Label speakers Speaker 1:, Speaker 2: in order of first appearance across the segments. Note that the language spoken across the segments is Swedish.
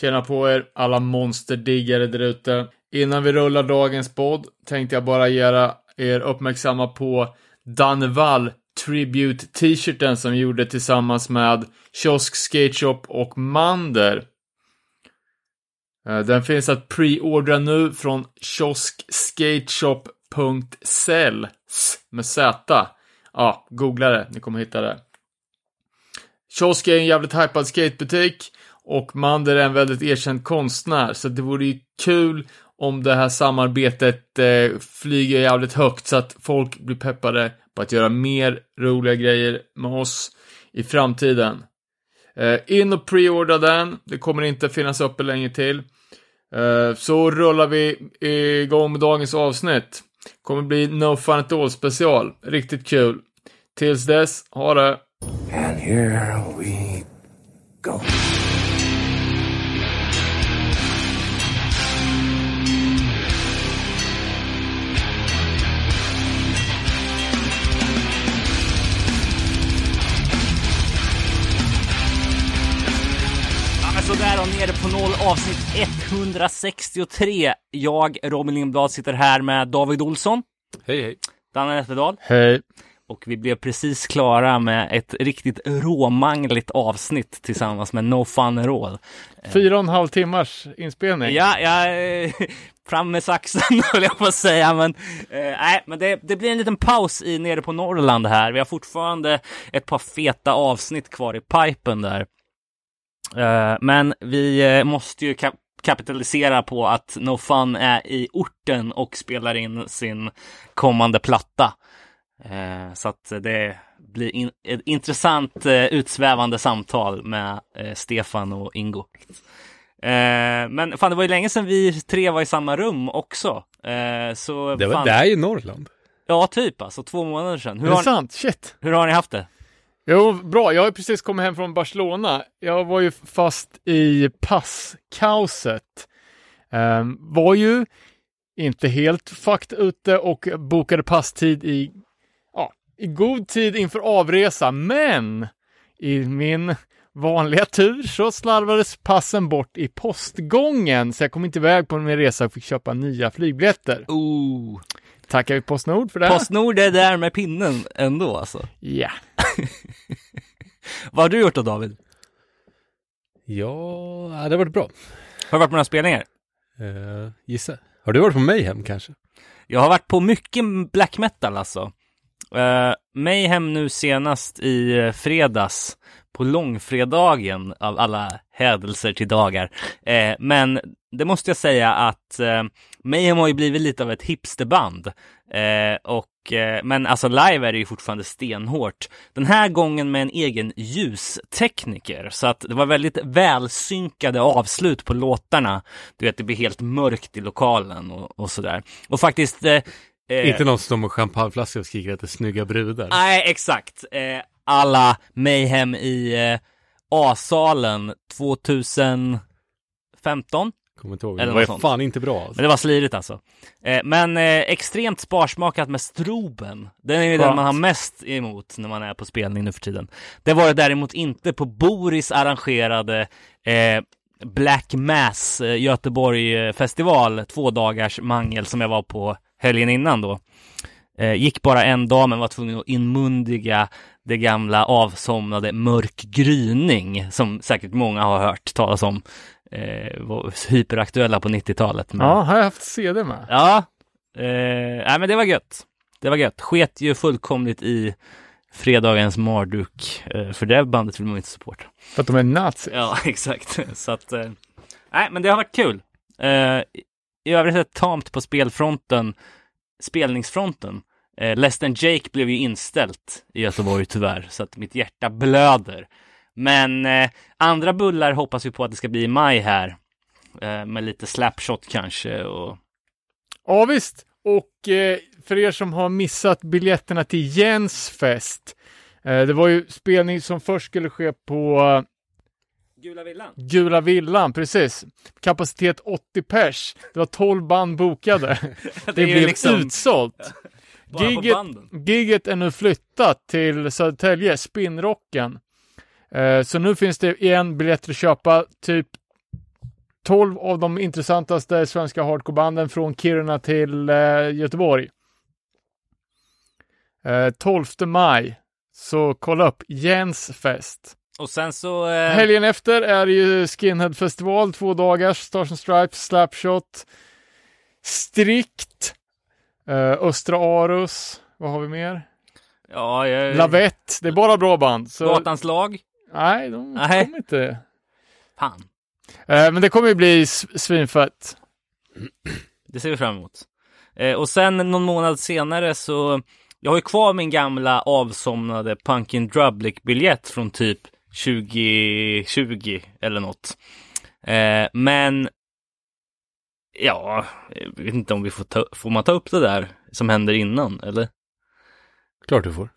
Speaker 1: Tjena på er alla monsterdiggare där ute. Innan vi rullar dagens podd tänkte jag bara göra er uppmärksamma på Danvall Tribute T-shirten som vi gjorde tillsammans med Kiosk Skate Shop och Mander. Eh, Den finns att preordra nu från kioskskateshop.sel med Z. Ja, googla det, ni kommer hitta det. Kiosk är en jävligt hypad skatebutik och Mander är en väldigt erkänd konstnär, så det vore ju kul om det här samarbetet eh, flyger jävligt högt så att folk blir peppade på att göra mer roliga grejer med oss i framtiden. Eh, in och preordra den, det kommer inte finnas uppe länge till. Eh, så rullar vi igång med dagens avsnitt. Kommer bli No Fun At All special, riktigt kul. Tills dess, ha det!
Speaker 2: And here we go.
Speaker 3: Ja, Sådär och nere på noll avsnitt 163. Jag, Robin Lindblad, sitter här med David Olsson.
Speaker 4: Hej hej.
Speaker 3: Danne Nätterdal.
Speaker 1: Hej!
Speaker 3: Och vi blev precis klara med ett riktigt råmangligt avsnitt tillsammans med No Fun at All.
Speaker 1: Fyra och en halv timmars inspelning.
Speaker 3: Ja, jag, eh, fram med saxen höll jag på att säga, men, eh, nej, men det, det blir en liten paus i nere på Norrland här. Vi har fortfarande ett par feta avsnitt kvar i pipen där. Eh, men vi eh, måste ju kap- kapitalisera på att No Fun är i orten och spelar in sin kommande platta. Eh, så att det blir in, ett intressant eh, utsvävande samtal med eh, Stefan och Ingo. Eh, men fan, det var ju länge sedan vi tre var i samma rum också. Eh, så
Speaker 4: Det, var,
Speaker 3: fan,
Speaker 4: det är ju Norrland.
Speaker 3: ja, typ alltså två månader sedan. Hur
Speaker 1: Är det
Speaker 3: har, ni,
Speaker 1: sant? Shit!
Speaker 3: hur har ni haft det?
Speaker 1: Jo, bra. Jag har ju precis kommit hem från Barcelona. Jag var ju fast i passkaoset. Ehm, var ju inte helt fucked ute och bokade passtid i, ja, i god tid inför avresa, men i min vanliga tur så slarvades passen bort i postgången, så jag kom inte iväg på min resa och fick köpa nya flygbiljetter.
Speaker 3: Oh.
Speaker 1: Tackar vi Postnord för det.
Speaker 3: Postnord är där med pinnen ändå alltså.
Speaker 1: Ja.
Speaker 3: Vad har du gjort då David?
Speaker 4: Ja, det har varit bra.
Speaker 3: Har du varit på några spelningar?
Speaker 4: Eh, gissa. Har du varit på Mayhem kanske?
Speaker 3: Jag har varit på mycket black metal alltså. Uh, Mayhem nu senast i eh, fredags på långfredagen av alla hädelser till dagar. Eh, men det måste jag säga att eh, Mayhem har ju blivit lite av ett hipsterband. Eh, och, eh, men alltså live är det ju fortfarande stenhårt. Den här gången med en egen ljustekniker. Så att det var väldigt välsynkade avslut på låtarna. Du vet, det blir helt mörkt i lokalen och, och sådär. Och faktiskt... Eh, eh, Ah.
Speaker 4: Inte någon som står med champagneflaska och skriker att det är snygga brudar.
Speaker 3: Nej, exakt. Eh, alla Mayhem i eh, A-salen 2015.
Speaker 4: Kommer inte ihåg.
Speaker 3: Eller
Speaker 4: Det var
Speaker 3: något
Speaker 4: ju
Speaker 3: sånt.
Speaker 4: fan inte bra. Alltså.
Speaker 3: Men det var slirigt alltså. Eh, men eh, extremt sparsmakat med stroben. Den är ju den
Speaker 1: Skönt.
Speaker 3: man har mest emot när man är på spelning nu för tiden. Det var det däremot inte på Boris arrangerade eh, Black Mass eh, Göteborg eh, festival, två dagars mangel som jag var på helgen innan då. Eh, gick bara en dag men var tvungen att inmundiga det gamla avsomnade Mörk gryning som säkert många har hört talas om. Eh, var hyperaktuella på 90-talet. men-
Speaker 1: Ja, här har jag haft CD med.
Speaker 3: Ja, eh, nej men det var gött. Det var gött. Sket ju fullkomligt i fredagens marduk, eh, för det bandet vill man ju inte supporta.
Speaker 1: För att de är nazis.
Speaker 3: Ja, exakt. Så att, eh, nej men det har varit kul. Eh, i- I övrigt är det tamt på spelfronten, spelningsfronten. Eh, Less than Jake blev ju inställt i Göteborg tyvärr, så att mitt hjärta blöder. Men eh, andra bullar hoppas vi på att det ska bli i maj här. Eh, med lite slapshot kanske och
Speaker 1: Ja visst. Och eh, för er som har missat biljetterna till Jens fest. Eh, det var ju spelning som först skulle ske på eh,
Speaker 3: Gula villan.
Speaker 1: Gula villan, precis. Kapacitet 80 pers. Det var 12 band bokade. Det,
Speaker 3: är ju
Speaker 1: blev
Speaker 3: liksom-
Speaker 1: utsålt.
Speaker 3: Bara på
Speaker 1: Gigget-
Speaker 3: banden.
Speaker 1: Giget är nu flyttat till Södertälje, Spinnrocken. Eh, så nu finns det en biljett att köpa, typ 12 av de intressantaste svenska hardcorebanden från Kiruna till eh, Göteborg. Eh, 12 maj, så kolla upp Jens fest.
Speaker 3: Och sen så... Eh,
Speaker 1: Helgen efter är det ju Skinhead-festival, två dagars, Stars and Stripes, Slapshot, Strikt, eh, Östra Arus, vad har vi mer?
Speaker 3: ja, jag,
Speaker 1: Lavett, det är bara bra band. Så,
Speaker 3: Gatans lag.
Speaker 1: Nej, de
Speaker 3: Nej.
Speaker 1: kommer inte. Eh,
Speaker 3: Fan,
Speaker 1: men det kommer ju bli s- svinfett.
Speaker 3: det ser vi fram emot. Eh, och sen någon månad senare så... Jag har ju kvar min gamla avsomnade Punkin Drublic-biljett från typ 2020 eller något. Eh, men... Ja, jag vet inte om vi får ta, får man ta upp det där som händer innan, eller?
Speaker 4: Klart du får.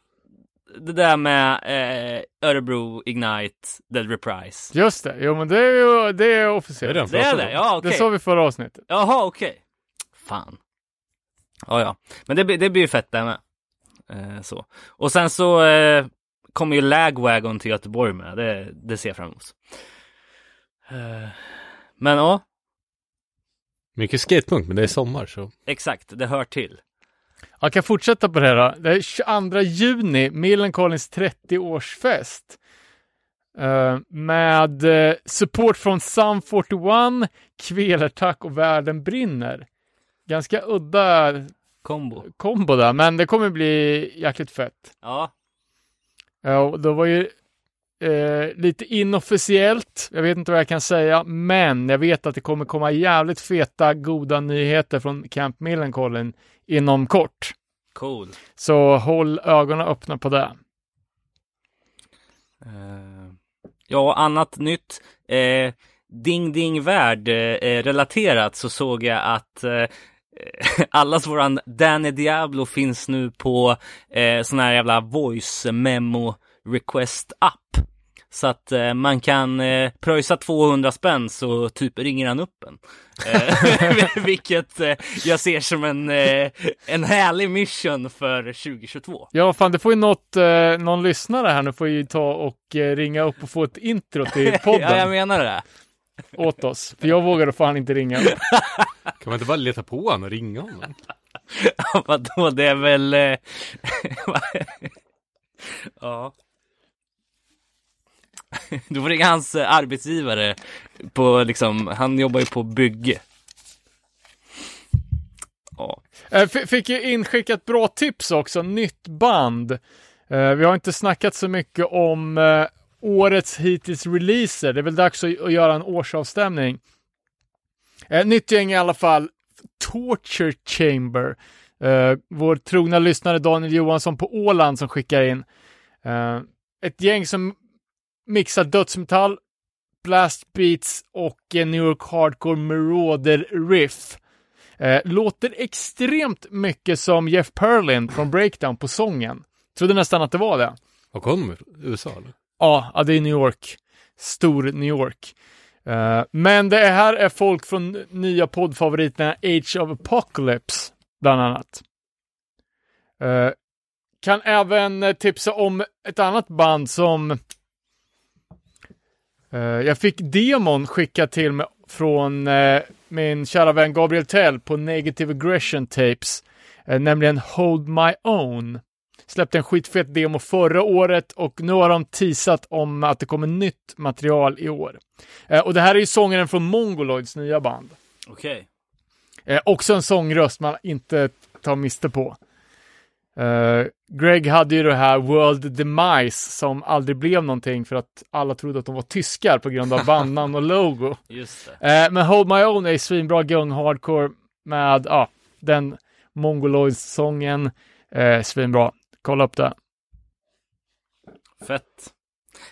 Speaker 3: Det där med eh, Örebro Ignite Dead Reprise.
Speaker 1: Just det, jo men det är ju det är officiellt.
Speaker 4: Det är den
Speaker 3: Det är det? Ja, okej.
Speaker 1: Det sa vi förra avsnittet.
Speaker 3: Jaha, okej. Fan. Ja, ja. Men det, blir- det blir ju fett där med. Eh, så. Och sen så eh, kommer ju Lagwagon till Göteborg med. Det, det ser jag fram emot. Eh, men ja,
Speaker 4: Mycket skatepunk, men det är sommar så.
Speaker 3: exakt. Det hör till.
Speaker 1: Jag kan fortsätta på det här. då. Det är 22 juni, Millencolins 30-årsfest. Eh, med eh, support från Sum 41, Kvelertak och Världen brinner. Ganska udda
Speaker 3: Kombo.
Speaker 1: kombo där, men det kommer bli jäkligt fett.
Speaker 3: Ja,
Speaker 1: Ja, och det var ju eh, lite inofficiellt. Jag vet inte vad jag kan säga, men jag vet att det kommer komma jävligt feta, goda nyheter från Camp Millencolin inom kort.
Speaker 3: cool.
Speaker 1: Så håll ögonen öppna på det.
Speaker 3: Eh, ja, annat nytt. Eh, ding Ding Värld eh, eh, relaterat så såg jag att eh, allas våran Danny Diablo finns nu på eh, sån här jävla voice memo request app. Så att eh, man kan eh, pröjsa 200 spänn så typ ringer han upp en. Eh, vilket eh, jag ser som en, eh, en härlig mission för 2022.
Speaker 1: Ja, fan, det får ju något, eh, någon lyssnare här nu får ju ta och eh, ringa upp och få ett intro till
Speaker 3: Ja, jag
Speaker 1: podden
Speaker 3: menar det.
Speaker 1: åt oss. För jag vågar fan inte ringa upp.
Speaker 4: Kan man inte bara leta på honom och ringa honom?
Speaker 3: Ja, Vadå, det är väl... eh, ja. Du får ringa hans eh, arbetsgivare på liksom, han jobbar ju på bygge. Ja,
Speaker 1: Eh, fi- fick ju inskickat bra tips också, nytt band. Eh, vi har inte snackat så mycket om eh, årets hittills releaser. Det är väl dags att, att göra en årsavstämning. Eh, nytt gäng i alla fall, Torture Chamber. Eh, vår trogna lyssnare Daniel Johansson på Åland som skickar in. Eh, ett gäng som mixar dödsmetall, blast beats och eh, New York Hardcore Marauder riff. Eh, låter extremt mycket som Jeff Perlin från Breakdown på sången. Trodde nästan att det var det.
Speaker 4: Var kom de ifrån? USA eller?
Speaker 1: Ja, ja, det är New York. Stor New York. Eh, men det här är folk från nya poddfavoriterna Age of Apocalypse, bland annat. Eh, kan även eh, tipsa om ett annat band som eh, jag fick demon skicka till mig från eh, min kära vän Gabriel Tell på Negative Aggression Tapes, eh, nämligen Hold My Own släppte en skitfet demo förra året och nu har de teasat om att det kommer nytt material i år. Eh, och det här är ju sångaren från Mongoloids nya band.
Speaker 3: okej.
Speaker 1: Eh, också en sångröst man inte tar miste på. Eh, Greg hade ju det här World Demise som aldrig blev någonting för att alla trodde att de var tyskar på grund av bandnamn och logo.
Speaker 3: Just det.
Speaker 1: Eh, men Hold My Own är svinbra gung hardcore med ja, den Mongoloids-sången. Eh, svinbra. Kolla upp det.
Speaker 3: Fett.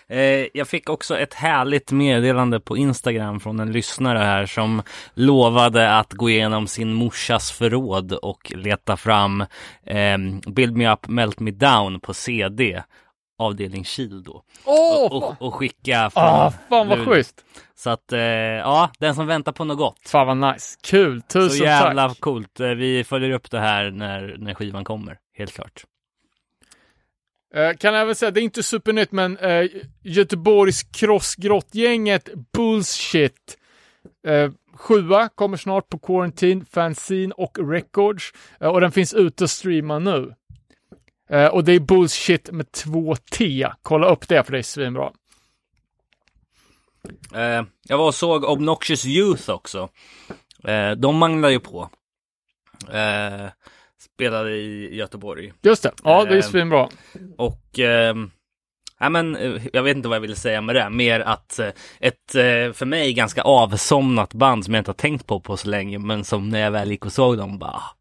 Speaker 3: Eh, jag fick också ett härligt meddelande på Instagram från en lyssnare här som lovade att gå igenom sin morsas förråd och leta fram eh, Build Me Up Melt Me Down på CD avdelning Kil då
Speaker 1: Åh!
Speaker 3: och, och, och skicka från
Speaker 1: Ah, fan vad
Speaker 3: Luleå.
Speaker 1: schysst!
Speaker 3: Så att eh, ja, den som väntar på något gott.
Speaker 1: Fan vad nice. Kul, tusen
Speaker 3: Så jävla
Speaker 1: tack.
Speaker 3: coolt. Eh, Vi följer upp det här när, när skivan kommer, helt klart.
Speaker 1: Eh, kan jag även säga, det är inte supernytt, men eh, Göteborgs crossgrottgänget Bullshit Eh, sjua kommer snart på Quarantine, Fanzine och Records. Eh, och den finns ute och streamar nu. Eh, och det är Bullshit med 2T. Kolla upp det för det är svinbra.
Speaker 3: Eh, jag var och såg Obnoxious Youth också. Eh, de manglar ju på. Eh, spelade i Göteborg.
Speaker 1: Just det. Ja, det är
Speaker 3: Eh,
Speaker 1: svinbra.
Speaker 3: Och ehm, ja, men, eh, jag vet inte vad jag ville säga med det. Mer att eh, ett eh, för mig ganska avsomnat band som jag inte har tänkt på på så länge. Men som när jag väl gick och såg dem bara. ah,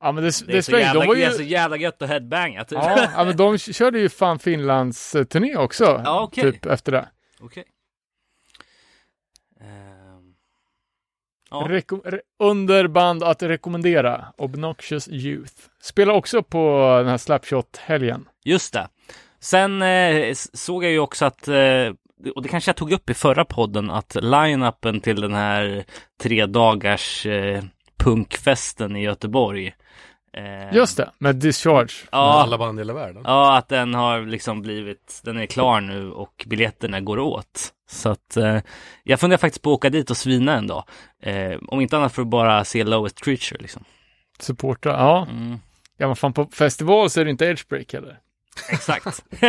Speaker 1: Ja, men det,
Speaker 3: Det är, så
Speaker 1: svänger.
Speaker 3: jävla,
Speaker 1: De var
Speaker 3: det är så
Speaker 1: ju...
Speaker 3: jävla gött att headbanga typ.
Speaker 1: Ja, ja, men de körde ju fan Finlands eh, turné också.
Speaker 3: Ja, okej.
Speaker 1: Typ efter det.
Speaker 3: Okej. Ehm, Ja.
Speaker 1: Reko- re- under band att rekommendera, Obnoxious Youth. Spelar också på den här Slapshot-helgen.
Speaker 3: Just det. Sen eh, s- såg jag ju också att, eh, och det kanske jag tog upp i förra podden, att line-upen till den här tre dagars eh, punkfesten i Göteborg. eh,
Speaker 1: Just det, med Discharge.
Speaker 4: Med
Speaker 3: Ja,
Speaker 4: alla band i hela världen.
Speaker 3: ja, att den har liksom blivit, den är klar nu och biljetterna går åt. Så att eh, jag funderar faktiskt på att åka dit och svina en dag. Eh, om inte annat för att bara se Lowest Creature liksom.
Speaker 1: Supporta, ja.
Speaker 3: Mm.
Speaker 1: Ja, men fan på festival så är det inte Edgebreak heller.
Speaker 3: Exakt.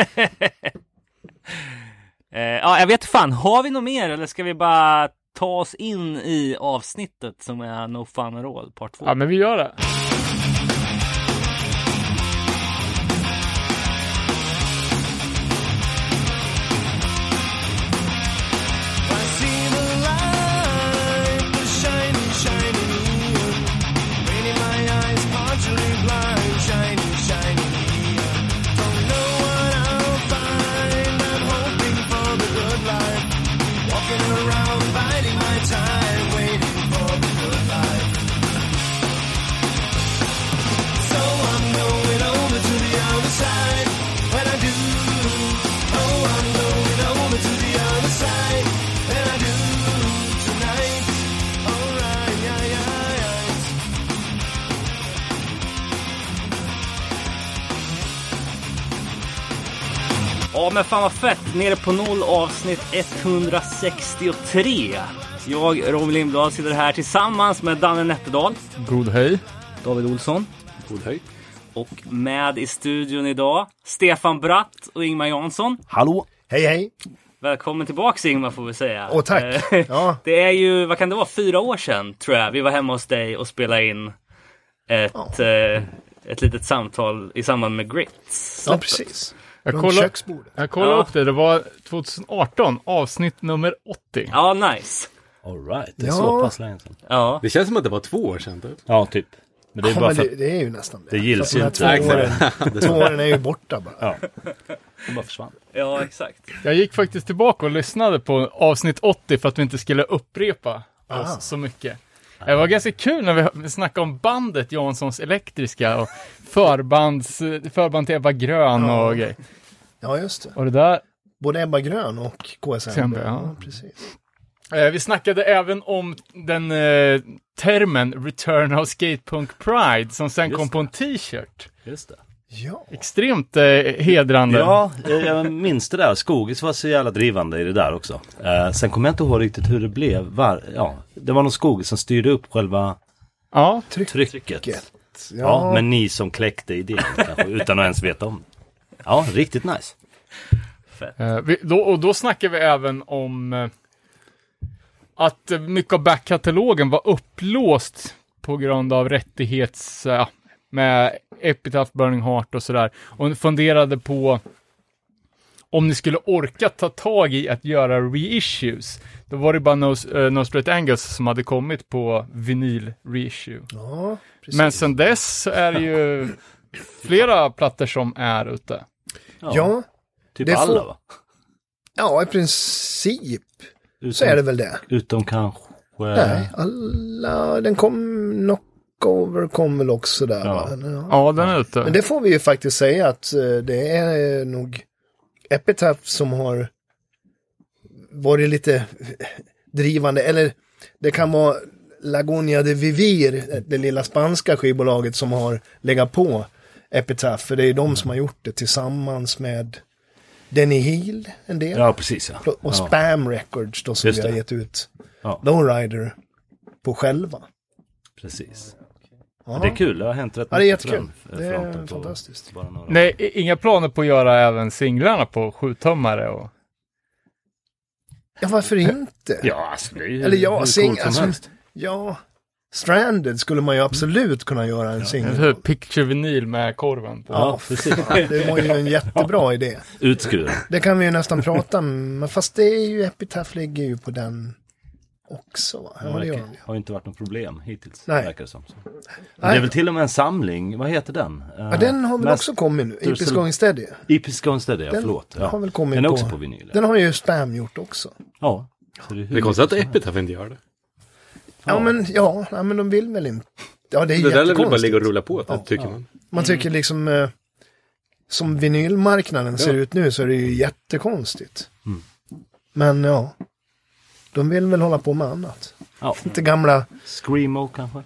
Speaker 3: eh, ja, jag vet fan. Har vi något mer eller ska vi bara ta oss in i avsnittet som är No Fun at All, part 2?
Speaker 1: Ja, men vi gör det.
Speaker 3: Ja, men fan vad fett. Nere på noll avsnitt 163. Jag, Robin Lindblad, sitter här tillsammans med Danne Nätterdal,
Speaker 1: God hej.
Speaker 3: David Olsson
Speaker 4: God höjd.
Speaker 3: och med i studion idag Stefan Bratt och Ingmar Jansson.
Speaker 5: Hallå! Hej hej!
Speaker 3: Välkommen tillbaks Ingmar får vi säga.
Speaker 5: Åh tack!
Speaker 3: Eh,
Speaker 5: Ja,
Speaker 3: Det är ju, vad kan det vara, fyra år sedan tror jag vi var hemma hos dig och spelade in ett, eh, ett litet samtal i samband med Grits.
Speaker 5: ja precis.
Speaker 1: Jag
Speaker 5: Runt
Speaker 1: kollar,
Speaker 5: köksbordet.
Speaker 1: jag kollar
Speaker 3: Ja.
Speaker 1: upp det, det var 2018, avsnitt nummer 80.
Speaker 3: Ja, nice.
Speaker 6: Alright, det är
Speaker 5: Ja.
Speaker 6: så pass länge sedan.
Speaker 3: Ja,
Speaker 4: Det känns som att det var två år sedan typ.
Speaker 6: Ja, typ. Men det är
Speaker 5: Ja,
Speaker 6: bara
Speaker 5: men
Speaker 6: för
Speaker 5: det,
Speaker 6: att
Speaker 5: det är ju nästan det.
Speaker 6: det gills ju
Speaker 5: För att de här Två
Speaker 6: inte.
Speaker 5: åren,
Speaker 6: det
Speaker 5: två
Speaker 6: är
Speaker 5: åren är ju borta bara.
Speaker 6: det bara försvann.
Speaker 3: ja exakt.
Speaker 1: Jag gick faktiskt tillbaka och lyssnade på avsnitt 80 för att vi inte skulle upprepa
Speaker 5: Ah.
Speaker 1: oss så mycket. Det var ganska kul när vi snackade om bandet Janssons Elektriska och förbands, förband till Ebba Grön och grejer.
Speaker 5: Ja, just det.
Speaker 1: Och det där,
Speaker 5: Både Ebba Grön och KSMB.
Speaker 1: Sämre, ja.
Speaker 5: precis.
Speaker 1: eh, vi snackade även om den eh, termen Return of Skatepunk Pride som sen kom på en t-shirt.
Speaker 6: Just det.
Speaker 5: Ja,
Speaker 1: Extremt eh, hedrande.
Speaker 6: Ja, jag- jag minns det där. Skogis var så jävla drivande i det där också. Eh, sen kommer jag inte ihåg riktigt hur det blev. Var, ja, det var någon Skogis som styrde upp själva
Speaker 1: Ja.
Speaker 6: trycket. Ja.
Speaker 5: gött. Ja,
Speaker 6: men ni som kläckte idén kanske, utan att ens veta om det. Ja, riktigt nice.
Speaker 1: Eh, vi, då, och då snackar vi även om eh, att eh, mycket av backkatalogen var upplåst på grund av rättighets... Eh, med Epitaph Burning Heart och sådär. Och funderade på om ni skulle orka ta tag i att göra reissues. Då var det bara No, eh, no Straight Angles som hade kommit på vinyl reissue.
Speaker 5: ja precis.
Speaker 1: Men sen dess så är det ju flera plattor som är ute.
Speaker 5: ja,
Speaker 6: Typ
Speaker 5: det
Speaker 6: alla
Speaker 5: får-
Speaker 6: va?
Speaker 5: ja, i princip
Speaker 6: Utom,
Speaker 5: så är det väl det.
Speaker 6: utom kanske...
Speaker 5: Nej, alla, den kom, Knockover kom väl också där
Speaker 6: Ja.
Speaker 5: va? Eller, ja.
Speaker 1: Ja, den är ute.
Speaker 5: Men det får vi ju faktiskt säga att eh, det är nog Epitaph som har varit lite drivande, eller det kan vara Lagonia de Vivir, eh, det lilla spanska skivbolaget som har legat på Epitaph, för det är de som har gjort det tillsammans med Denny Hill en del.
Speaker 6: Ja, precis ja.
Speaker 5: Och Spam Records då som
Speaker 6: Just
Speaker 5: vi har
Speaker 6: det.
Speaker 5: gett ut
Speaker 6: Ja.
Speaker 5: Lowrider på själva.
Speaker 6: Precis.
Speaker 5: Ja.
Speaker 6: Det är kul, det har hänt rätt
Speaker 5: Ja, det är
Speaker 6: mycket på
Speaker 5: jättekul.
Speaker 6: den, eh,
Speaker 5: Det är
Speaker 6: fronten på
Speaker 5: fantastiskt.
Speaker 6: Bara några år.
Speaker 7: Nej, i- inga planer på att göra även singlarna på 7-tummare och...
Speaker 5: Ja, varför inte?
Speaker 6: Ja, alltså det är ju
Speaker 5: Eller ja,
Speaker 6: hur
Speaker 5: sing,
Speaker 6: coolt som
Speaker 5: alltså,
Speaker 6: helst.
Speaker 5: ja. Stranded skulle man ju absolut kunna göra en singel.
Speaker 7: Eller hur? Picture vinyl med korven på.
Speaker 6: Ja, precis.
Speaker 5: Det var ju en jättebra idé.
Speaker 6: Utskuren.
Speaker 5: Det kan vi ju nästan prata om, men fast det är ju Epitaph ligger ju på den också. Va? Ja, det gör de ju.
Speaker 6: har ju inte varit något problem hittills.
Speaker 5: Nej.
Speaker 6: Verkar det som. Så. Det är
Speaker 5: Nej.
Speaker 6: väl till och med en samling, vad heter den? Eh,
Speaker 5: Ja, den har väl också kommit nu,
Speaker 6: Tusen-
Speaker 5: Episk Going Steady.
Speaker 6: IP Skånstedt, ja
Speaker 5: Den
Speaker 6: förlåt. Ja.
Speaker 5: har väl kommit
Speaker 6: den är också
Speaker 5: på-
Speaker 6: på vinyl.
Speaker 5: Den har ju Spam gjort också.
Speaker 6: Ja. Så det är hur
Speaker 4: Det är konstigt att
Speaker 6: mycket som helst.
Speaker 4: Epitaph inte gör det.
Speaker 5: Ja, men ja, nej, men de vill väl inte. Ja, det är
Speaker 4: Det där lär väl bara
Speaker 5: jättekonstigt.
Speaker 4: ligga och rulla på,
Speaker 5: Ja.
Speaker 4: tycker man.
Speaker 5: Man tycker liksom, eh, som vinylmarknaden ser
Speaker 4: Ja.
Speaker 5: ut nu så är det ju jättekonstigt. Men ja, de vill väl hålla på med annat.
Speaker 6: Ja.
Speaker 5: Inte gamla,
Speaker 6: Screamo kanske?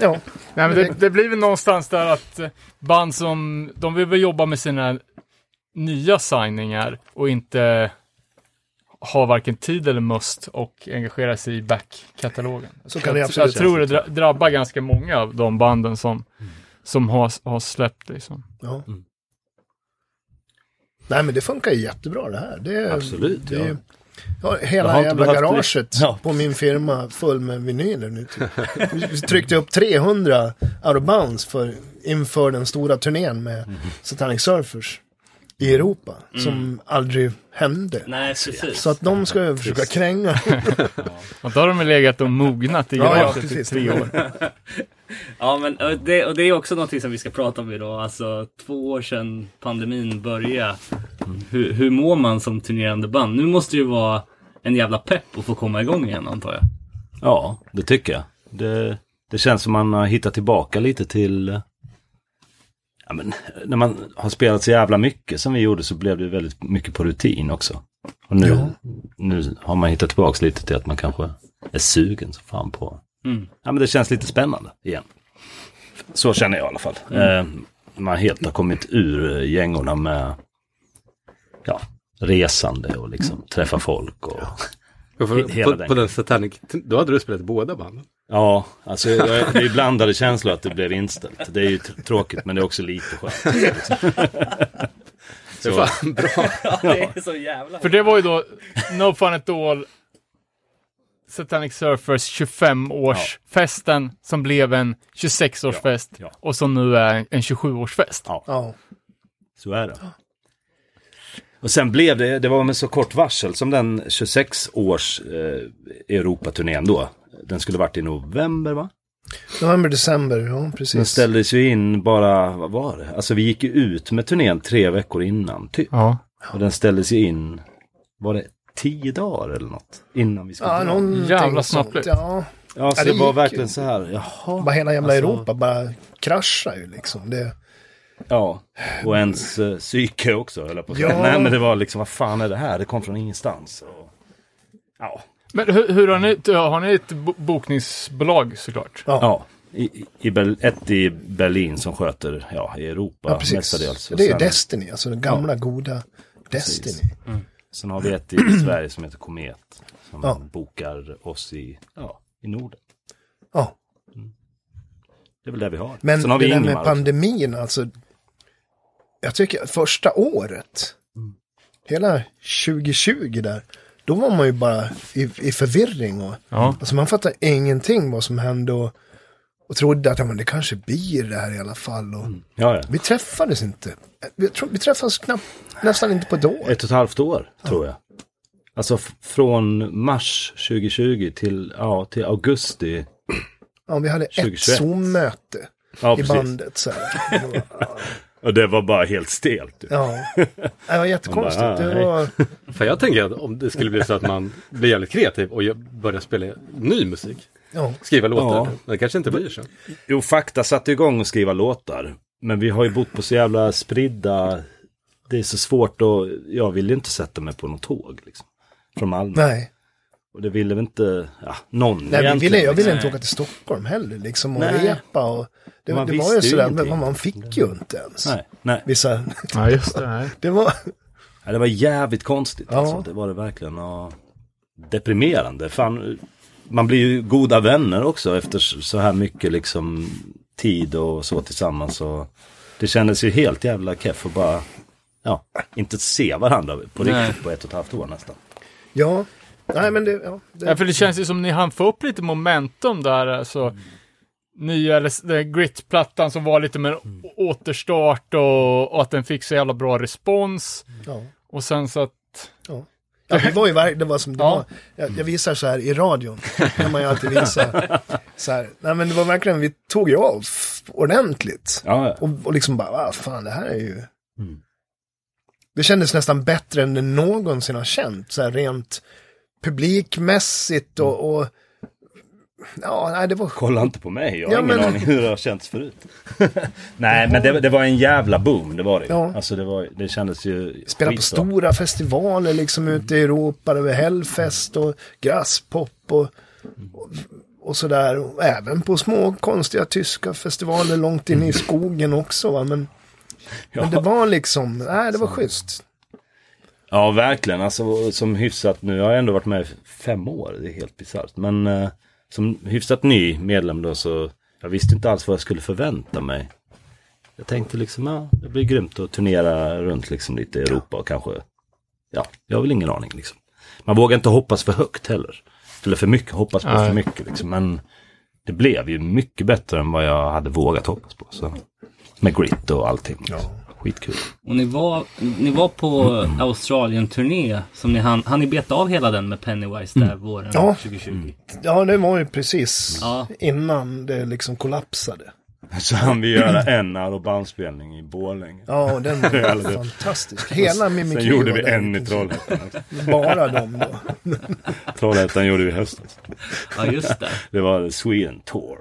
Speaker 5: ja,
Speaker 7: Nej, men det, det blir väl någonstans där att eh, band som, de vill väl jobba med sina nya signingar och inte ha varken tid eller must och engagera sig i backkatalogen.
Speaker 5: så kan det
Speaker 7: Jag, jag
Speaker 5: absolut
Speaker 7: tror det dra- drabbar ganska många av de banden som, som har, har släppt liksom.
Speaker 5: Ja. Nej men det funkar ju jättebra det här. Det,
Speaker 6: Absolut,
Speaker 5: det,
Speaker 6: ja.
Speaker 5: Jag har
Speaker 6: Jag har
Speaker 5: hela
Speaker 6: inte
Speaker 5: jävla
Speaker 6: behövt bli-
Speaker 5: garaget
Speaker 6: Ja.
Speaker 5: på min firma full med vinyler nu. Typ. Vi tryckte upp 300 out of bounds för, inför den stora turnén med Satanic Surfers
Speaker 6: Mm.
Speaker 5: i Europa. Som aldrig hände.
Speaker 3: Nej, precis.
Speaker 5: Så att de ska ju försöka kränga.
Speaker 7: Och då har de väl legat och mognat i
Speaker 5: Ja, ja,
Speaker 7: garaget i
Speaker 5: precis.
Speaker 7: tre år.
Speaker 3: Ja, men och det, och det är också någonting som vi ska prata om idag. Alltså, två år sedan pandemin började. Hur, hur mår man som turnerande band? Nu måste det ju vara en jävla pepp att få komma igång igen, antar jag.
Speaker 6: Ja, det tycker jag. Det, det känns som man har hittat tillbaka lite till... eh, Ja, men, när man har spelat så jävla mycket som vi gjorde så blev det väldigt mycket på rutin också. Och nu, nu har man hittat tillbaka lite till att man kanske är sugen som fan på...
Speaker 3: Mm.
Speaker 6: Ja, men det känns lite spännande igen. Så känner jag i alla fall. Eh, man helt har kommit ur eh, gängorna med ja, resande och liksom träffa folk och...
Speaker 4: Och för-
Speaker 6: Hela
Speaker 4: På,
Speaker 6: den.
Speaker 4: på den Satanic, då hade du spelat båda banden.
Speaker 6: Ja, alltså jag- det är blandade känslor att det blev inställt. Det är ju tr- tråkigt men det är också lite skönt.
Speaker 4: Det är fan bra.
Speaker 3: Det är så jävla...
Speaker 7: För det var ju då No Fun At All Satanic Surfers 25-årsfesten som blev en 26-årsfest
Speaker 6: Ja, ja.
Speaker 7: och som nu är en 27-årsfest.
Speaker 6: Ja,
Speaker 5: Ja.
Speaker 6: så är det. Och sen blev det, det var med så kort varsel som den 26 års eh, Europaturnén då. Den skulle varit i november va?
Speaker 5: November, december, ja
Speaker 6: Den
Speaker 5: precis.
Speaker 6: ställdes ju in bara, vad var det? Alltså vi gick ju ut med turnén tre veckor innan typ.
Speaker 7: Ja.
Speaker 6: Och den ställdes ju in, var det tio dagar eller något? Innan vi skulle
Speaker 5: Ja,
Speaker 6: dra.
Speaker 5: någonting
Speaker 7: Jävla
Speaker 5: sånt,
Speaker 7: snabblöt.
Speaker 5: Ja,
Speaker 6: Ja, så
Speaker 5: Ja, det
Speaker 6: det var
Speaker 5: gick ju.
Speaker 6: verkligen så här, jaha.
Speaker 5: bara hela jävla
Speaker 6: Alltså-
Speaker 5: Europa bara kraschar ju liksom. Det,
Speaker 6: Ja, och ens eh, psyke också höll jag på att säga.
Speaker 5: Ja.
Speaker 6: Nej men det var liksom, vad fan är det här? Det kom från ingenstans. Och... Ja,
Speaker 7: Men hur, hur har ni, har ni ett bo- bokningsbolag såklart?
Speaker 6: ja. I, i- i Ber- ett i Berlin som sköter ja, i Europa
Speaker 5: Ja, precis.
Speaker 6: mestadels. Och
Speaker 5: Det är ju
Speaker 6: sen-
Speaker 5: Destiny, alltså den gamla goda Destiny.
Speaker 6: Sen har vi ett i Sverige som heter Komet. Som
Speaker 5: Ja.
Speaker 6: bokar oss i, ja, i Norden.
Speaker 5: Ja.
Speaker 6: Det är väl det vi har.
Speaker 5: Men
Speaker 6: sen har
Speaker 5: det
Speaker 6: vi
Speaker 5: där
Speaker 6: Ingemar
Speaker 5: med
Speaker 6: också.
Speaker 5: pandemin, alltså. Jag tycker att första året, hela 2020 där, då var man ju bara i, i förvirring. Och,
Speaker 7: Ja.
Speaker 5: Alltså man fattade ingenting vad som hände och, och trodde att ja, men det kanske blir det här i alla fall. Och,
Speaker 6: Ja, ja.
Speaker 5: Vi träffades inte. Vi, tro- vi träffades knappt, nästan inte på ett år.
Speaker 6: Ett och ett halvt år, tror jag. Alltså f- från mars 2020 till, ja, till augusti.
Speaker 5: Ja, vi hade
Speaker 6: 2021.
Speaker 5: ett Zoom-möte
Speaker 6: Ja,
Speaker 5: i
Speaker 6: precis.
Speaker 5: bandet. Så här.
Speaker 6: Och det var bara helt stelt. du.
Speaker 5: Ja, det var jättekonstigt.
Speaker 6: Man bara, "Ah,
Speaker 5: det var...
Speaker 4: För jag tänker att om det skulle bli så att man blir jävligt kreativ och gör- börjar spela ny musik.
Speaker 5: Ja.
Speaker 4: Skriva låtar.
Speaker 6: Ja.
Speaker 4: Men det kanske inte blir så.
Speaker 6: Jo, Fakta satte igång och skriva låtar. Men vi har ju bott på så jävla spridda... Det är så svårt och jag ville inte sätta mig på något tåg. Liksom, från Malmö.
Speaker 5: Nej,
Speaker 6: Och det ville väl inte ja, någon
Speaker 5: Nej vi ville, jag ville
Speaker 6: liksom.
Speaker 5: inte åka till Stockholm heller liksom och
Speaker 6: Nej.
Speaker 5: repa och det,
Speaker 6: Man
Speaker 5: det var ju
Speaker 6: visste ju
Speaker 5: sådär, men
Speaker 6: ingenting.
Speaker 5: man fick ju inte ens.
Speaker 6: liksom. Nej, nej.
Speaker 5: Vissa,
Speaker 7: Ja, just det.
Speaker 5: det var,
Speaker 6: Ja, det var jävligt konstigt
Speaker 5: Ja.
Speaker 6: alltså. Det var det verkligen. Och deprimerande. Fan, man blir ju goda vänner också efter s- så här mycket liksom tid och så tillsammans. Och det kändes ju helt jävla keff att bara ja, inte se varandra på
Speaker 3: Nej.
Speaker 6: riktigt på ett och ett halvt år nästan.
Speaker 5: Ja. Nej men det, ja. Det,
Speaker 6: Äh.
Speaker 7: Ja, för det känns ju som ni hann få upp lite momentum där, alltså.
Speaker 6: Mm.
Speaker 7: Nya, eller s- den här Grit-plattan som var lite med
Speaker 6: Mm.
Speaker 7: en å- återstart och, och att den fick så jävla bra respons.
Speaker 5: ja.
Speaker 7: Och sen så att...
Speaker 5: Ja, det var ju verkligen, det var som det
Speaker 7: Ja.
Speaker 5: var. Jag, jag visar så här i radion. kan man ju alltid visa. Så här. Nej men det var verkligen, vi tog ju av ordentligt.
Speaker 6: Ja, ja.
Speaker 5: Och, och liksom bara, ah, fan det här är ju... Det kändes nästan bättre än det någonsin har känt. Så här rent publikmässigt och... och ja, nej det var skönt.
Speaker 6: Kolla inte på mig, jag har
Speaker 5: Ja,
Speaker 6: ingen
Speaker 5: men-
Speaker 6: aning hur det har känts förut. Nej, men det, det var en jävla boom, det var det ju.
Speaker 5: Ja.
Speaker 6: Alltså det, var, det kändes ju
Speaker 5: Spela på
Speaker 6: skitbra.
Speaker 5: stora festivaler liksom ute i Europa. Det var Hellfest och Grasspop och, och, och sådär. Och även på små konstiga tyska festivaler långt in i skogen också. Va? Men, men det var liksom, nej det var schysst.
Speaker 6: Ja, verkligen. Alltså som hyfsat nu, jag har ändå varit med i fem år, det är helt bisarrt. Men eh, som hyfsat ny medlem då så, jag visste inte alls vad jag skulle förvänta mig. Jag tänkte liksom, ja, det blir grymt att turnera runt liksom lite i Europa och kanske, ja, jag har väl ingen aning liksom. Man vågar inte hoppas för högt heller. Eller för mycket, hoppas på för mycket liksom. Men det blev ju mycket bättre än vad jag hade vågat hoppas på. Så. Med grit och allting. Skitkul.
Speaker 3: Och ni var, ni var på Australien-turné som ni hann, hann ni beta av hela den med Pennywise
Speaker 6: Mm.
Speaker 3: där våren
Speaker 5: Ja.
Speaker 3: 2020?
Speaker 5: Ja det var ju precis
Speaker 3: Ja.
Speaker 5: innan det liksom kollapsade.
Speaker 6: Så han vill göra en arrobandspelning i Borlänge.
Speaker 5: Ja, och den
Speaker 6: Jävlar,
Speaker 5: var
Speaker 6: det-
Speaker 5: fantastisk. Hela Mimikyu.
Speaker 6: Sen gjorde
Speaker 5: var
Speaker 6: vi
Speaker 5: där.
Speaker 6: en i Trollhättan. också.
Speaker 5: Bara dem då.
Speaker 6: Trollhättan gjorde vi i höstas.
Speaker 3: Ja, just det.
Speaker 6: Det var Sweden Tour.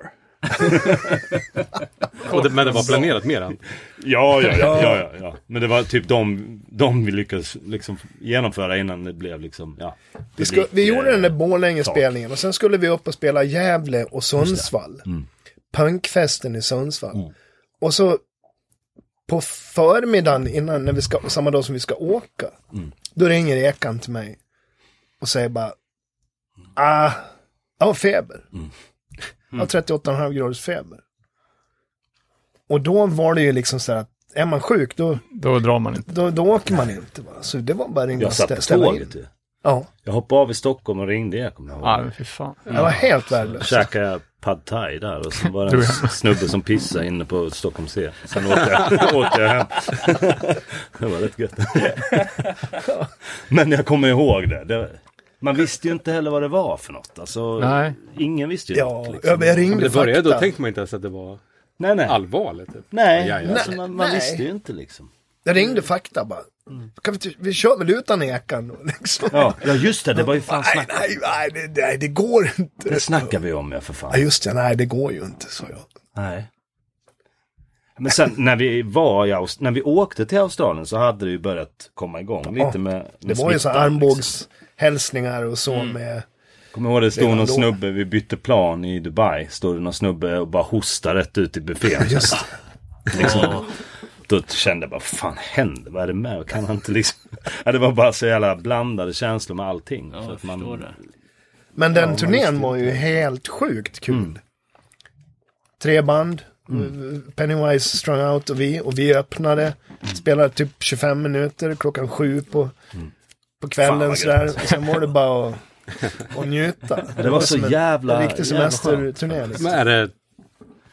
Speaker 4: Och det, men det var planerat mer än.
Speaker 6: Ja, ja, ja, ja, ja, ja. Men det var typ de, de vi lyckades liksom genomföra innan det blev liksom, ja.
Speaker 5: Vi, sku,
Speaker 6: eh,
Speaker 5: vi gjorde den där Borlänge-spelningen och sen skulle vi upp och spela Gävle och Sundsvall.
Speaker 6: Mm.
Speaker 5: Punkfesten i Sundsvall. Och så på förmiddagen innan, när vi ska, samma dag som vi ska åka,
Speaker 6: Mm.
Speaker 5: då ringer Ekan till mig och säger bara, ah, jag har feber.
Speaker 6: Mm.
Speaker 5: Jag har 38,5 graders feber. Och då var det ju liksom så här att, är man sjuk då,
Speaker 7: Då drar man inte.
Speaker 5: då, då åker man inte. Va? Så det var bara att ringa
Speaker 6: Jag
Speaker 5: och
Speaker 6: satt
Speaker 5: stä-
Speaker 6: på
Speaker 5: ställa
Speaker 6: tåget ju.
Speaker 5: Ja,
Speaker 6: Jag hoppade av i Stockholm och ringde, jag kommer ihåg.
Speaker 7: Ja, men fy fan.
Speaker 5: det var
Speaker 6: Mm.
Speaker 5: helt värdelöst.
Speaker 6: käkade jag pad thai där och sen var det en snubbe som pissade inne på Stockholm C. Sen åkte jag, åkte jag hem. Det var rätt gött. Men jag kommer ihåg det. det. Man visste ju inte heller vad det var för något. Alltså,
Speaker 7: Nej.
Speaker 6: Ingen visste ju
Speaker 5: Ja,
Speaker 6: något. liksom.
Speaker 5: ja, men jag
Speaker 4: Men
Speaker 5: ringde
Speaker 4: det började, då
Speaker 5: fakta.
Speaker 4: tänkte man inte ens att det var
Speaker 6: Nej, nej.
Speaker 4: allvarligt. Typ.
Speaker 6: nej,
Speaker 4: Ja, ja, ja.
Speaker 6: Alltså, man, man
Speaker 5: Nej.
Speaker 6: visste ju inte liksom.
Speaker 5: Jag ringde fakta bara. Kan vi, inte- vi kör väl utan ekan då liksom.
Speaker 6: Ja, ja just det. Det var ju fan
Speaker 5: Nej,
Speaker 6: snack.
Speaker 5: nej, nej, det, nej, det går inte.
Speaker 6: Det snackar vi om ja, för fan.
Speaker 5: Ja, just det, nej, det går ju inte, sa jag.
Speaker 6: Nej. Men sen när vi var i Aust- när vi åkte till Australien så hade det ju börjat komma igång lite med, med
Speaker 5: Det var ju så
Speaker 6: smittan,
Speaker 5: här
Speaker 6: liksom. Mm.
Speaker 5: armbågshälsningar och så med...
Speaker 6: Kommer ihåg det stod
Speaker 5: Redan
Speaker 6: någon
Speaker 5: då.
Speaker 6: snubbe, vi bytte plan i Dubai. Stod det någon snubbe och bara hostade rätt ut i buffén.
Speaker 5: Just
Speaker 6: Liksom. Då kände jag bara, vad fan händer? Vad är det med? Kan han inte liksom... Ja, det var bara så jävla blandade känslor med allting.
Speaker 3: Ja,
Speaker 6: Så
Speaker 3: jag
Speaker 6: att man-
Speaker 3: förstår det.
Speaker 5: Men den turnén var ju helt sjukt kul.
Speaker 6: Mm.
Speaker 5: Tre band, Pennywise, Strung Out och vi. Och vi öppnade, spelade typ 25 minuter klockan sju på, på
Speaker 6: Mm. Fan,
Speaker 5: kvällen
Speaker 6: vad
Speaker 5: sådär. Och sen var det bara att, att njuta.
Speaker 6: det var så
Speaker 5: en-
Speaker 6: jävla-
Speaker 5: En riktig
Speaker 6: jävla
Speaker 5: semesterturné. Liksom.
Speaker 4: Men är det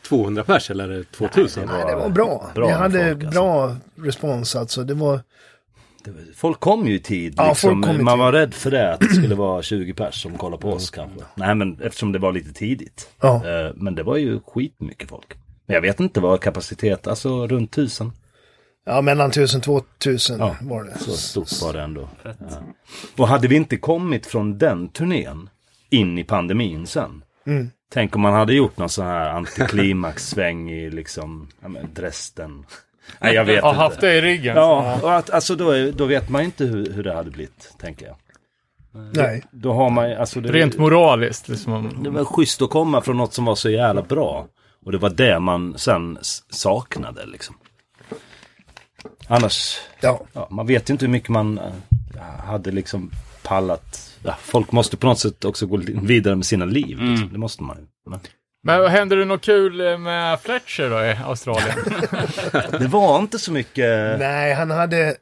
Speaker 4: 200 pers eller är det 2000?
Speaker 5: Nej, det var bra.
Speaker 6: Bra
Speaker 5: vi
Speaker 6: med
Speaker 5: hade
Speaker 6: folk, alltså.
Speaker 5: bra respons alltså. Det var,
Speaker 6: Det var- Folk kom ju i tid.
Speaker 5: Ja,
Speaker 6: Liksom.
Speaker 5: folk kom i
Speaker 6: man
Speaker 5: tid.
Speaker 6: var rädd för det, att det skulle vara 20 pers som kollade på oss kanske. Nej, men eftersom det var lite tidigt.
Speaker 5: Ja.
Speaker 6: Eh, Men det var ju skitmycket folk. Men jag vet inte vad kapacitet, alltså runt tusen.
Speaker 5: ja mellan 1000 och 2000
Speaker 6: Ja,
Speaker 5: var det.
Speaker 6: Så stort var det ändå. Ja. Och hade vi inte kommit från den turnén in i pandemin sen.
Speaker 5: Mm.
Speaker 6: Tänk om man hade gjort någon sån här antiklimax-sväng i liksom, ja men Dresden. Nej jag vet
Speaker 7: Har
Speaker 6: inte.
Speaker 7: haft det i ryggen.
Speaker 6: Ja, och att, alltså då, är, då vet man ju inte hur, hur det hade blivit, tänker jag.
Speaker 5: Nej,
Speaker 6: Då har man ju- alltså det,
Speaker 7: Rent moraliskt liksom.
Speaker 6: det var schysst att komma från något som var så jävla bra. Och det var det man sen s- saknade liksom. Annars,
Speaker 5: Ja,
Speaker 6: ja, man vet ju inte hur mycket man eh, hade liksom pallat. Ja, folk måste på något sätt också gå li- vidare med sina liv. Liksom. Det måste man ju. Men
Speaker 1: Men vad hände det något kul med Fletcher då i Australien?
Speaker 6: det var inte så mycket.
Speaker 5: nej, han hade,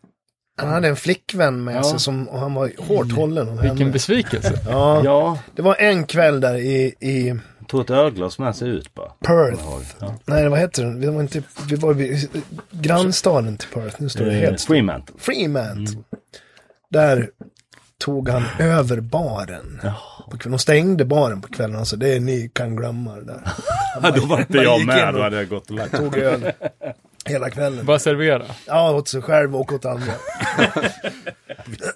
Speaker 5: han hade en flickvän med sig som, och han var hårt hållen om
Speaker 1: Vilken
Speaker 5: henne.
Speaker 1: besvikelse.
Speaker 5: Ja,
Speaker 6: Ja,
Speaker 5: det var en kväll där i, i
Speaker 6: tog ett ölglas med sig ut bara.
Speaker 5: Perth.
Speaker 6: Ja.
Speaker 5: Nej, vad heter den? Vi var, inte, vi var i grannstaden till Perth. Nu står det
Speaker 6: Eh,
Speaker 5: helt still.
Speaker 6: Fremantle.
Speaker 5: Fremantle. Där tog han över baren. På kvällen. De stängde baren på kvällen. Alltså, det är ni kan glömma det där.
Speaker 6: Ja, då var inte
Speaker 5: man
Speaker 6: jag
Speaker 5: gick in
Speaker 6: med, då
Speaker 5: och-
Speaker 6: hade jag gått och lagt mig.
Speaker 5: Tog öl hela kvällen.
Speaker 1: Bara servera.
Speaker 5: Ja, åt sig själv och åt andra.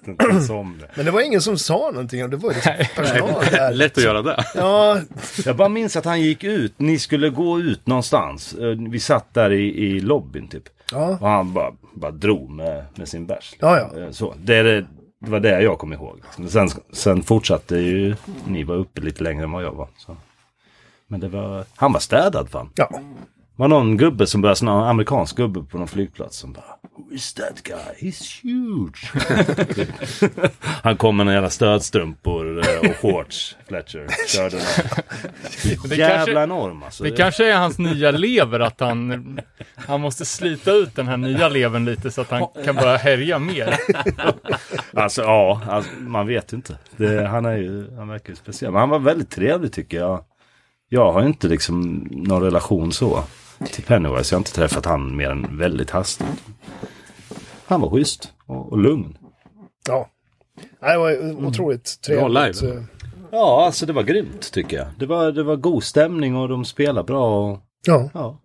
Speaker 6: Inte ens om det.
Speaker 5: Men det var ingen som sa någonting. och Det var liksom personal där.
Speaker 4: Lätt att göra det.
Speaker 5: Ja,
Speaker 6: Jag bara minns att han gick ut, ni skulle gå ut någonstans. Eh, Vi satt där i, i lobbyn typ.
Speaker 5: Ja.
Speaker 6: Och han bara, bara drog med, med sin bärs.
Speaker 5: Ja, ja.
Speaker 6: Eh, Så, det, är det, det var det jag kom ihåg. liksom. Sen, sen fortsatte ju, ni var uppe lite längre än vad jag var. Så. Men det var, han var städad fan.
Speaker 5: ja.
Speaker 6: Det var någon gubbe som började, någon amerikansk gubbe på någon flygplats som bara Who is that guy? He's huge! han kom med några jävla stödstrumpor eh, och shorts, Fletcher. Körde
Speaker 1: det
Speaker 6: det jävla
Speaker 1: kanske-
Speaker 6: enorm alltså.
Speaker 1: Det kanske är hans nya lever att han, han måste slita ut den här nya levern lite så att han kan börja härja mer.
Speaker 6: Alltså ja, alltså, man vet inte. Det, han är ju, han verkar ju speciell. Men han var väldigt trevlig tycker jag. Jag har inte liksom någon relation så till Pennywise. Jag har inte träffat han mer än väldigt hastigt. Han var schysst och, och lugn.
Speaker 5: ja. Nej, Det
Speaker 6: Mm.
Speaker 5: var otroligt
Speaker 4: Bra live.
Speaker 5: trevligt. eh,
Speaker 6: Ja, alltså det var grymt tycker jag. Det var, det var god stämning och de spelade bra. Och,
Speaker 5: Ja,
Speaker 6: ja,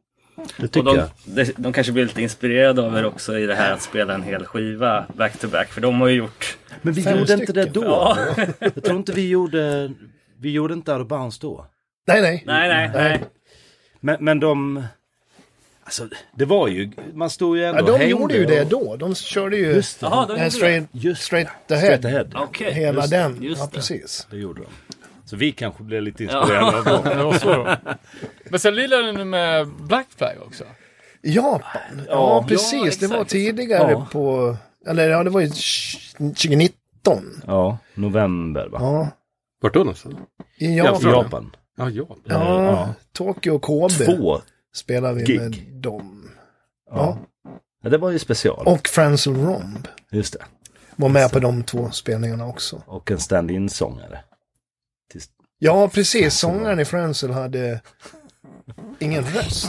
Speaker 6: det
Speaker 3: Och
Speaker 6: tycker
Speaker 3: de,
Speaker 6: jag.
Speaker 3: de, de kanske blir lite inspirerade av er också i det här att spela en hel skiva back-to-back. För de har ju gjort...
Speaker 6: Men vi
Speaker 5: Fem
Speaker 6: gjorde inte det
Speaker 5: stycken.
Speaker 6: då.
Speaker 3: Ja.
Speaker 6: Jag tror inte vi gjorde, vi gjorde inte out of bounds då.
Speaker 5: nej, nej.
Speaker 3: Nej, nej, nej.
Speaker 6: Men, men de, alltså det var ju, man stod ju ändå
Speaker 5: Ja, de
Speaker 6: och hängde
Speaker 5: gjorde ju det
Speaker 6: och-
Speaker 5: då. De körde ju
Speaker 6: Just det,
Speaker 3: Jaha, de
Speaker 5: den
Speaker 3: gjorde det.
Speaker 5: straight,
Speaker 6: just
Speaker 5: straight
Speaker 6: det.
Speaker 5: ahead.
Speaker 6: Straight ahead.
Speaker 3: Okej.
Speaker 5: Hela
Speaker 6: Just det,
Speaker 5: den.
Speaker 3: just
Speaker 5: ja,
Speaker 3: det.
Speaker 5: precis.
Speaker 6: Det gjorde de. Så vi kanske blev lite inspirerade av dem.
Speaker 1: Det var så. Men sen lirade ni med Black Flag också.
Speaker 5: Japan. Ja,
Speaker 6: Ja,
Speaker 5: precis. det var
Speaker 3: exakt.
Speaker 5: tidigare
Speaker 6: Ja.
Speaker 5: på... Eller ja, det var ju 2019.
Speaker 6: Ja, november va?
Speaker 5: Ja,
Speaker 4: Vart då någonstans?
Speaker 5: i
Speaker 6: Ja,
Speaker 5: Japan.
Speaker 6: för Japan.
Speaker 4: Ja, ja.
Speaker 5: Ja,
Speaker 6: Ja.
Speaker 5: Tokyo och Kobe
Speaker 6: Två.
Speaker 5: spelade vi
Speaker 6: gig.
Speaker 5: med dem.
Speaker 6: Ja. ja, det var ju special.
Speaker 5: Och Franz och Romb
Speaker 6: Just det.
Speaker 5: var med på de två spelningarna också.
Speaker 6: Och en stand-in-sångare.
Speaker 5: Ja, precis. Sångaren i Franzel hade ingen röst.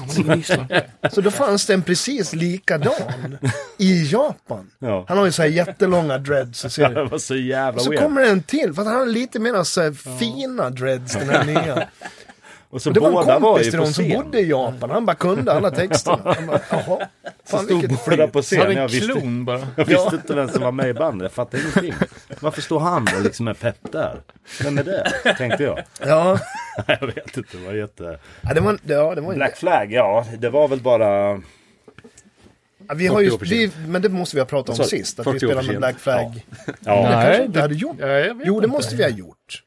Speaker 5: Så då fanns det en precis likadan i Japan.
Speaker 6: Ja.
Speaker 5: Han har ju så här jättelånga dreads. Och ser
Speaker 6: Det var så jävla
Speaker 5: Och så
Speaker 6: weird.
Speaker 5: kommer det en till, för att han har lite mer så här fina dreads den här nya.
Speaker 6: Och så
Speaker 5: Och det var
Speaker 6: båda
Speaker 5: en
Speaker 6: var
Speaker 5: kompis
Speaker 6: ju
Speaker 5: till
Speaker 6: på
Speaker 5: dem som
Speaker 6: scen.
Speaker 5: bodde i Japan, han bara kunde alla texterna. Han bara, jaha, fan vilket
Speaker 6: Båda
Speaker 5: flyt.
Speaker 6: på
Speaker 1: Han
Speaker 6: scen.
Speaker 1: hade
Speaker 6: Jag
Speaker 1: en
Speaker 6: visste,
Speaker 1: klon bara.
Speaker 6: jag visste inte vem som var med i bandet. Jag fattade ingenting. Varför står han och liksom är pepp där? Vem är det? Tänkte jag.
Speaker 5: Ja,
Speaker 6: Jag vet inte. Det var jätte...
Speaker 5: ja det var, ja, det var en-
Speaker 6: Black Flag, ja. Det var väl bara...
Speaker 5: ja, vi har ju,
Speaker 4: 40 år
Speaker 5: vi, men det måste vi ha pratat om
Speaker 6: Sorry,
Speaker 5: sist, att vi
Speaker 4: 40 år
Speaker 5: spelade med
Speaker 4: sent.
Speaker 5: Black Flag.
Speaker 6: Ja.
Speaker 5: Det kanske vi
Speaker 1: Nej,
Speaker 5: inte hade gjort.
Speaker 1: Ja, jag vet
Speaker 5: Jo, det
Speaker 1: inte.
Speaker 5: måste vi ha gjort.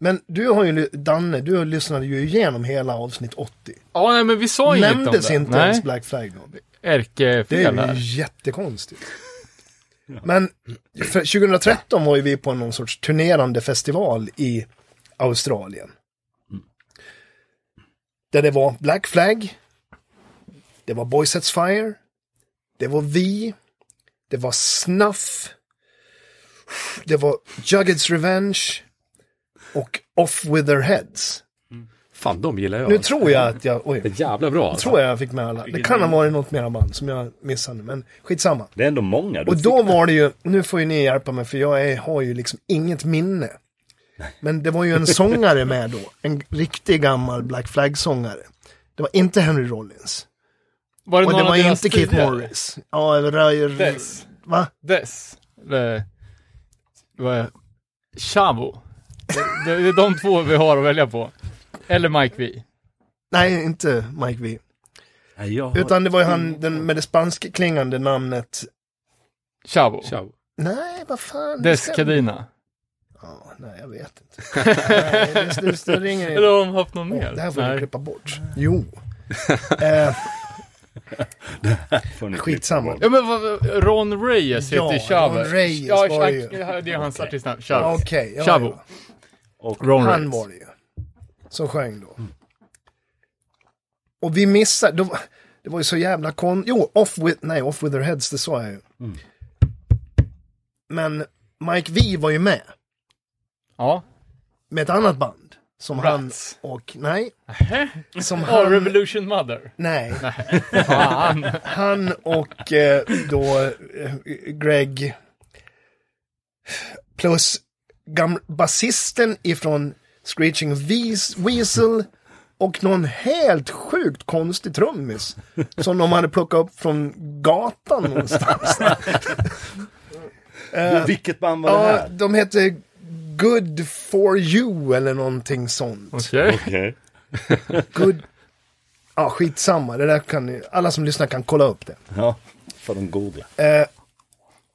Speaker 5: Men du har ju, ly- Danne, du lyssnade ju igenom hela avsnitt 80.
Speaker 1: Ja, nej, men vi sa inget om det.
Speaker 5: Nämndes inte
Speaker 1: nej,
Speaker 5: ens Black Flag då. Det
Speaker 1: ärkefel
Speaker 5: är ju
Speaker 1: här.
Speaker 5: jättekonstigt. Men för 2013 var ju vi på någon sorts turnerande festival i Australien. Där det var Black Flag, det var Boy Sets Fire, det var vi, det var Snuff, det var Jugged's Revenge och Off With Their Heads.
Speaker 4: Fan, de gillar jag.
Speaker 5: Nu tror jag att jag, oj,
Speaker 4: Det är jävla bra. alltså.
Speaker 5: tror jag jag fick med alla. Det kan ha varit något mera band som jag missade, men skitsamma.
Speaker 6: Det är ändå många. Du
Speaker 5: Och
Speaker 6: fick-
Speaker 5: då var det ju, nu får ju ni hjälpa mig för jag är, har ju liksom inget minne. Men det var ju en sångare med då, en riktig gammal Black Flag-sångare. Det var inte Henry Rollins.
Speaker 1: Var det
Speaker 5: Och det
Speaker 1: någon av
Speaker 5: var
Speaker 1: deras
Speaker 5: inte Keith
Speaker 1: tidigare?
Speaker 5: Morris. Ja, Ray,
Speaker 1: Dess.
Speaker 5: va?
Speaker 1: Dess. Eller, vad är Chavo. Det, det är de två vi har att välja på. Eller Mike V.
Speaker 5: Nej, inte Mike V.
Speaker 6: Nej, jag har-
Speaker 5: Utan det var ju han den, med det spanskklingande namnet.
Speaker 1: Chavo.
Speaker 4: Ciao.
Speaker 5: Nej, vad fan. det
Speaker 1: Dess
Speaker 5: ska-
Speaker 1: Kadina.
Speaker 5: Ja, nej, jag vet inte. nej, det, det, det ringer inte.
Speaker 1: Eller har de haft någon mer?
Speaker 5: Det här får du
Speaker 1: Nej.
Speaker 5: klippa bort. Jo. eh,
Speaker 6: Får ni
Speaker 5: Skitsamma.
Speaker 6: klippa bort.
Speaker 7: Ja men vad- Ron Reyes
Speaker 5: Ja,
Speaker 7: heter ju Chavo.
Speaker 5: Ron Reyes
Speaker 7: ja,
Speaker 5: var ju-
Speaker 7: Ja, det är hans artistnamn.
Speaker 5: Ja,
Speaker 7: Chavo.
Speaker 5: Okej, ja,
Speaker 7: Chavo.
Speaker 5: ja.
Speaker 7: Och Ron
Speaker 5: han
Speaker 7: Reyes.
Speaker 5: var det ju. Som sjöng då. Och vi missade, då, det var ju så jävla kon... Jo, off with, nej, off with their heads, det sa jag ju. Men Mike V var ju med,
Speaker 7: Ja.
Speaker 5: med ett annat band. Som
Speaker 7: Rats.
Speaker 5: han och, nej. Som
Speaker 7: Oh,
Speaker 5: han,
Speaker 7: Revolution Mother.
Speaker 5: nej.
Speaker 7: Fan.
Speaker 5: Han och eh, då eh, Greg plus gam- basisten ifrån Screeching Weas- Weasel och någon helt sjukt konstig trummis som de hade plockat upp från gatan någonstans.
Speaker 6: Men Vilket band var det
Speaker 5: ja,
Speaker 6: här?
Speaker 5: de hette Good for you eller någonting sånt.
Speaker 7: Okej.
Speaker 6: Okej.
Speaker 5: Good... Ja, skitsamma. Det där kan ni... Alla som lyssnar kan kolla upp det.
Speaker 6: Ja, får de googla.
Speaker 5: Eh,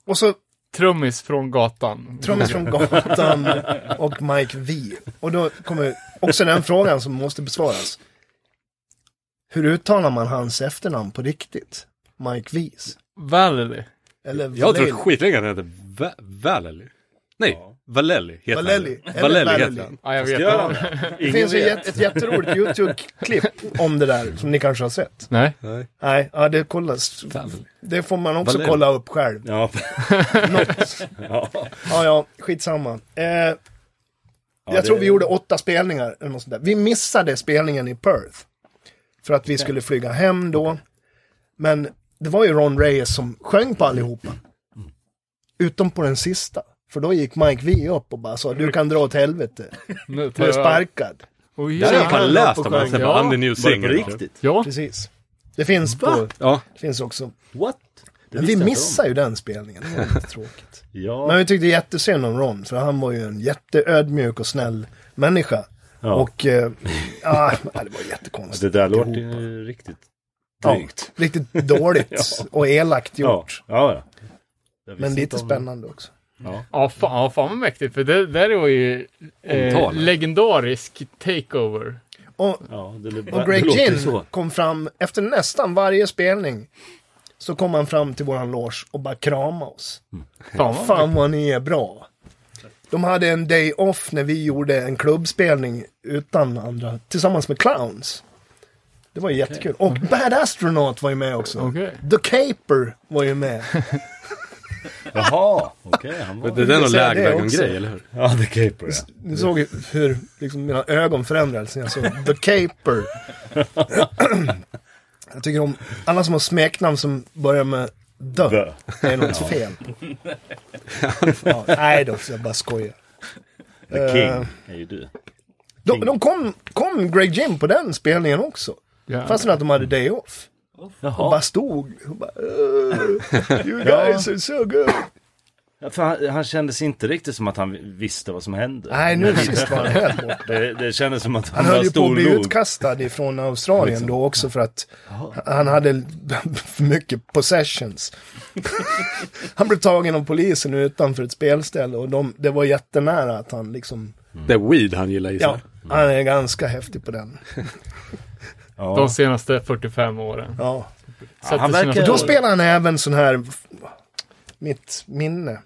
Speaker 5: och så
Speaker 7: Trummis från gatan.
Speaker 5: Trummis från gatan och Mike V. Och då kommer också den frågan som måste besvaras. Hur uttalar man hans efternamn på riktigt? Mike V's?
Speaker 7: Valley.
Speaker 5: Eller
Speaker 4: Jag har trott
Speaker 5: Valeli?
Speaker 4: skitlänge att han hette Va- Valeli. Nej, Valelli heter
Speaker 5: Valelli,
Speaker 4: han.
Speaker 5: eller
Speaker 4: Valelli
Speaker 5: Valeli.
Speaker 4: heter han.
Speaker 7: Ja, jag vet.
Speaker 6: Gör
Speaker 7: Ja.
Speaker 6: han det?
Speaker 5: Det
Speaker 6: Ingen
Speaker 5: finns ju
Speaker 6: vet.
Speaker 5: ett, ett jätteroligt YouTube-klipp om det där som ni kanske har sett.
Speaker 7: Nej.
Speaker 5: Nej, ja, det kollas. Det får man också
Speaker 4: Valeli.
Speaker 5: kolla upp själv.
Speaker 6: Ja,
Speaker 5: Något.
Speaker 6: ja.
Speaker 5: Ja, ja, skitsamma. Eh,
Speaker 6: Ja,
Speaker 5: jag
Speaker 6: det-
Speaker 5: tror vi gjorde åtta spelningar. Eller något sånt där. Vi missade spelningen i Perth. För att vi skulle flyga hem då. Men det var ju Ron Reyes som sjöng på allihopa.
Speaker 6: Mm.
Speaker 5: Utom på den sista. För då gick Mike V upp och bara sa du kan dra åt helvete.
Speaker 7: Nu tar
Speaker 5: Du
Speaker 7: jag...
Speaker 5: är sparkad.
Speaker 7: Oh,
Speaker 4: Det
Speaker 7: ja.
Speaker 4: har jag fan
Speaker 5: han
Speaker 4: läst
Speaker 5: på
Speaker 4: om. Han
Speaker 5: skärmen.
Speaker 4: säger bara, I'm the new
Speaker 6: Var det på
Speaker 4: singer.
Speaker 6: riktigt?
Speaker 7: ja.
Speaker 5: Precis. Det finns, på,
Speaker 4: Ja,
Speaker 5: det finns också.
Speaker 6: What? Det
Speaker 5: Men vi
Speaker 6: visste jag inte om.
Speaker 5: missar ju den spelningen. Det var lite tråkigt. Men
Speaker 6: Ja,
Speaker 5: vi tyckte jättesynd om Ron. För han var ju en jätteödmjuk och snäll människa.
Speaker 6: ja.
Speaker 5: Och eh, ja, det var
Speaker 6: det
Speaker 5: jättekonstigt.
Speaker 6: där låter
Speaker 5: alltihopa.
Speaker 6: ju riktigt
Speaker 5: Ja.
Speaker 6: drygt.
Speaker 5: Riktigt dåligt och elakt
Speaker 6: Ja,
Speaker 5: gjort.
Speaker 6: ja. ja. Jag visste
Speaker 5: Men
Speaker 6: inte
Speaker 5: lite
Speaker 6: om-
Speaker 5: spännande också.
Speaker 7: Ja, fan, ja, fan vad mäktigt. För det där var ju eh,
Speaker 4: Omtal.
Speaker 7: legendarisk takeover.
Speaker 5: Och,
Speaker 6: Ja, det, det,
Speaker 5: och
Speaker 6: det
Speaker 5: Greg
Speaker 6: låter ju
Speaker 5: Ginn
Speaker 6: så.
Speaker 5: kom fram, efter nästan varje spelning, så kom han fram till våran loge och bara krama oss.
Speaker 7: Fan vad
Speaker 5: Fan vad ni är bra. De hade en day off när vi gjorde en klubbspelning utan andra, tillsammans med Clowns. Det var ju jättekul. Och
Speaker 6: Mm.
Speaker 5: Bad Astronaut var ju med också.
Speaker 7: Okej.
Speaker 5: The Caper var ju med.
Speaker 6: Jaha, okej. han var...
Speaker 4: det där är nog
Speaker 5: säga det
Speaker 4: lägervägen-grej,
Speaker 5: också.
Speaker 4: eller hur?
Speaker 6: Ja, The Caper ja.
Speaker 5: Ni såg ju hur liksom, mina ögon förändrades när jag såg The Caper. jag tycker om alla som har smeknamn som börjar med The.
Speaker 6: The.
Speaker 5: Det är något fel på. ja, nej då, så jag bara skojar. Eh.
Speaker 6: The King är ju du.
Speaker 5: De, de kom, kom Greg Jim på den spelningen också.
Speaker 7: Ja.
Speaker 5: Fastän att de hade day off. Och bara
Speaker 6: Jaha.
Speaker 5: stod och bara "Uh, You guys are so good.
Speaker 6: Ja, för han, han kändes inte riktigt som att han visste vad som hände.
Speaker 5: Nej, nu sist var han helt borta.
Speaker 6: Det, det kändes som att han,
Speaker 5: Han höll ju
Speaker 6: var
Speaker 5: på att
Speaker 6: stor
Speaker 5: bli
Speaker 6: nog.
Speaker 5: utkastad ifrån Australien
Speaker 4: Liksom.
Speaker 5: då också för att han hade för mycket possessions. han blev tagen av polisen utanför ett spelställe och de, det var jättenära att han liksom,
Speaker 4: Det är weed han gillar gissar
Speaker 5: ja,
Speaker 4: jag.
Speaker 5: han är ganska häftig på den.
Speaker 6: Ja.
Speaker 7: De senaste 45 åren.
Speaker 5: Ja.
Speaker 7: Sätter
Speaker 6: han
Speaker 7: sina
Speaker 6: verkar-
Speaker 7: spår.
Speaker 5: Då spelar han även sån här, mitt minne,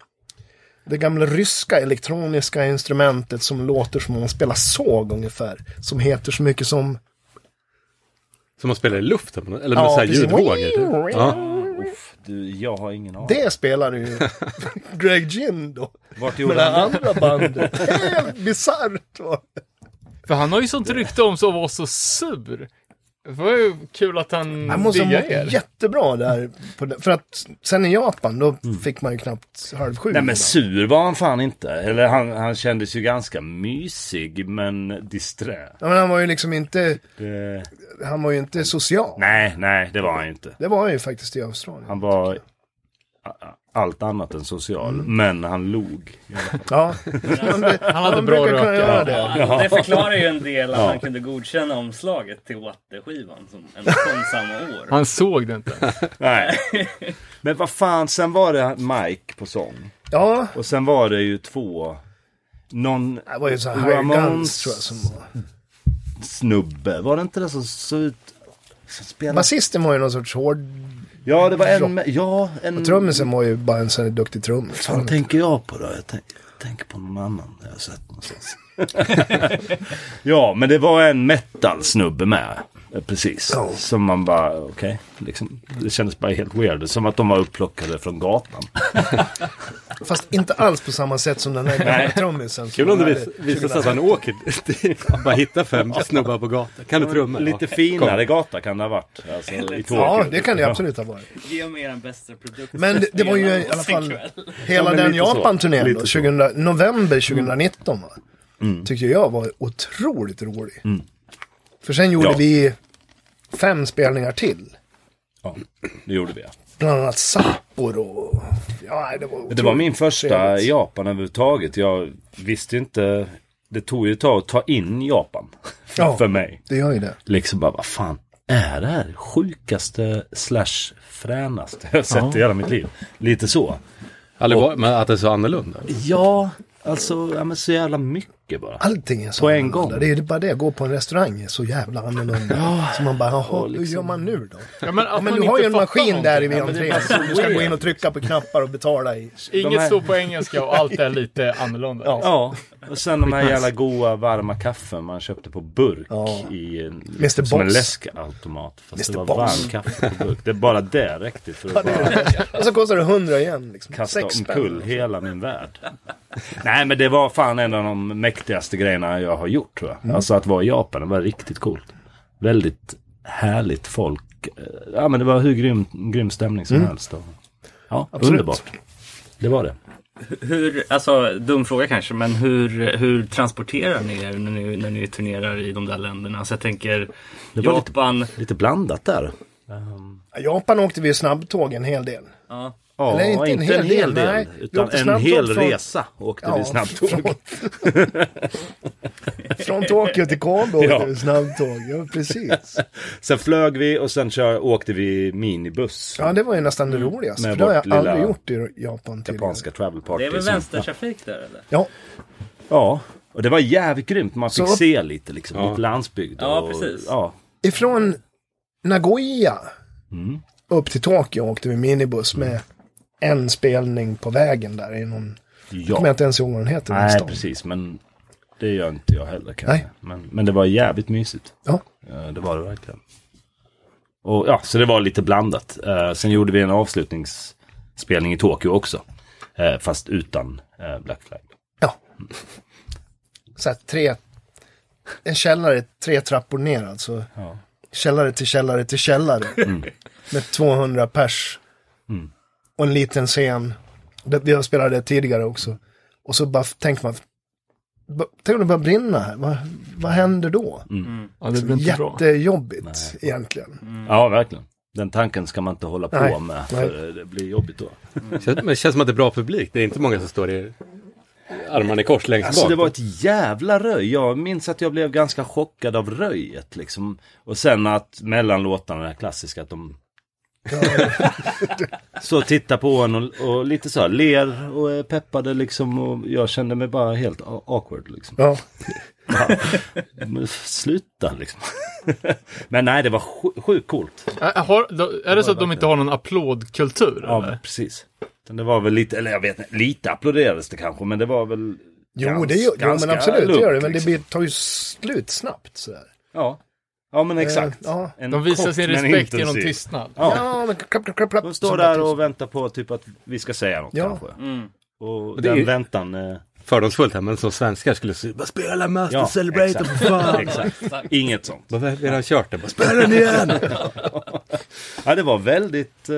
Speaker 5: det gamla ryska elektroniska instrumentet som låter som om man spelar såg ungefär, som heter så mycket som
Speaker 4: Som man spelar i luften, på något- eller med
Speaker 5: Ja,
Speaker 4: så här
Speaker 5: precis.
Speaker 4: ljudvågor. typ. Ja.
Speaker 6: Uff, du, jag har ingen aning.
Speaker 5: Det spelar ju Greg Ginn då.
Speaker 6: Vart
Speaker 5: Med
Speaker 6: gjorde
Speaker 5: det
Speaker 6: han
Speaker 5: här andra bandet. Helt bisarrt var det.
Speaker 7: För han har ju sånt rykte om sig att vara så sur. Det var ju kul att han,
Speaker 5: Han måste ha
Speaker 7: diggar
Speaker 5: mått
Speaker 7: er.
Speaker 5: jättebra där. På det. För att sen i Japan, då fick man ju knappt halv sju.
Speaker 6: Nej men sur var han fan inte. Eller han, han kändes ju ganska mysig men disträ.
Speaker 5: Ja, men han var ju liksom inte,
Speaker 6: Det...
Speaker 5: han var ju inte social.
Speaker 6: Nej, nej det var han ju inte.
Speaker 5: Det var han ju faktiskt i Australien.
Speaker 6: Han var a- allt annat än social.
Speaker 5: Mm.
Speaker 6: Men han log.
Speaker 5: Ja. han,
Speaker 7: Han hade bra
Speaker 5: brukar kunna
Speaker 7: röka.
Speaker 5: göra det.
Speaker 8: Ja, det förklarar ju en del att han kunde godkänna omslaget till Watte-skivan som ändå kom samma år.
Speaker 7: Han såg det inte.
Speaker 6: Nej. Men vad fan, sen var det Mike på sång.
Speaker 5: Ja,
Speaker 6: Och sen var det ju två... Någon
Speaker 5: det var ju så här Ramones
Speaker 6: Ramones-
Speaker 5: tror jag som var.
Speaker 6: snubbe. Var det inte det som såg ut... som spelade...
Speaker 5: Basisten var ju någon sorts hård...
Speaker 6: Ja, det var en... med- Ja, en...
Speaker 5: Och trummisen var ju bara en sån här duktig trummis.
Speaker 6: fan tänker jag på då? Jag, tänk, jag tänker på någon annan jag har sett någonstans. ja, men det var en metal-snubbe med. eh, Precis.
Speaker 5: Ja.
Speaker 6: Som man bara, okej. liksom, det kändes bara helt weird. Som att de var upplockade från gatan.
Speaker 5: Fast inte alls på samma sätt som den här gamla trummisen. som
Speaker 4: Kul om det
Speaker 5: hade
Speaker 4: vis, visar sig att han åker dit. Han Bara hittar fem snubbar på gatan. Kan du trummor?
Speaker 6: Lite finare gata kan det ha varit. Alltså, i Tokyo.
Speaker 5: Ja, det kan det absolut ha varit.
Speaker 8: Ge mig den bästa produkten.
Speaker 5: Men det, det var ju i
Speaker 8: Genom
Speaker 5: alla
Speaker 8: oss en
Speaker 5: fall
Speaker 8: kväll.
Speaker 5: hela
Speaker 6: men
Speaker 5: den
Speaker 6: lite så.
Speaker 5: Japan-turnén då,
Speaker 6: Lite så. Mm.
Speaker 5: 2000, november 2019 va? Tyckte jag var otroligt rolig. För sen gjorde
Speaker 6: Ja.
Speaker 5: vi fem spelningar till.
Speaker 6: Ja, det gjorde vi. Ja.
Speaker 5: Bland annat Sapporo. och- Ja, nej, det var
Speaker 6: Det var
Speaker 5: otroligt
Speaker 6: min första
Speaker 5: trevligt.
Speaker 6: Japan överhuvudtaget. Jag visste ju inte. Det tog ju ett tag att ta in Japan.
Speaker 5: Ja.
Speaker 6: För mig.
Speaker 5: Det gör ju det.
Speaker 6: liksom bara, vad fan är det här? Sjukaste slash fränaste jag har sett i hela mitt liv. Lite så.
Speaker 4: Aldrig var, Alltså, men att det är så annorlunda.
Speaker 6: Ja, alltså, ja men så jävla mycket bara.
Speaker 5: Allting är så
Speaker 6: På en
Speaker 5: annorlunda.
Speaker 6: gång.
Speaker 5: Det är ju bara det, gå på en restaurang är så jävla annorlunda. Så man bara, jaha, hur gör man nu då?
Speaker 1: Ja, men, att
Speaker 5: Ja, men
Speaker 1: man
Speaker 5: du har
Speaker 1: liksom. inte
Speaker 5: ju en
Speaker 1: fattar
Speaker 5: maskin där
Speaker 1: någonting.
Speaker 5: i
Speaker 1: Ja, men det är
Speaker 5: entrén
Speaker 1: bara-
Speaker 5: som du ska gå in och trycka på knappar och betala i.
Speaker 1: Inget
Speaker 6: De här-
Speaker 1: står på engelska och allt är lite annorlunda.
Speaker 6: Ja, och sen de här jävla goa varma kaffen man köpte på burk
Speaker 5: Ja.
Speaker 6: i en, liksom
Speaker 5: Mr.
Speaker 6: som en
Speaker 5: Boss.
Speaker 6: läskautomat. Fast
Speaker 5: Mr.
Speaker 6: det var
Speaker 5: Boss.
Speaker 6: varm kaffe på burk. Det är bara det räckte för att bara...
Speaker 5: Och så kostar det 100 igen. Liksom.
Speaker 6: kasta
Speaker 5: Sex
Speaker 6: omkull
Speaker 5: spänn.
Speaker 6: hela min värld. Nej men det var fan en av de mäktigaste grejerna jag har gjort tror jag.
Speaker 5: Mm.
Speaker 6: Alltså att vara i Japan, det var riktigt coolt. Väldigt härligt folk. Eh, Ja men det var hur grym, grym stämning
Speaker 5: Mm.
Speaker 6: som helst. Och, ja, underbart. Det var det.
Speaker 8: Hur, alltså dum fråga kanske, men hur, hur transporterar ni er när ni, när ni turnerar i de där länderna? Alltså jag tänker
Speaker 6: var lite-
Speaker 8: Japan.
Speaker 6: Lite blandat där.
Speaker 5: Japan åkte vi ju snabbtåg en hel del.
Speaker 8: Ja.
Speaker 6: Ja,
Speaker 5: Eller inte en hel del, nej. Vi
Speaker 6: utan
Speaker 5: åkte
Speaker 6: en
Speaker 5: snabbtåg
Speaker 6: hel
Speaker 5: från-
Speaker 6: resa åkte vi snabbtåg.
Speaker 5: Från, från Tokyo till Kobe
Speaker 6: Ja.
Speaker 5: åkte vi snabbtåg. Ja, precis.
Speaker 6: Sen flög vi och sen kör, åkte vi minibuss.
Speaker 5: Ja, det var ju nästan det roligaste.
Speaker 6: Mm. Med
Speaker 5: För det har
Speaker 6: vårt
Speaker 5: jag aldrig
Speaker 6: lilla
Speaker 5: gjort i Japan tidigare.
Speaker 6: Japanska travel
Speaker 8: Det
Speaker 6: party.
Speaker 8: är väl
Speaker 6: som-
Speaker 8: vänstertrafik där eller?
Speaker 5: Ja,
Speaker 6: Ja, och det var jävligt grymt. Man fick
Speaker 5: Så-
Speaker 6: se lite liksom,
Speaker 4: Ja.
Speaker 6: lite landsbygd.
Speaker 8: Ja,
Speaker 6: och,
Speaker 8: precis.
Speaker 6: Ja,
Speaker 5: ifrån Nagoya
Speaker 6: Mm.
Speaker 5: upp till Tokyo åkte vi minibuss med en spelning på vägen där i någon... Jag kommer
Speaker 6: ja.
Speaker 5: inte ens ihåg vad den heter. den
Speaker 6: Nej,
Speaker 5: stan.
Speaker 6: precis. Men det gör inte jag heller kanske.
Speaker 5: Nej.
Speaker 6: Men, men det var jävligt mysigt.
Speaker 5: Ja.
Speaker 6: Eh, Det var det verkligen. Och ja, så det var lite blandat. Eh, Sen gjorde vi en avslutningsspelning i Tokyo också. Eh, Fast utan eh, Black Flag.
Speaker 5: Ja. Så här, tre... En källare tre trappor ner alltså.
Speaker 6: Ja. Mm.
Speaker 5: Källare till källare till källare. Med 200 pers. Och en liten scen. Det, vi har spelat det tidigare också. Och så bara tänker man. "Va- Tänk om det börjar brinna här. Vad, vad händer då?
Speaker 1: Ja, det blir inte bra.
Speaker 5: Jättejobbigt egentligen.
Speaker 6: Mm. Ja, verkligen. Den tanken ska man inte hålla på
Speaker 5: Nej,
Speaker 6: med. För det blir jobbigt då.
Speaker 4: Känns- Men det känns som att det är bra publik. Det är inte många som står i armarna i kors längst
Speaker 6: Alltså
Speaker 4: bak.
Speaker 6: det var ett jävla röj. Jag minns att jag blev ganska chockad av röjet liksom. Och sen att mellan låtarna, det här klassiska, att de så tittar på en och, och lite så här ler och är peppade liksom. Och jag kände mig bara helt a- awkward liksom.
Speaker 5: Ja.
Speaker 6: Men Sluta liksom. Men nej, det var sj- sjukt coolt.
Speaker 1: Ä-
Speaker 7: Äh,
Speaker 1: Har, då, är det så att de inte har någon applådkultur?
Speaker 6: Ja,
Speaker 1: eller?
Speaker 6: precis. Sen Det var väl lite, eller jag vet inte, lite applåderades det kanske, men det var väl
Speaker 5: Jo,
Speaker 6: gans-
Speaker 5: det gör, jo men
Speaker 6: ganska
Speaker 5: absolut. Det
Speaker 6: lugnt,
Speaker 5: gör det. Men det
Speaker 6: liksom.
Speaker 5: blir, tar ju slut snabbt sådär.
Speaker 6: Ja. ja, men exakt.
Speaker 5: Eh, ja.
Speaker 6: En
Speaker 1: De visar
Speaker 6: Mm, kort
Speaker 1: sin
Speaker 6: men
Speaker 1: respekt genom
Speaker 6: intensiv.
Speaker 1: tystnad.
Speaker 6: Ja.
Speaker 5: Ja, men klapp, klapp, klapp, klapp.
Speaker 6: De står där och väntar på typ att vi ska säga något
Speaker 5: Ja.
Speaker 6: kanske.
Speaker 1: Mm.
Speaker 6: Och
Speaker 4: det
Speaker 6: den
Speaker 4: är-
Speaker 6: väntan... eh,
Speaker 4: Fördomsfullt här, men som svenskar skulle säga Bara spela alla Master
Speaker 6: Ja,
Speaker 4: Celebrator
Speaker 6: exakt.
Speaker 4: för fan!
Speaker 6: Exakt. Inget sånt.
Speaker 4: Bara, Vi har kört det, bara spela den igen!
Speaker 6: Ja, det var väldigt... eh,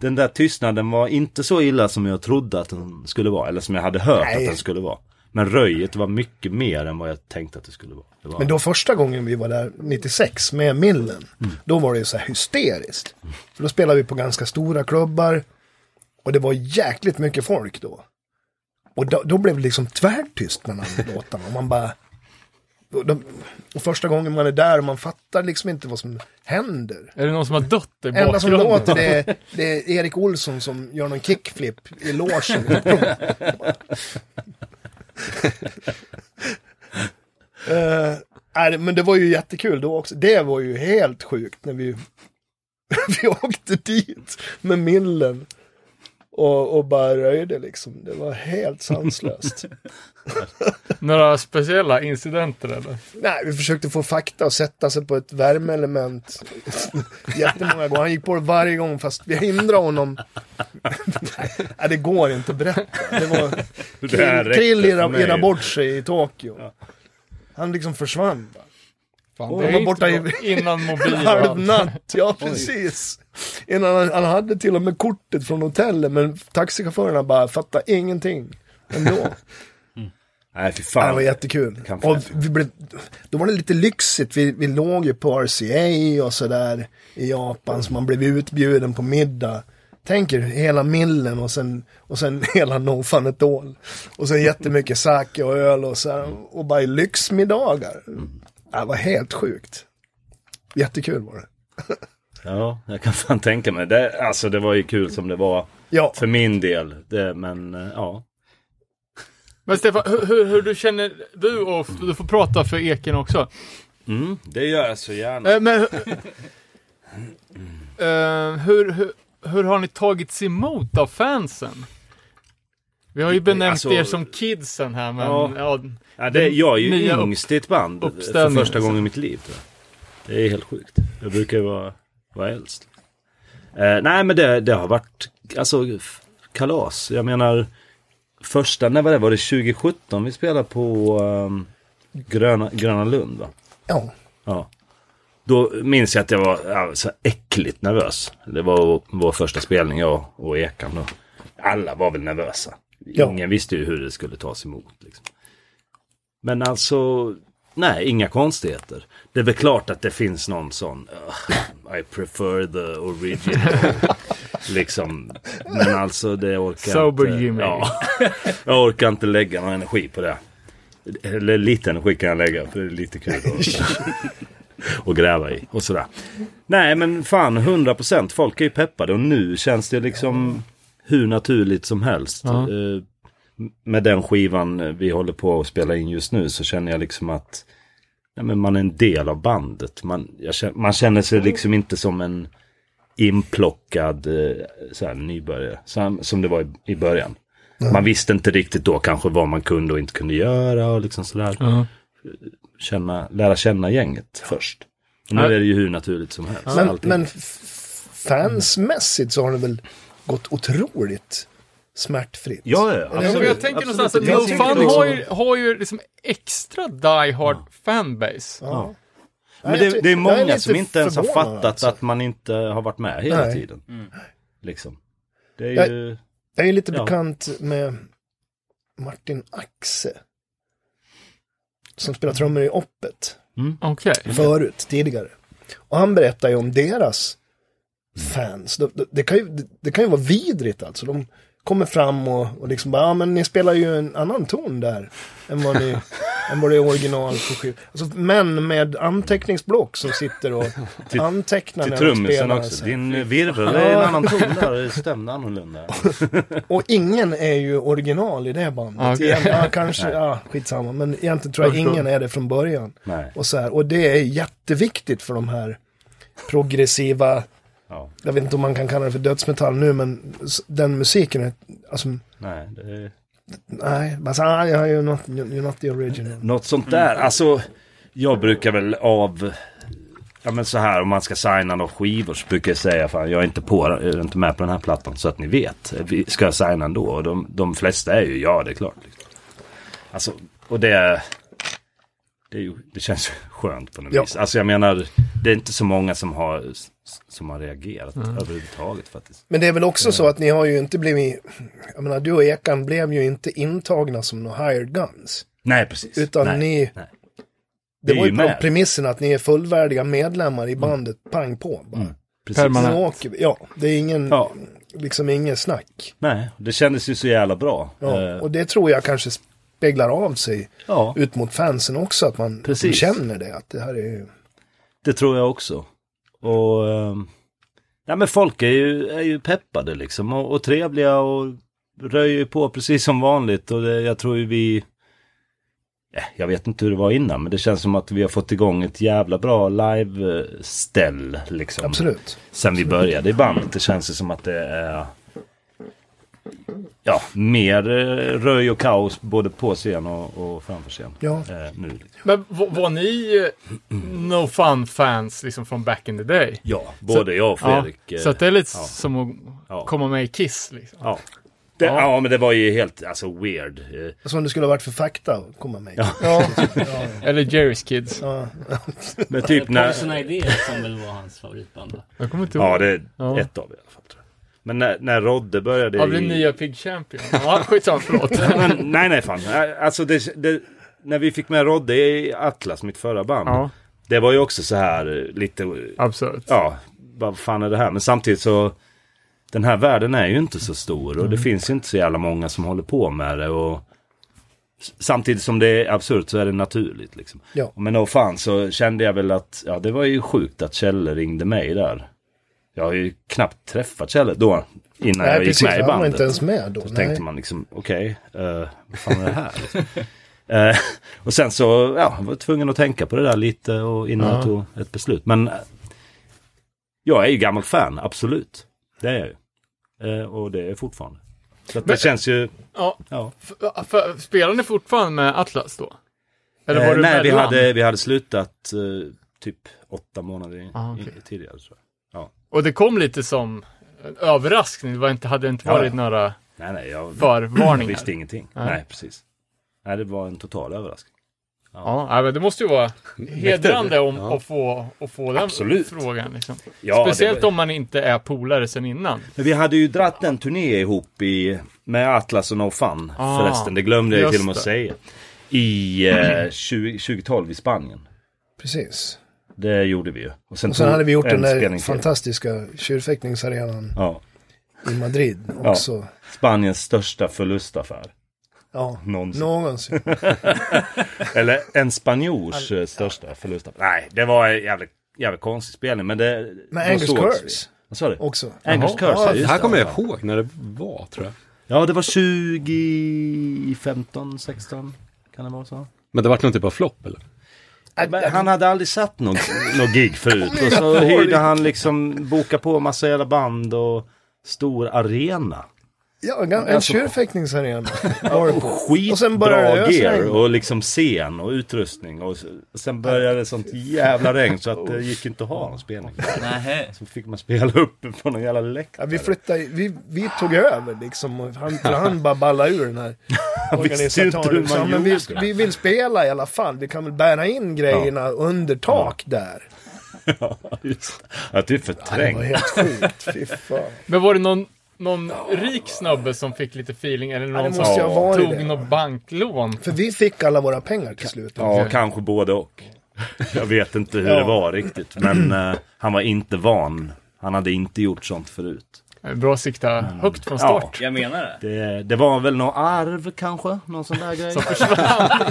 Speaker 6: Den där tystnaden var inte så illa som jag trodde att den skulle vara. Eller som jag hade hört
Speaker 5: Nej.
Speaker 6: att den skulle vara. Men röjet var mycket mer än vad jag tänkte att det skulle vara. Det var
Speaker 5: Men då första gången vi var där 96 med Millen, då var det ju så här hysteriskt. För då spelade vi på ganska stora klubbar och det var jäkligt mycket folk då. Och då, då blev det liksom tvärtyst mellan låtarna och man bara... Och, de, och första gången man är där och man fattar liksom inte vad som händer.
Speaker 1: Är det någon som har dött i
Speaker 5: enda som
Speaker 1: bakgrunden?
Speaker 5: låter det, är- det är Erik Olsson som gör någon kickflip i logen. Eh, Nej, men det var ju jättekul då också. Det var ju helt sjukt när vi, vi åkte dit med millen. Och, och bara röjde liksom. Det var helt sanslöst.
Speaker 1: Några speciella incidenter eller?
Speaker 5: Nej, vi försökte få fakta och sätta sig på ett värmeelement. Jättemånga gånger. Han gick på det varje gång fast vi hindrade honom. Nej, det går inte att berätta. Det var... Krill, krill irrade irra bort sig i Tokyo. Han liksom försvann. bara.
Speaker 1: Fan,
Speaker 5: Åh,
Speaker 1: det är
Speaker 5: de var
Speaker 1: inte
Speaker 5: borta i-
Speaker 1: bra. Innan mobil
Speaker 5: En
Speaker 1: och allt.
Speaker 5: halv natt, ja precis. Innan han, han hade till och med kortet från hotellet men taxichaufförerna bara fattade ingenting. Ändå.
Speaker 6: Nej, fy
Speaker 5: Ja, Det var
Speaker 6: fan.
Speaker 5: jättekul.
Speaker 6: Kan
Speaker 5: Och
Speaker 6: fläsa.
Speaker 5: vi blev, då var det lite lyxigt. Vi, vi låg ju på RCA och sådär i Japan så man blev utbjuden på middag. Tänker hela millen och sen, och sen hela no fun at all. Och sen jättemycket sake och öl och så här, Och bara i lyxmiddagar.
Speaker 6: Mm.
Speaker 5: Ja, Det var helt sjukt. Jättekul var det.
Speaker 6: Ja, jag kan fan tänka mig. Det, alltså det var ju kul som det var
Speaker 5: Ja,
Speaker 6: för min del. Det, men eh, ja.
Speaker 1: Men Stefan, hur, hur, hur du känner, du och du får prata för Eken också.
Speaker 6: Mm, det gör jag så gärna.
Speaker 1: Eh, men Eh, hur, hur, hur har ni tagits emot av fansen? Vi har ju benämnt
Speaker 6: Alltså-
Speaker 1: er som kidsen här, men ja.
Speaker 6: Ja. Ja, det, jag är ju
Speaker 1: Nya upp-
Speaker 6: yngst i ett band för
Speaker 1: uppställningen,
Speaker 6: första
Speaker 1: alltså.
Speaker 6: gången i mitt liv. Tror jag. Det är helt sjukt. Jag brukar ju vara, vara äldst. Eh, nej, men det, det har varit alltså, f- kalas. Jag menar, första, när var det? Var det 2017 vi spelade på ehm, Gröna, Gröna Lund? Va?
Speaker 5: ja.
Speaker 6: Ja. Då minns jag att jag var ja, så äckligt nervös. Det var vår första spelning, jag och Ekan. Då. Alla var väl nervösa.
Speaker 5: Ja.
Speaker 6: Ingen visste ju hur det skulle tas emot. Liksom. Men alltså, nej, inga konstigheter. Det är väl klart att det finns någon sån, "Ugh, I prefer the original. liksom, men alltså det orkar
Speaker 1: Sober
Speaker 6: inte.
Speaker 1: Jimmy.
Speaker 6: Ja, jag orkar inte lägga någon energi på det. Eller lite energi kan jag lägga, för det är lite kul. att- och gräva i och sådär. Nej men fan 100% folk är ju peppade och nu känns det liksom hur naturligt som helst.
Speaker 1: Ja.
Speaker 6: Eh, Med den skivan eh, vi håller på att spela in just nu så känner jag liksom att nej, men man är en del av bandet. Man, jag känner, man känner sig liksom inte som en inplockad eh, så här, nybörjare som, som det var i, i början. Man visste inte riktigt då kanske vad man kunde och inte kunde göra och liksom sådär känna, lära känna gänget först. Och nu
Speaker 1: Ja.
Speaker 6: är det ju hur naturligt som helst.
Speaker 5: Men,
Speaker 6: allting.
Speaker 5: men f- fansmässigt så har det väl gått otroligt smärtfritt.
Speaker 6: ja,
Speaker 5: men
Speaker 6: ja,
Speaker 1: Ja,
Speaker 6: absolut.
Speaker 1: men jag tänker
Speaker 6: absolut.
Speaker 1: någonstans att
Speaker 5: Jag
Speaker 1: No
Speaker 5: tänker
Speaker 1: Fun
Speaker 5: liksom-
Speaker 1: har ju, har ju liksom extra die hard fanbase.
Speaker 5: Ja.
Speaker 6: Men
Speaker 5: Nej, jag
Speaker 6: det,
Speaker 5: ty-
Speaker 6: det är
Speaker 5: jag
Speaker 6: många
Speaker 5: lite
Speaker 6: som inte ens har
Speaker 5: förvånad,
Speaker 6: fattat
Speaker 5: alltså.
Speaker 6: att man inte har varit med hela
Speaker 5: Nej.
Speaker 6: tiden. Liksom. Det är
Speaker 5: Jag-
Speaker 6: ju...
Speaker 5: Jag är lite
Speaker 6: Ja.
Speaker 5: bekant med Martin Axe. Som spelar trummor i Oppet.
Speaker 1: Okej.
Speaker 6: Mm.
Speaker 5: Förut, tidigare. Och han berättar ju om deras fans. Det, det, det, kan, ju, det, det kan ju vara vidrigt alltså. De kommer fram och, och liksom bara, ja men ni spelar ju en annan ton där. Än vad, ni, än vad det är original på skiv. Alltså män med anteckningsblock som sitter och antecknar när
Speaker 6: Till
Speaker 5: de
Speaker 6: trummisen
Speaker 5: spelar.
Speaker 6: också.
Speaker 5: så här.
Speaker 6: Din virvel är en annan ton där. Det stämde annorlunda.
Speaker 5: Och ingen är ju original i det
Speaker 1: Ja,
Speaker 5: bandet.
Speaker 1: okej.
Speaker 5: Egent- Ja, kanske,
Speaker 6: Nej.
Speaker 5: ja, skitsamma. Men egentligen tror jag ingen är det från början.
Speaker 6: Nej.
Speaker 5: Och, så här, och det är jätteviktigt för de här progressiva,
Speaker 6: Ja.
Speaker 5: jag vet inte om man kan kalla det för dödsmetall nu, men s- den musiken är, alltså,
Speaker 6: Nej, det är...
Speaker 5: nej, bara så här, "Ah, you're not, you're not the original.
Speaker 6: Något sånt där. Alltså, jag brukar väl av... Ja men så här om man ska signa några skivor så brukar jag säga fan jag är inte, på, jag är inte med på den här plattan så att ni vet. Vi Ska jag signa ändå? Och de, de flesta är ju ja det är klart. Alltså och det... Det, är ju, det känns skönt på något
Speaker 5: Ja.
Speaker 6: vis. Alltså jag menar det är inte så många som har, som har reagerat
Speaker 5: Mm.
Speaker 6: överhuvudtaget faktiskt.
Speaker 5: Men det är väl också så att ni har ju inte blivit, jag menar du och Ekan blev ju inte intagna som några hired guns.
Speaker 6: Nej precis.
Speaker 5: Utan
Speaker 6: Nej.
Speaker 5: ni,
Speaker 6: nej.
Speaker 5: det
Speaker 6: Vi
Speaker 5: var
Speaker 6: är
Speaker 5: ju
Speaker 6: ju
Speaker 5: på
Speaker 6: med. Mm.
Speaker 5: premissen att ni är fullvärdiga medlemmar i bandet, pang på bara.
Speaker 6: Precis.
Speaker 5: Nu åker vi, ja, det är ingen,
Speaker 6: Ja.
Speaker 5: liksom ingen snack.
Speaker 6: Nej, det kändes ju så jävla bra.
Speaker 5: Ja,
Speaker 6: Eh,
Speaker 5: Och det tror jag kanske speglar av sig
Speaker 6: ja.
Speaker 5: ut mot fansen också, att man
Speaker 6: Precis. Mm.
Speaker 5: känner det. Att det här är ju...
Speaker 6: Det tror jag också. Och... ehm, nej men folk är ju, är ju peppade liksom och, och trevliga och röjer ju på precis som vanligt och det, jag tror ju vi... eh, jag vet inte hur det var innan, men det känns som att vi har fått igång ett jävla bra live-ställ. Liksom.
Speaker 5: Absolut.
Speaker 6: Sen vi började i bandet, det känns ju som att det är ja, mer eh, röj och kaos både på scen och, och framför scen.
Speaker 5: Ja.
Speaker 6: Eh, nu.
Speaker 1: Men var, var ni eh, No Fun-fans liksom från back in the day?
Speaker 6: Ja, både jag och Fredrik.
Speaker 1: ja,
Speaker 6: eh,
Speaker 1: så att det är lite
Speaker 6: ja.
Speaker 1: som att
Speaker 6: Ja.
Speaker 1: komma med i Kiss liksom.
Speaker 6: Ja. Det, ja. men det var ju helt alltså, weird. Eh,
Speaker 5: Som det skulle ha varit för fakta att komma med. Ja.
Speaker 1: Eller Jerry's Kids.
Speaker 6: Men typ när...
Speaker 8: Poison Idea som väl var hans favoritband. då.
Speaker 1: Jag kommer inte ihåg.
Speaker 6: Ja, det är
Speaker 1: Ja.
Speaker 6: ett av i alla fall. Tror jag. Men när, när Rodde började
Speaker 1: Ja, det blir
Speaker 6: i-
Speaker 1: nya Pig Champion. Ja, skitsamma, förlåt.
Speaker 6: Men, nej, nej, fan. Alltså, det, det, när vi fick med Rodde i Atlas, mitt förra band.
Speaker 1: Ja,
Speaker 6: Det var ju också så här eh, lite...
Speaker 1: absurt.
Speaker 6: Ja, vad fan är det här? Men samtidigt så... Den här världen är ju inte så stor och det
Speaker 5: Mm.
Speaker 6: finns ju inte så jävla många som håller på med det. Och, s- samtidigt som det är absurt så är det naturligt. Liksom.
Speaker 5: Ja.
Speaker 6: Men då fan så kände jag väl att ja, det var ju sjukt att Kjelle ringde mig där. Jag har ju knappt träffat Kjelle då innan
Speaker 5: Nej,
Speaker 6: jag gick
Speaker 5: precis.
Speaker 6: med i
Speaker 5: Han var
Speaker 6: bandet.
Speaker 5: inte ens med då.
Speaker 6: Så
Speaker 5: Nej.
Speaker 6: tänkte man liksom, okej, eh, vad fan är det här? liksom? Eh, och sen så ja, var jag tvungen att tänka på det där lite och innan jag tog ett beslut. Men eh, jag är ju gammal fan, absolut. Det är jag ju. Eh, och det är jag fortfarande. Så att det
Speaker 1: Men-
Speaker 6: känns ju...
Speaker 1: Ja,
Speaker 6: Ja.
Speaker 1: för, för, spelar ni fortfarande med Atlas då? Eller var
Speaker 6: Eh,
Speaker 1: du
Speaker 6: nej, vi
Speaker 1: mellan?
Speaker 6: hade, vi hade slutat eh, typ åtta månader i-
Speaker 1: Ah, okej.
Speaker 6: i- tidigare. Så.
Speaker 1: Och det kom lite som en överraskning. Det var inte, hade inte
Speaker 6: Ja, ja.
Speaker 1: varit några
Speaker 6: Nej, nej, jag
Speaker 1: förvarningar.
Speaker 6: visste ingenting.
Speaker 1: Nej.
Speaker 6: Nej, precis. Nej, det var en total överraskning.
Speaker 1: Ja, nej, men det måste ju vara hedrande om, att, få, att få den
Speaker 6: Absolut.
Speaker 1: frågan. Liksom.
Speaker 6: Ja, det
Speaker 1: Speciellt
Speaker 6: var-
Speaker 1: om man inte är polare sen innan.
Speaker 6: Men vi hade ju dratt en turné ihop i, med Atlas och No Fun
Speaker 1: Ah,
Speaker 6: förresten. Det glömde jag ju
Speaker 1: just
Speaker 6: till och med
Speaker 1: det.
Speaker 6: att säga. I eh, 20, 2012 i Spanien.
Speaker 5: Precis.
Speaker 6: Det gjorde vi ju. Och sen,
Speaker 5: Och sen
Speaker 6: tog
Speaker 5: hade vi gjort
Speaker 6: Mm. en
Speaker 5: den där
Speaker 6: spelning till.
Speaker 5: fantastiska tjurfäktningsarenan
Speaker 6: Ja,
Speaker 5: i Madrid
Speaker 6: Ja.
Speaker 5: också.
Speaker 6: Spaniens största förlustaffär.
Speaker 5: Ja.
Speaker 6: Någonsin.
Speaker 5: Någonsin.
Speaker 6: Eller en spanjors eh, största förlustaffär. Nej, det var en jävligt, jävligt konstig spelning. Men det...
Speaker 5: Men
Speaker 6: då
Speaker 5: Angus
Speaker 6: sågs vi.
Speaker 5: Curse
Speaker 6: Vad sa du?
Speaker 5: också.
Speaker 6: Angus Curse, ja,
Speaker 4: det
Speaker 6: just
Speaker 4: här
Speaker 6: det.
Speaker 4: kommer jag ihåg när det var, tror jag.
Speaker 6: Ja, det var 2015, 16 kan det vara så.
Speaker 4: Men det vart någon typ av flopp, eller?
Speaker 6: Men han hade aldrig satt någon, någon gig förut. Och så hyrde han liksom, boka på massa jävla band och stor arena.
Speaker 5: Ja, en, en
Speaker 6: Alltså-
Speaker 5: tjurfäktningsarena.
Speaker 6: Skitbra
Speaker 5: Och sen började det ösa
Speaker 6: gear
Speaker 5: regn.
Speaker 6: och liksom scen och utrustning. Och s- sen började det sånt jävla regn så att det gick inte att ha någon spelning.
Speaker 8: Nähä.
Speaker 6: Så fick man spela upp på någon jävla läktare.
Speaker 5: Ja, vi flyttade, vi, vi tog över liksom. och Han, för han bara ballade ur den här
Speaker 6: visste ju inte hur
Speaker 5: organisatören.
Speaker 6: man
Speaker 5: Så, men vi,
Speaker 6: gjorde.
Speaker 5: vi vill spela i alla fall. Vi kan väl bära in grejerna under tak där.
Speaker 6: Ja, just det. Att du är
Speaker 5: Det var
Speaker 6: förträngd.
Speaker 5: helt sjukt. Fy fan.
Speaker 1: Men var det någon, någon rik snubbe som fick lite feeling? Eller
Speaker 5: Ja,
Speaker 1: någon
Speaker 5: det måste
Speaker 1: som
Speaker 5: jag vara
Speaker 1: tog
Speaker 5: det.
Speaker 1: något banklån?
Speaker 5: För vi fick alla våra pengar till slut.
Speaker 6: Ja, kanske både och. Jag vet inte hur det var riktigt. Men eh, han var inte van. Han hade inte gjort sånt förut.
Speaker 1: Bra sikta högt från start.
Speaker 8: Jag menar det.
Speaker 6: Det, det var väl något arv kanske? Någon sån där grej? Som försvann?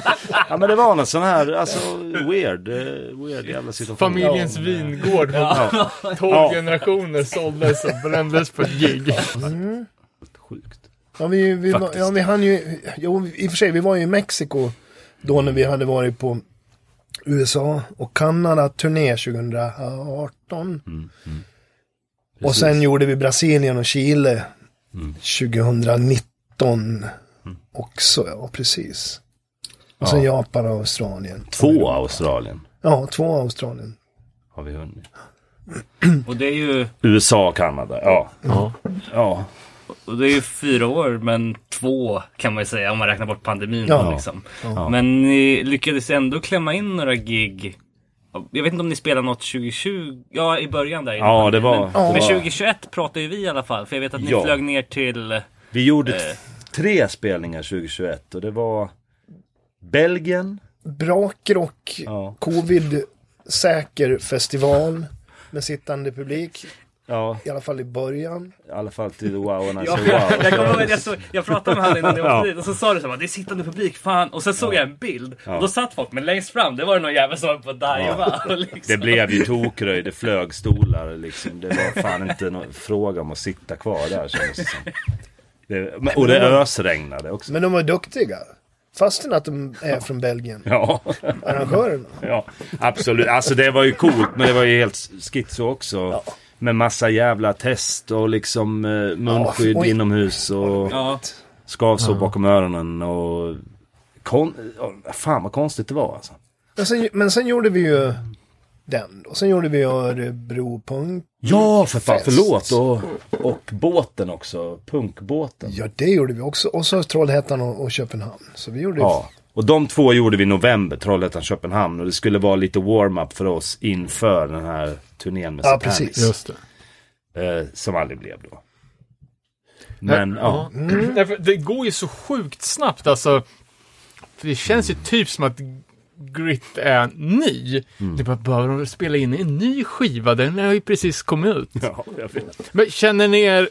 Speaker 6: ja men det var någon sån här, alltså weird, eh, weird jävla situation.
Speaker 1: Familjens vingård från
Speaker 6: Ja,
Speaker 1: 12
Speaker 6: Ja.
Speaker 1: generationer såldes och brändes på ett gig.
Speaker 6: sjukt.
Speaker 5: Ja, vi, vi, var- ja, vi hann ju... Jo, i och för sig, vi var ju i Mexiko då när vi hade varit på USA och Kanada-turné 2018. Och sen gjorde vi Brasilien och Chile 2019 också, ja precis. Och sen Japan och Australien.
Speaker 6: Två Australien
Speaker 5: Ja, två Australien.
Speaker 6: har vi hunnit.
Speaker 8: Och det är ju,
Speaker 6: USA och Kanada, ja. Ja.
Speaker 8: och det är ju fyra år, men två kan man ju säga om man räknar bort pandemin.
Speaker 5: Ja.
Speaker 8: Liksom. Men ni lyckades ändå klämma in några gig. Jag vet inte om ni spelade något 2020, ja i början där. innan
Speaker 6: Ja, det
Speaker 8: pandemin.
Speaker 6: var-
Speaker 8: Men,
Speaker 6: det
Speaker 8: men
Speaker 6: var-
Speaker 8: 2021 pratar ju vi i alla fall, för jag vet att ni
Speaker 6: Ja.
Speaker 8: flög ner till
Speaker 6: Vi gjorde t- tre spelningar 2021 och det var Belgien.
Speaker 5: Brakrock,
Speaker 6: Ja.
Speaker 5: covid-säker festival med sittande publik.
Speaker 6: Ja,
Speaker 5: I alla fall i början.
Speaker 6: i alla fall till Wow and I
Speaker 8: Ja,
Speaker 6: say wow.
Speaker 8: jag, kommer ihåg att jag, såg, jag pratade med han innan jag
Speaker 6: Ja.
Speaker 8: åkte dit och så sa du så här, det är sittande publik, fan. Och sen såg jag en bild och då satt folk, men längst fram det var det någon jävel som var på att diva. och Liksom.
Speaker 6: Det blev ju tokröj, det flög stolar liksom. Det var fan inte någon fråga om att sitta kvar där kändes det som. Det, men- och det ösregnade också.
Speaker 5: Men de var duktiga. fastän att de är från Belgien.
Speaker 6: Ja,
Speaker 5: Arrangörerna.
Speaker 6: ja, absolut. Alltså det var ju coolt, men det var ju helt schizo också. Med massa jävla test och liksom eh, munskydd
Speaker 5: Ja, oj.
Speaker 6: inomhus och
Speaker 8: Ja.
Speaker 6: skavsår bakom öronen och... Kon... ja, Fan vad konstigt det var alltså.
Speaker 5: Men sen, men sen gjorde vi ju den då. Sen gjorde vi Örebropunk.
Speaker 6: Ja, för fan,
Speaker 5: Fest.
Speaker 6: förlåt. Och, och båten också, punkbåten.
Speaker 5: Ja, det gjorde vi också. Och så Trollhättan och, och Köpenhamn. Så vi gjorde
Speaker 6: Ja, och de två gjorde vi i november, Trollhättan, Köpenhamn. Och det skulle vara lite warm-up för oss inför den här turnén med
Speaker 5: Ja,
Speaker 6: Satanic,
Speaker 5: precis.
Speaker 1: Just det.
Speaker 6: Eh, som aldrig blev då. Men, ja.
Speaker 1: Nej, för Det går ju så sjukt snabbt alltså. För det känns ju typ som att Grit är ny.
Speaker 6: Mm.
Speaker 1: Det är bara, behöver de spela in en ny skiva? Den har ju precis kommit ut.
Speaker 6: ja. jag vet.
Speaker 1: Men känner ni er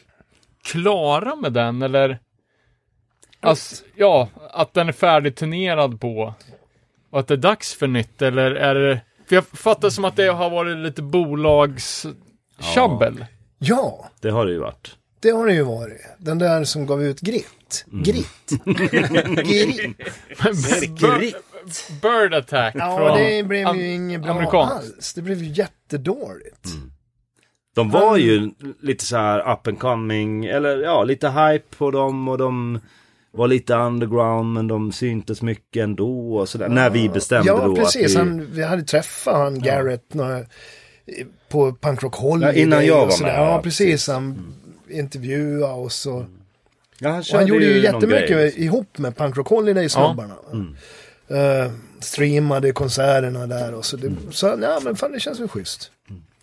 Speaker 1: klara med den eller? Alltså, ja, att den är färdigturnerad på. Och att det är dags för nytt eller är det? För jag fattar som att det har varit lite bolagstjabbel.
Speaker 5: Ja,
Speaker 6: Det har det ju varit.
Speaker 5: det har det ju varit. Den där som gav ut Grit.
Speaker 1: Mm.
Speaker 5: Grit. Grit.
Speaker 1: Bird, bird attack
Speaker 5: Ja,
Speaker 1: från
Speaker 5: det blev
Speaker 1: am-
Speaker 5: ju inget bra
Speaker 1: amerikanskt.
Speaker 5: alls. Det blev ju jättedåligt.
Speaker 6: De var ju lite så här up and coming, eller ja, lite hype på dem och de var lite underground men de syntes mycket ändå och sådär. När vi bestämde
Speaker 5: Ja,
Speaker 6: då
Speaker 5: precis.
Speaker 6: att vi...
Speaker 5: Han, vi hade träffat han Garrett några, på Punk Rock Holiday.
Speaker 6: Ja, innan jag
Speaker 5: och
Speaker 6: var med,
Speaker 5: sådär.
Speaker 6: ja,
Speaker 5: Ja, precis. Han intervjuade oss och...
Speaker 6: Ja, han,
Speaker 5: Och
Speaker 6: körde
Speaker 5: han gjorde ju
Speaker 6: någon
Speaker 5: jättemycket
Speaker 6: grej. liksom. Mm.
Speaker 5: ihop med Punk Rock Holiday-snubbarna. Eh, streamade konserterna där och så. Det,
Speaker 6: Mm.
Speaker 5: så nej, men fan det känns väl schysst.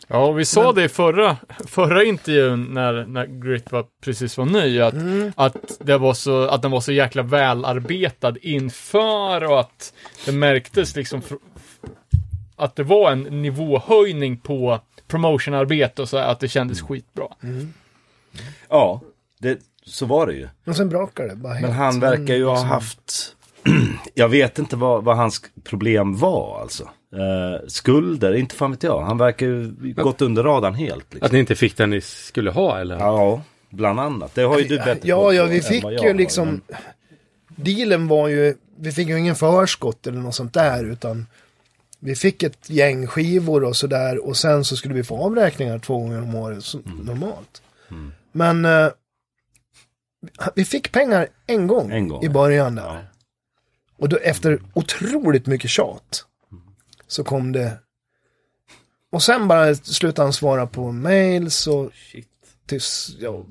Speaker 1: Ja, och vi sa det i förra, förra intervjun när, när Grit var, precis var ny, att,
Speaker 5: Mm.
Speaker 1: att, det var så, att den var så jäkla välarbetad inför och att det märktes liksom fr- att det var en nivåhöjning på promotionarbete och så här, att det kändes
Speaker 5: Mm.
Speaker 1: skitbra.
Speaker 6: Ja, det, så var det ju.
Speaker 5: Men sen brakar det bara helt. Mm.
Speaker 6: Men han verkar ju ha haft, jag vet inte vad, vad hans problem var alltså. Eh, skulder, inte fan vet jag. Han verkar ju gått under radarn helt. Liksom.
Speaker 4: Att ni inte fick den ni skulle ha eller?
Speaker 6: Ja, bland annat. Det har ju du bättre koll
Speaker 5: Ja,
Speaker 6: på
Speaker 5: ja, vi
Speaker 6: än
Speaker 5: fick
Speaker 6: vad jag
Speaker 5: ju
Speaker 6: har,
Speaker 5: liksom...
Speaker 6: men-
Speaker 5: Dealen var ju... Vi fick ju ingen förskott eller något sånt där, utan... Vi fick ett gäng skivor och sådär och sen så skulle vi få avräkningar två gånger om året, som
Speaker 6: Mm.
Speaker 5: normalt. Men... eh, vi fick pengar en gång,
Speaker 6: En gång,
Speaker 5: i
Speaker 6: ja.
Speaker 5: början där. Och då efter otroligt mycket tjat så kom det... Och sen bara slutade han svara på mails och... Tills, ja,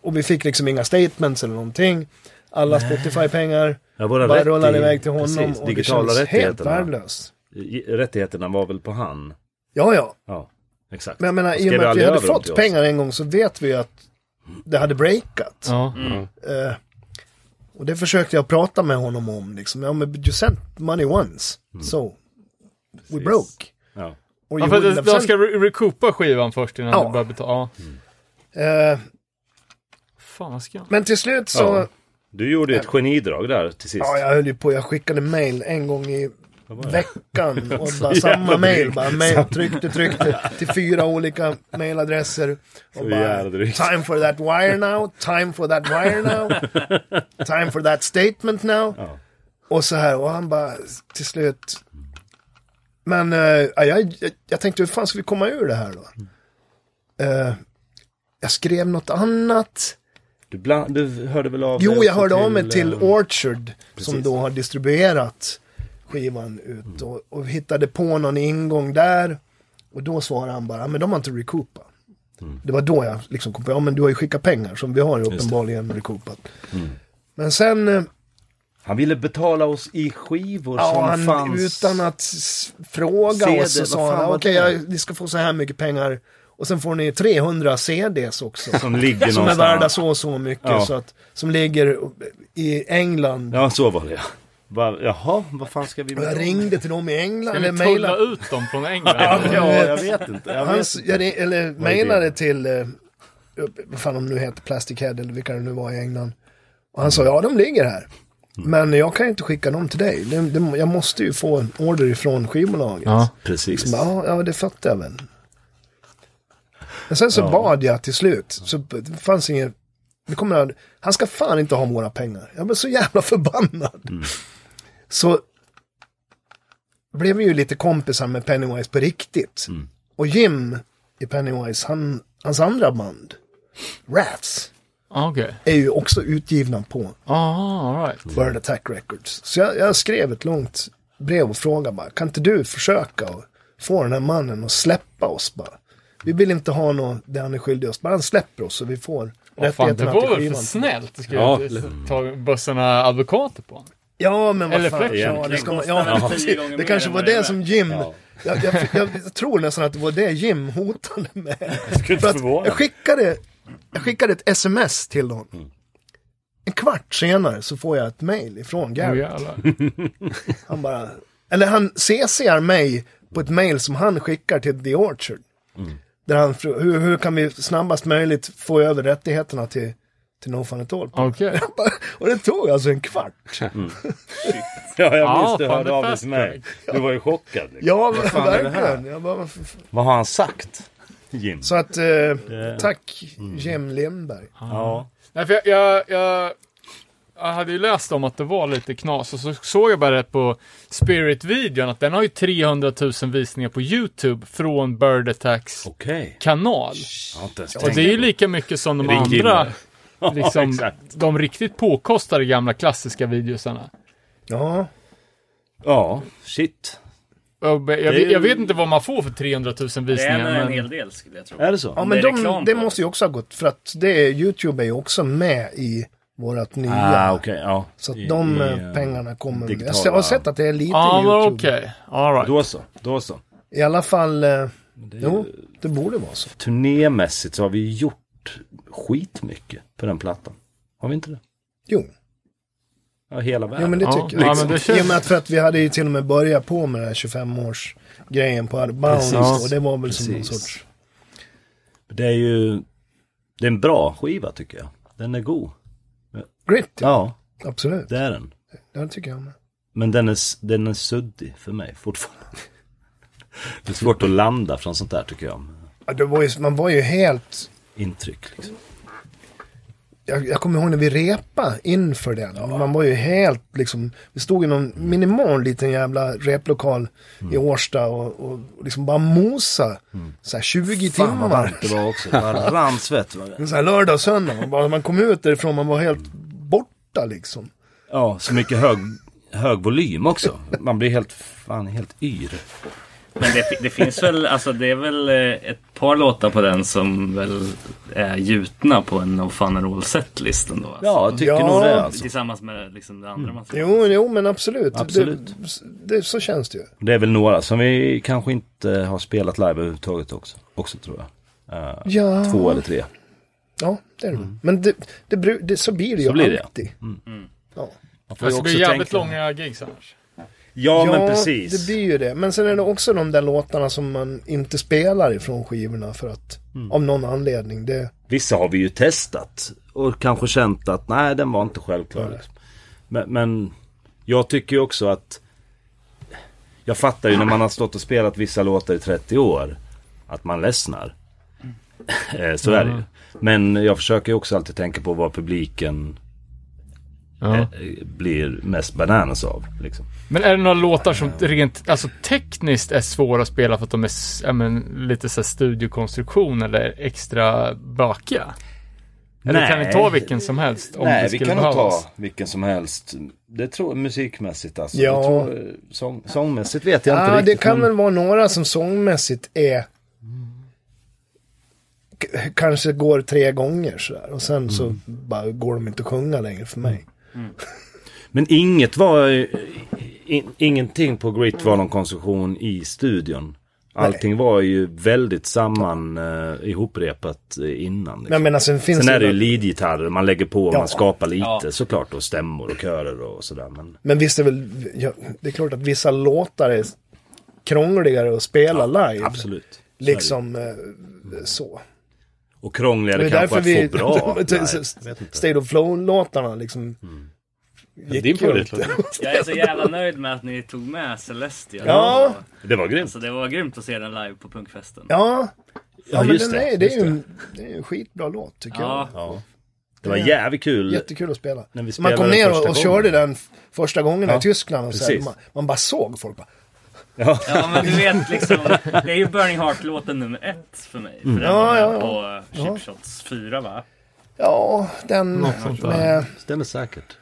Speaker 5: och vi fick liksom inga statements eller någonting. Alla Spotify-pengar
Speaker 6: Ja, våra
Speaker 5: bara
Speaker 6: rätt
Speaker 5: rullade
Speaker 6: i-
Speaker 5: iväg till honom
Speaker 6: precis,
Speaker 5: och det
Speaker 6: digitala
Speaker 5: känns helt
Speaker 6: rättigheterna.
Speaker 5: värdelöst.
Speaker 6: I- Rättigheterna var väl på han.
Speaker 5: Ja, ja.
Speaker 6: Ja, exakt.
Speaker 5: Men jag menar,
Speaker 6: Han
Speaker 5: i och
Speaker 6: skrev
Speaker 5: med att vi
Speaker 6: aldrig
Speaker 5: hade
Speaker 6: över dem till
Speaker 5: fått
Speaker 6: oss.
Speaker 5: pengar en gång så vet vi att det hade breakat.
Speaker 1: Ja.
Speaker 5: Eh, och det försökte jag prata med honom om. Liksom. Ja, men you sent money once. So, we broke.
Speaker 6: Mm. Ja.
Speaker 5: Or
Speaker 1: Ja,
Speaker 5: you
Speaker 1: för
Speaker 5: wouldn't
Speaker 1: att
Speaker 5: have
Speaker 1: de
Speaker 5: sent-
Speaker 1: ska re- recoupa skivan först innan
Speaker 5: Ja.
Speaker 1: de börjar betala. Ja.
Speaker 5: Eh,
Speaker 1: Fan, vad ska jag...
Speaker 5: men till slut så...
Speaker 6: Ja. Du gjorde ju ett genidrag där till sist.
Speaker 5: Ja, jag höll ju på. Jag skickade mail en gång i veckan. Och bara
Speaker 6: jävla
Speaker 5: samma mail.
Speaker 6: drygt.
Speaker 5: Bara mail, tryckte, tryckte till fyra olika mailadresser. Och bara,
Speaker 6: jävla drygt.
Speaker 5: time for that wire now, time for that wire now, time for that statement now.
Speaker 6: Ja.
Speaker 5: Och så här, och han bara till slut. Men eh, ja, jag, jag, jag tänkte, hur fan ska vi komma ur det här då?
Speaker 6: Mm.
Speaker 5: Eh, jag skrev något annat.
Speaker 6: Du, bland, du hörde väl av dig
Speaker 5: Jo, jag
Speaker 6: också
Speaker 5: hörde av mig till
Speaker 6: eh,
Speaker 5: Orchard som
Speaker 6: precis. Mm.
Speaker 5: då har distribuerat skivan ut och, och hittade på någon ingång där. Och då svarade han bara, "Ja, men de har inte recoupat.
Speaker 6: Mm.
Speaker 5: Det var då jag liksom kom på, ja men du har ju skickat pengar som vi har ju uppenbarligen recoupat.
Speaker 6: Mm.
Speaker 5: Men sen, eh,
Speaker 6: Han ville betala oss i skivor
Speaker 5: ja,
Speaker 6: som
Speaker 5: han,
Speaker 6: fanns.
Speaker 5: utan att s- fråga
Speaker 6: CD,
Speaker 5: oss så
Speaker 6: vad
Speaker 5: sa
Speaker 6: fan
Speaker 5: han,
Speaker 6: var
Speaker 5: "Ja, okej
Speaker 6: det?"
Speaker 5: jag- ni ska få så här mycket pengar och sen får ni 300 CDs också.
Speaker 6: Som ligger
Speaker 5: Som är
Speaker 6: någonstans.
Speaker 5: värda så och så mycket.
Speaker 6: Ja.
Speaker 5: Så att, som ligger i England
Speaker 6: Ja, så var det ja. Bara, Jaha, vad fan ska vi
Speaker 5: Och
Speaker 6: med
Speaker 5: jag
Speaker 6: dem?
Speaker 5: ringde till dem i England.
Speaker 1: Ska
Speaker 5: eller
Speaker 1: ni tulla
Speaker 5: mejlade,
Speaker 1: ut dem från England?
Speaker 6: Ja, jag vet inte. Jag vet.
Speaker 5: hans, jag, ring- eller mejlade till, eh, vad fan de nu heter, Plastic Head eller vilka det nu var i England. Och han sa, ja de ligger här.
Speaker 1: Mm.
Speaker 5: Men jag kan ju inte skicka dem till dig. Det, det, jag måste ju få en order ifrån skivbolaget.
Speaker 1: Ja.
Speaker 6: Precis.
Speaker 5: Så bara, Ja, ja, det fattar jag väl. Men sen så bad jag till slut. Så det fanns inget... Det kommer, han ska fan inte ha våra pengar. Jag blev så jävla förbannad. så blev vi ju lite kompisar med Pennywise på riktigt. Och Jim i Pennywise, han, hans andra band, Rats,
Speaker 1: Ah, Okej.
Speaker 5: är ju också utgivna på
Speaker 1: Ah, all right.
Speaker 5: Bird Attack Records. Så jag, jag skrev ett långt brev och frågade bara, kan inte du försöka och få den här mannen att släppa oss bara? Vi vill inte ha något det han är skyldig oss, bara han släpper oss så vi får
Speaker 1: Åh, fan, det
Speaker 5: rättigheterna
Speaker 1: var väl
Speaker 5: till
Speaker 1: för
Speaker 5: skivan.
Speaker 1: snällt? Det skulle
Speaker 4: Ja,
Speaker 1: jag inte ta bussarna advokater på.
Speaker 5: Ja, men vad
Speaker 1: Eller
Speaker 5: fan.
Speaker 1: Fletcher.
Speaker 5: Ja, det, ska man,
Speaker 8: Det
Speaker 5: ja,
Speaker 8: kostar väl tio
Speaker 5: precis.
Speaker 8: gånger
Speaker 5: det
Speaker 8: mer
Speaker 5: kanske
Speaker 8: än
Speaker 5: var
Speaker 8: vad det
Speaker 5: det
Speaker 8: är
Speaker 5: som Jim...
Speaker 4: Ja.
Speaker 5: Jag, jag, jag, jag tror nästan att det var det Jim hotade med. För att jag, skickade, jag skickade ett sms till
Speaker 1: Mm.
Speaker 5: honom. En kvart senare så får jag ett mail ifrån
Speaker 1: Åh,
Speaker 5: Gary.
Speaker 1: Oh, jävlar.
Speaker 5: Han bara... Eller han CCar mig på ett mail som han skickar till The Orchard.
Speaker 8: Mm.
Speaker 5: Där han frågar, hur, hur kan vi snabbast möjligt få över rättigheterna till, till No Fun At All?
Speaker 1: Okej.
Speaker 5: Och det tog alltså en kvart.
Speaker 6: Ja, jag
Speaker 1: Ja,
Speaker 6: minns du
Speaker 1: fan,
Speaker 6: hörde
Speaker 1: det
Speaker 6: av dig
Speaker 1: fast
Speaker 6: till mig. Du var ju chockad. Liksom.
Speaker 5: Ja,
Speaker 8: fan är det här?
Speaker 5: verkligen. Jag bara, vad f-
Speaker 6: Vad har han sagt? Jim?
Speaker 5: Så att, eh, tack
Speaker 8: Mm.
Speaker 5: Jim Lindberg.
Speaker 6: Ja.
Speaker 1: Nej, för jag, jag, jag, jag hade ju läst om att det var lite knas och så såg jag bara det på Spirit-videon att den har ju 300 000 visningar på YouTube från Bird Attacks
Speaker 6: Okej.
Speaker 1: kanal.
Speaker 6: Jag har inte ens
Speaker 1: Och
Speaker 6: tänkt
Speaker 1: det är ju
Speaker 6: på
Speaker 1: lika mycket som de
Speaker 6: Är det en
Speaker 1: andra,
Speaker 6: kille?
Speaker 1: liksom,
Speaker 6: exakt.
Speaker 1: de riktigt påkostade gamla klassiska videosarna.
Speaker 5: Ja,
Speaker 6: Ja, shit.
Speaker 1: Jag, jag, jag vet inte vad man får för 300 000
Speaker 8: Det är en,
Speaker 1: visningar,
Speaker 8: en
Speaker 1: men...
Speaker 8: hel del skulle jag tro.
Speaker 6: Är det så?
Speaker 5: ja
Speaker 8: det
Speaker 5: men
Speaker 8: är
Speaker 5: de,
Speaker 8: reklam
Speaker 5: det
Speaker 8: på
Speaker 5: måste ju också ha gått för att det, är- Youtube är ju också med i vårat nya.
Speaker 6: Ah, okej. ja.
Speaker 5: Så att
Speaker 6: I-
Speaker 5: de
Speaker 6: i,
Speaker 5: eh,
Speaker 6: eh,
Speaker 5: pengarna kommer.
Speaker 6: digitala-
Speaker 5: Jag har sett att det är lite
Speaker 1: Ja,
Speaker 8: Ah,
Speaker 5: i
Speaker 1: men
Speaker 5: Youtube.
Speaker 1: okej. All right.
Speaker 6: Då så. Då så.
Speaker 5: I alla fall, eh, jo, det borde vara så.
Speaker 6: Turnémässigt så har vi gjort skitmycket på den plattan. Har vi inte det?
Speaker 5: Jo,
Speaker 6: Ja, hela världen.
Speaker 5: jo men det
Speaker 1: Ja,
Speaker 5: tycker
Speaker 1: ja, men
Speaker 5: jag.
Speaker 1: det
Speaker 5: I och med
Speaker 1: känns...
Speaker 5: att för att vi hade ju till och med börjat på med den här 25-års-grejen på Bounce.
Speaker 6: Precis.
Speaker 5: Och det var väl som någon
Speaker 6: Precis.
Speaker 5: sorts...
Speaker 6: Det är ju... Det är en bra skiva tycker jag. Den är god.
Speaker 5: Grit, ja.
Speaker 6: Ja,
Speaker 5: absolut.
Speaker 6: det är den.
Speaker 5: Det tycker jag med.
Speaker 6: Men den är, s- den är suddig för mig fortfarande. Det är svårt att landa från sånt där tycker jag.
Speaker 5: Ja, det var ju, man var ju helt
Speaker 6: Intryck liksom.
Speaker 5: jag, jag kommer ihåg när vi repa inför den. Man var ju helt liksom, vi stod i någon minimal liten jävla replokal i Årsta och, och liksom bara mosa. Så här 20
Speaker 6: Fan vad
Speaker 5: timmar.
Speaker 6: varmt det var också. Det bara rann svett. va?
Speaker 5: Så här lördag och söndag. Man, bara, man kom ut därifrån, man var helt borta liksom.
Speaker 6: Ja, så mycket hög, hög volym också. Man blir helt, fan, helt yr.
Speaker 8: Men det, det finns väl, alltså det är väl eh, ett par låtar på den som väl är gjutna på en No Fun At All setlist ändå. Alltså.
Speaker 6: Ja, jag tycker
Speaker 5: Ja. Mm.
Speaker 6: nog det alltså.
Speaker 8: Tillsammans med liksom det andra man ska
Speaker 5: Jo, jo men absolut.
Speaker 6: Absolut.
Speaker 5: Det, det, så känns det ju.
Speaker 6: Det är väl några som vi kanske inte har spelat live överhuvudtaget också. Också tror jag. Eh,
Speaker 5: Ja,
Speaker 6: Två eller tre.
Speaker 5: ja det är det. Men det, det, bru- det, så blir det ju
Speaker 6: Så blir det, ja.
Speaker 5: alltid. Ja.
Speaker 6: Man får ju
Speaker 1: Det ska
Speaker 6: också
Speaker 1: bli jävligt
Speaker 6: tänka-
Speaker 1: långa gigs annars.
Speaker 6: Ja, men precis.
Speaker 5: det blir ju det. Men sen är det också de där låtarna som man inte spelar ifrån skivorna för att
Speaker 6: Mm.
Speaker 5: av någon anledning. Det,
Speaker 6: Vissa har vi ju testat och kanske känt att nej, den var inte självklar. Liksom. Men, men jag tycker ju också att jag fattar ju när man har stått och spelat vissa låtar i 30 år att man ledsnar. Eh, Så är det ju. Men jag försöker ju också alltid tänka på vad publiken eh, blir mest bananas av. Liksom.
Speaker 1: Men är det några låtar som rent alltså, tekniskt är svåra att spela för att de är s- ja, men, lite så här studiokonstruktion eller extra bökiga? Eller kan vi ta vilken som helst om
Speaker 6: Nej,
Speaker 1: det
Speaker 6: vi
Speaker 1: skulle
Speaker 6: kan nog ta
Speaker 1: behövas?
Speaker 6: vilken som helst. Det tror musikmässigt alltså.
Speaker 5: Ja.
Speaker 6: Det tror, sång, sångmässigt vet jag inte
Speaker 5: ah,
Speaker 6: riktigt.
Speaker 5: det kan
Speaker 6: men-
Speaker 5: väl vara några som sångmässigt är k- kanske går tre gånger sådär. Och sen så
Speaker 6: Mm.
Speaker 5: bara går de inte att sjunga längre för mig.
Speaker 6: Men inget var, eh, in, ingenting på Grit var någon konstruktion i studion. Allting var ju väldigt samman, eh, ihopprepat eh, innan.
Speaker 5: Men jag
Speaker 6: Liksom.
Speaker 5: menar sen finns
Speaker 6: Sen är det ju
Speaker 5: väl-
Speaker 6: leadgitarrer man lägger på och
Speaker 5: Ja.
Speaker 6: man skapar lite såklart och stämmor och körer och sådär. Men
Speaker 5: Men visst är väl, ja, det är klart att vissa låtar är krångligare att spela live.
Speaker 6: absolut. Så är det ju.
Speaker 5: Liksom eh, så.
Speaker 6: Och krångligare
Speaker 5: Det är
Speaker 6: kanske
Speaker 5: därför
Speaker 6: att
Speaker 5: vi...
Speaker 6: få bra. Nej, jag vet inte. Mm.
Speaker 5: State of Flow-låtarna liksom. Gick
Speaker 4: Din
Speaker 5: ju
Speaker 4: favoritlåt.
Speaker 5: inte.
Speaker 8: Jag är så jävla nöjd med att ni tog med Celestia.
Speaker 5: Ja.
Speaker 6: Det var grymt.
Speaker 8: Så det var grymt att se den live på punkfesten.
Speaker 5: Ja, ja, men
Speaker 6: just
Speaker 5: den
Speaker 6: det,
Speaker 5: är, det, är
Speaker 6: just
Speaker 5: ju en, det är en skitbra låt tycker
Speaker 8: Ja.
Speaker 6: Ja. Det var jävligt kul.
Speaker 5: Jättekul att spela.
Speaker 6: När vi
Speaker 5: man kom
Speaker 6: spelade
Speaker 5: ner
Speaker 6: första
Speaker 5: och, och
Speaker 6: gången.
Speaker 5: körde den f- första gången
Speaker 6: Ja,
Speaker 5: i Tyskland. Och så här,
Speaker 6: precis.
Speaker 5: man, man bara såg folk. Bara,
Speaker 6: Ja.
Speaker 8: Ja, men du vet liksom. Det är ju Burning Heart-låten nummer ett för mig. För den
Speaker 5: Ja,
Speaker 8: var
Speaker 5: Mm. ja,
Speaker 8: med
Speaker 5: ja.
Speaker 8: på Chip Shots 4 va?
Speaker 5: ja, den
Speaker 1: Något sånt där.
Speaker 5: med...
Speaker 6: Stämmer säkert.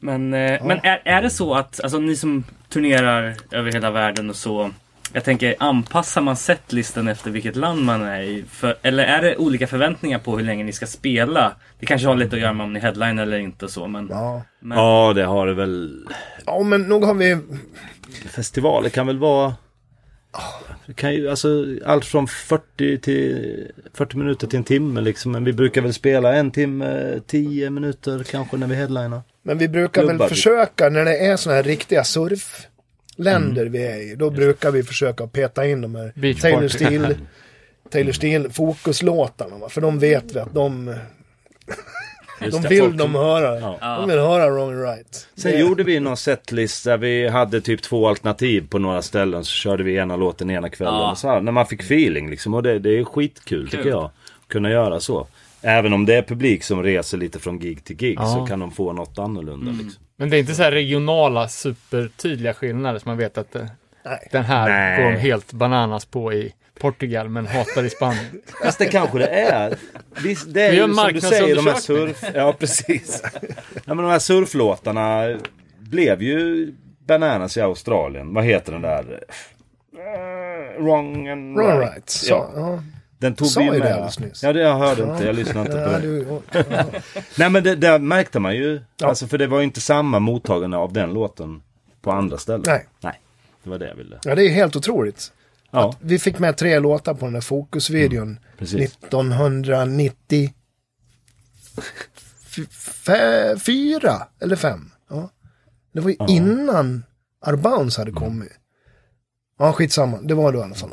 Speaker 8: Men, eh, men är, är det så att, alltså ni som turnerar över hela världen och så. Jag tänker, anpassar man setlisten efter vilket land man är i? För, eller är det olika förväntningar på hur länge ni ska spela? Det kanske har lite att göra med om ni headline eller inte och så, men...
Speaker 5: Ja.
Speaker 8: men
Speaker 6: Ja, det har det väl.
Speaker 5: ja, men nog har vi...
Speaker 6: Festivaler kan väl vara... Det kan ju, alltså, allt från 40, till, 40 minuter till en timme liksom. Men vi brukar väl spela en timme, 10 minuter kanske när vi headlinar.
Speaker 5: Men vi brukar
Speaker 6: Klubbar.
Speaker 5: väl försöka, när det är sådana här riktiga surfländer vi är i, då brukar vi försöka peta in de här
Speaker 1: Beach
Speaker 5: Taylor
Speaker 1: party.
Speaker 5: Steele, Taylor Steele fokuslåtarna. va? För de vet vi att de, de vill de höra.
Speaker 8: Ja.
Speaker 5: De vill höra Wrong and Right.
Speaker 6: Sen
Speaker 5: Det-
Speaker 6: gjorde vi någon setlist där vi hade typ två alternativ på några ställen. Så körde vi ena låten ena kvällen.
Speaker 8: Ja.
Speaker 6: Och så här, när man fick feeling liksom. Och det, det är skitkul tycker
Speaker 8: Kul.
Speaker 6: jag. att Kunna göra så. Även om det är publik som reser lite från gig till gig
Speaker 1: Ja.
Speaker 6: så kan de få något annorlunda. Liksom.
Speaker 1: Men det är inte så här regionala supertydliga skillnader som man vet att eh,
Speaker 5: Nej.
Speaker 1: den här
Speaker 6: Nej.
Speaker 1: går de helt bananas på i Portugal men hatar i Spanien.
Speaker 6: Fast det kanske det är. Visst, det är
Speaker 1: Vi gör
Speaker 6: ju
Speaker 1: en
Speaker 6: som du säger, de här
Speaker 1: marknadsundersökning.
Speaker 6: surf... Ja, precis. Ja, men de här surflåtarna blev ju bananas i Australien. Vad heter den där? Eh, Wrong and
Speaker 5: Wrong and
Speaker 6: right.
Speaker 5: right. Så, ja.
Speaker 6: Den tog
Speaker 5: Sa
Speaker 6: vi
Speaker 5: ju
Speaker 6: med.
Speaker 5: det alldeles nyss.
Speaker 6: Ja, det jag hörde inte. Jag lyssnade inte på
Speaker 5: Ja,
Speaker 6: det.
Speaker 5: du,
Speaker 6: Nej, men det, där märkte man ju.
Speaker 5: Ja.
Speaker 6: Alltså, för det var ju inte samma mottagande av den låten på andra ställen.
Speaker 5: Nej.
Speaker 6: Nej. Det var det jag ville.
Speaker 5: ja, det är ju helt otroligt.
Speaker 6: Ja,
Speaker 5: Vi fick med tre låtar på den där fokusvideon.
Speaker 6: precis.
Speaker 5: 1994 F- fyra eller fem. Ja. Det var ju innan Arbounce hade
Speaker 6: Mm.
Speaker 5: kommit. Ja, skitsamma. Det var det i alla fall.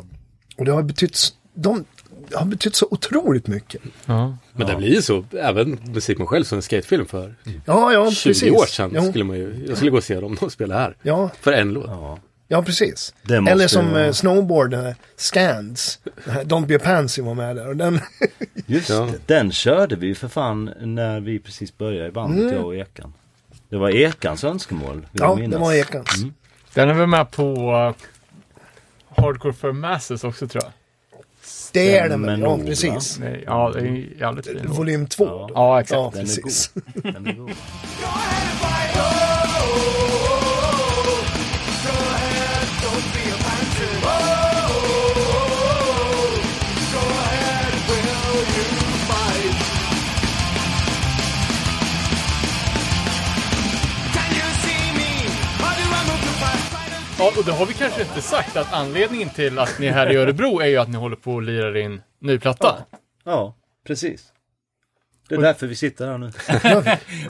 Speaker 5: Och det har betytt, s- de det har betytt så otroligt mycket.
Speaker 1: Ja.
Speaker 4: Men det blir ju så, även musik man själv som en skatefilm för 20
Speaker 5: Ja, ja, precis.
Speaker 4: år sedan
Speaker 5: Jo,
Speaker 4: skulle man ju, jag skulle gå och se dem och spela här.
Speaker 5: ja,
Speaker 4: För en låt.
Speaker 6: Ja.
Speaker 5: ja, precis.
Speaker 6: Det måste
Speaker 5: Eller som
Speaker 6: ju vara-
Speaker 5: eh, Snowboard, eh, Scans. Den här Don't be a pansy var med där. Och den,
Speaker 6: Just
Speaker 4: Ja.
Speaker 6: det. Den körde vi ju för fan när vi precis började i bandet, jag och Ekan. Det var Ekans önskemål, vill
Speaker 5: Mm. ja,
Speaker 6: jag minnas.
Speaker 5: det var Ekans.
Speaker 6: Mm.
Speaker 1: Den är väl med på eh, Hardcore for Masses också tror jag.
Speaker 5: Det är den väl,
Speaker 6: Stämmer
Speaker 5: ja,
Speaker 6: nog,
Speaker 5: precis.
Speaker 1: Nej, ja, det är ju jävligt fin. låt.
Speaker 5: Volym 2.
Speaker 6: Ja.
Speaker 1: Ja, exakt.
Speaker 5: Ja,
Speaker 6: Den är
Speaker 5: precis.
Speaker 6: god. Den är god.
Speaker 1: Ja, och det har vi kanske inte sagt att anledningen till att ni är här i Örebro är ju att ni håller på och lirar in ny platta.
Speaker 6: Ja, precis. Det är därför vi sitter här nu.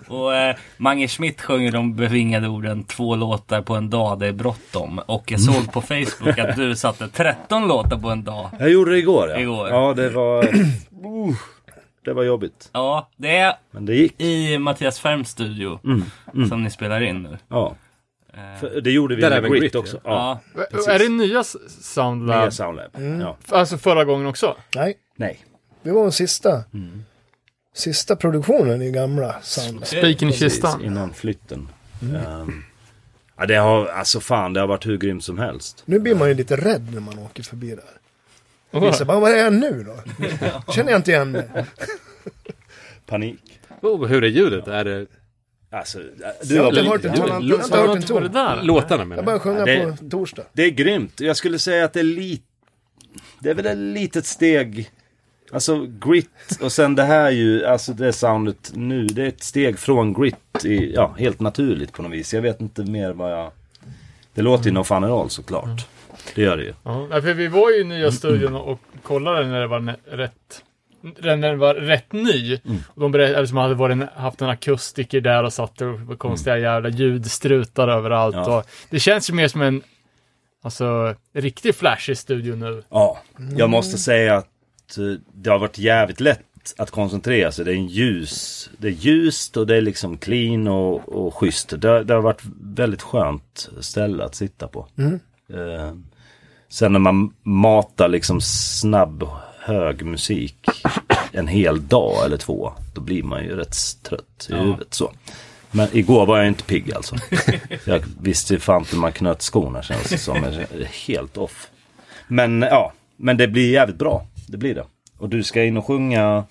Speaker 8: Och eh, Mange Schmidt sjunger de bevingade orden Två låtar på en dag, det är bråttom. Och jag såg på Facebook att du satte 13 låtar på en dag.
Speaker 6: Jag gjorde det igår ja.
Speaker 8: Igår.
Speaker 6: Ja, det var... Uh, det var jobbigt.
Speaker 8: Ja, det är
Speaker 6: Men det gick.
Speaker 8: i Mattias Färms studio som ni spelar in nu.
Speaker 6: Ja. För det gjorde vi
Speaker 4: Där är
Speaker 6: med
Speaker 4: väl
Speaker 6: Grit,
Speaker 4: Grit,
Speaker 6: också. Ja.
Speaker 8: Ja.
Speaker 6: Precis.
Speaker 1: Är det nya s-
Speaker 6: Nya
Speaker 1: Soundlab?
Speaker 6: Soundlab.
Speaker 5: Mm.
Speaker 6: Ja.
Speaker 1: Alltså förra gången också?
Speaker 5: Nej.
Speaker 6: Nej.
Speaker 5: Det var den sista.
Speaker 6: Mm.
Speaker 5: Sista produktionen i gamla Sound.
Speaker 1: Spiken i kistan?
Speaker 6: Innan flytten.
Speaker 5: Mm.
Speaker 6: Ehm, ja, det har... Alltså fan, det har varit hur grymt som helst.
Speaker 5: Nu blir man ju lite rädd när man åker förbi där. Vissa bara, vad är jag nu då? Känner jag inte igen mig.
Speaker 6: Panik.
Speaker 4: Och Oh, hur är ljudet? Är det
Speaker 6: Alltså, du
Speaker 5: Jag har
Speaker 6: var
Speaker 5: inte
Speaker 6: väl-
Speaker 5: hört en ton, jag har
Speaker 4: Låt-
Speaker 5: inte hört en
Speaker 1: Vad är det
Speaker 5: ton.
Speaker 1: där?
Speaker 4: låtarna menar
Speaker 5: Jag
Speaker 4: jag?
Speaker 5: börjar sjunga
Speaker 6: det-
Speaker 5: på torsdag.
Speaker 6: Det är grymt. Jag skulle säga att det är lite... Det är väl ett litet steg. Alltså grit och sen det här ju, alltså det soundet nu, det är ett steg från grit i, ja, helt naturligt på något vis. Jag vet inte mer vad jag... Det låter ju No Fun At All såklart. Det gör det ju.
Speaker 1: Ja, nej, för vi var ju i nya studion och och kollade när det var nä- rätt när den var rätt ny.
Speaker 6: Mm.
Speaker 1: Och de berättade som hade varit en, haft en akustiker där och satt och var konstiga jävla ljudstrutar överallt.
Speaker 6: Mm. Ja.
Speaker 1: Och det känns ju mer som en alltså, riktig flashig studio nu.
Speaker 6: Ja, jag måste säga att eh, det har varit jävligt lätt att koncentrera sig. Det är en ljus, det är ljust och det är liksom clean och, och schysst. Det, har- det har varit väldigt skönt ställe att sitta på. Eh, sen när man matar liksom snabb hög musik en hel dag eller två, då blir man ju rätt trött i huvudet. Så. Men igår var jag inte pigg alltså. jag visste ju fan inte hur man knöt skorna känns det som. Jag är Helt off. Men ja, men det blir jävligt bra. Det blir det. Och du ska in och sjunga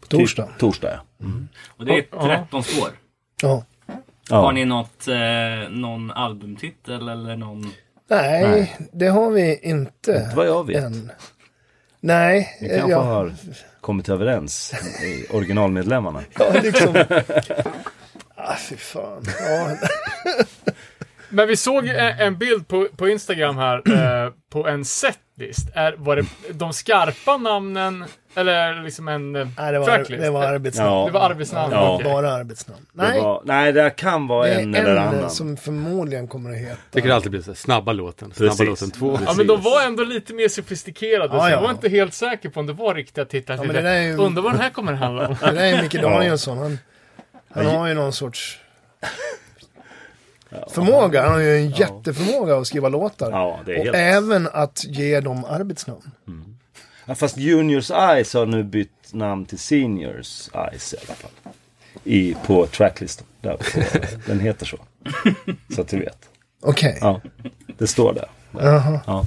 Speaker 5: På torsdag.
Speaker 6: Typ, torsdag ja.
Speaker 8: Och det är 13 spår.
Speaker 5: Ja.
Speaker 6: ja.
Speaker 8: Har ni något, eh, någon albumtitel eller någon...
Speaker 5: Nej, det har vi inte
Speaker 6: Vad jag vet.
Speaker 5: än. Nej,
Speaker 6: Ni
Speaker 5: eh,
Speaker 6: kanske
Speaker 5: ja,
Speaker 6: har kommit överens, i originalmedlemmarna.
Speaker 5: ja, liksom. ah, fy fan. Ja,
Speaker 1: Men vi såg ju en en bild på, på Instagram här eh, på en setlist. Är, var det de skarpa namnen eller liksom en eh,
Speaker 5: nej, det var,
Speaker 1: tracklist?
Speaker 5: det var arbetsnamn.
Speaker 6: Ja.
Speaker 1: Det var arbetsnamn.
Speaker 6: Ja.
Speaker 1: okej.
Speaker 5: Bara arbetsnamn.
Speaker 6: Nej.
Speaker 5: Nej,
Speaker 6: Det, var, nej, det kan vara
Speaker 5: det är
Speaker 6: en eller annan.
Speaker 5: som förmodligen kommer att heta.
Speaker 4: Vilket alltid blir så här, snabba låten, snabba
Speaker 6: Precis.
Speaker 4: låten två.
Speaker 1: Ja men de var ändå lite mer sofistikerade
Speaker 5: Ja,
Speaker 1: så jag
Speaker 5: ja.
Speaker 1: var inte helt säker på om det var riktiga tittare.
Speaker 5: Ja, men det där är ju-
Speaker 1: Undrar vad den här kommer handla om.
Speaker 5: Det där är Micke Danielsson. Han, han har ju någon sorts förmåga. Han har ju en jätteförmåga att skriva låtar.
Speaker 6: Ja, det är
Speaker 5: och
Speaker 6: helt...
Speaker 5: även att ge dem arbetsnamn.
Speaker 6: Ja, Fast Juniors Eyes har nu bytt namn till Seniors Eyes i alla fall. I, på tracklistan. Där på, den heter så. Så att du vet.
Speaker 5: Okej.
Speaker 6: Ja, det står där.
Speaker 5: Jaha.
Speaker 6: Ja.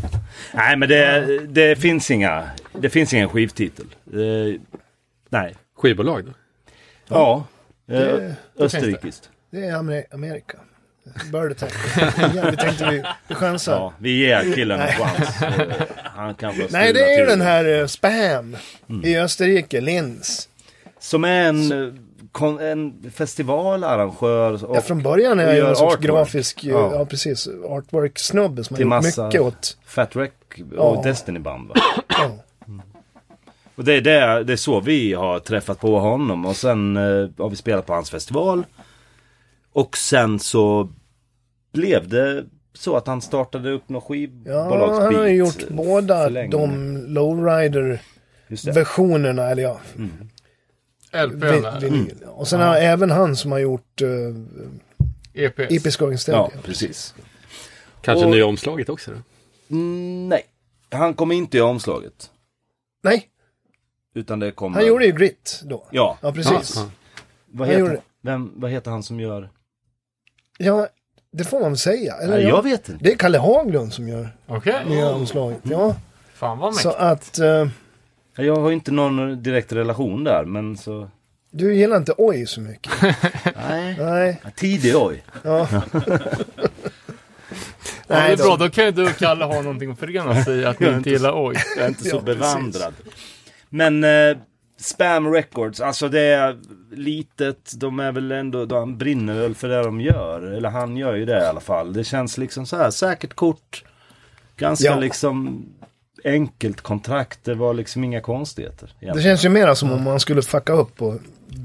Speaker 6: Nej, men det, det finns inga... Det finns ingen skivtitel. Eh, nej.
Speaker 4: Skivbolag då?
Speaker 6: Ja. Eh, österrikiskt.
Speaker 5: Det är Amer- Amerika. Bird attack. Ja, vi tänkte vi, vi chansar.
Speaker 6: Ja, vi ger killen en chans. Eh, Han kanske har
Speaker 5: Nej, det
Speaker 6: strulat
Speaker 5: är ju
Speaker 6: till
Speaker 5: den här eh, Spam
Speaker 6: Mm.
Speaker 5: i Österrike, Linz.
Speaker 6: Som är en, eh, kon, en festivalarrangör. Och
Speaker 5: ja, från början är jag ju
Speaker 6: gör
Speaker 5: en sorts
Speaker 6: artwork.
Speaker 5: grafisk, eh,
Speaker 6: Ja.
Speaker 5: ja, precis, artwork-snubbe som har
Speaker 6: Till
Speaker 5: gjort
Speaker 6: massa-
Speaker 5: mycket åt...
Speaker 6: Fat Wreck och
Speaker 5: Ja.
Speaker 6: Destiny Band va?
Speaker 5: Ja.
Speaker 6: Och det är, det, det är så vi har träffat på honom och sen eh, har vi spelat på hans festival. Och sen så blev det så att han startade upp någon
Speaker 5: Ja,
Speaker 6: skivbolagsbit.
Speaker 5: han har ju gjort
Speaker 6: eh,
Speaker 5: båda
Speaker 6: för länge.
Speaker 5: de lowrider-versionerna,
Speaker 6: Just det. Mm.
Speaker 5: eller ja,
Speaker 1: LPn
Speaker 5: vi-
Speaker 1: där.
Speaker 5: vinyl. Och sen har även han som har gjort uh,
Speaker 1: EP.
Speaker 5: IP Skogen
Speaker 6: Ja,
Speaker 5: ja.
Speaker 6: precis.
Speaker 4: Kanske
Speaker 6: Och-
Speaker 4: nya omslaget också då?
Speaker 6: Mm, nej, han kom inte i omslaget.
Speaker 5: Nej,
Speaker 6: Utan det kom...
Speaker 5: han gjorde ju Grit då.
Speaker 6: Ja,
Speaker 5: Ja, precis.
Speaker 4: Ja,
Speaker 6: vad
Speaker 5: han
Speaker 6: heter,
Speaker 5: gjorde-
Speaker 6: Vem, vad heter han som gör...
Speaker 5: Ja, det får man väl säga. Eller,
Speaker 6: Nej,
Speaker 5: ja.
Speaker 6: jag vet inte.
Speaker 5: Det är Kalle Haglund som gör
Speaker 1: Okej.
Speaker 5: nya omslaget. Ja,
Speaker 1: Fan vad
Speaker 5: så
Speaker 1: mäktigt.
Speaker 5: att eh,
Speaker 6: Ja, Jag har ju inte någon direkt relation där, men så...
Speaker 5: du gillar inte Oj så mycket.
Speaker 6: Nej.
Speaker 5: Nej,
Speaker 6: Tidig oj.
Speaker 1: Ja, det
Speaker 5: nej
Speaker 1: är bra,
Speaker 5: då.
Speaker 1: då kan ju du och Kalle ha någonting att förena sig i att ni inte gillar oj.
Speaker 6: Jag är inte så
Speaker 5: Ja, precis.
Speaker 6: bevandrad. Men eh, Spam Records, alltså det är litet. De är väl ändå, de brinner väl för det de gör. Eller han gör ju det i alla fall. Det känns liksom så här, säkert kort. Ganska
Speaker 5: Ja.
Speaker 6: liksom enkelt kontrakt. Det var liksom inga konstigheter.
Speaker 5: det
Speaker 6: egentligen.
Speaker 5: känns ju mera som om man skulle fucka upp och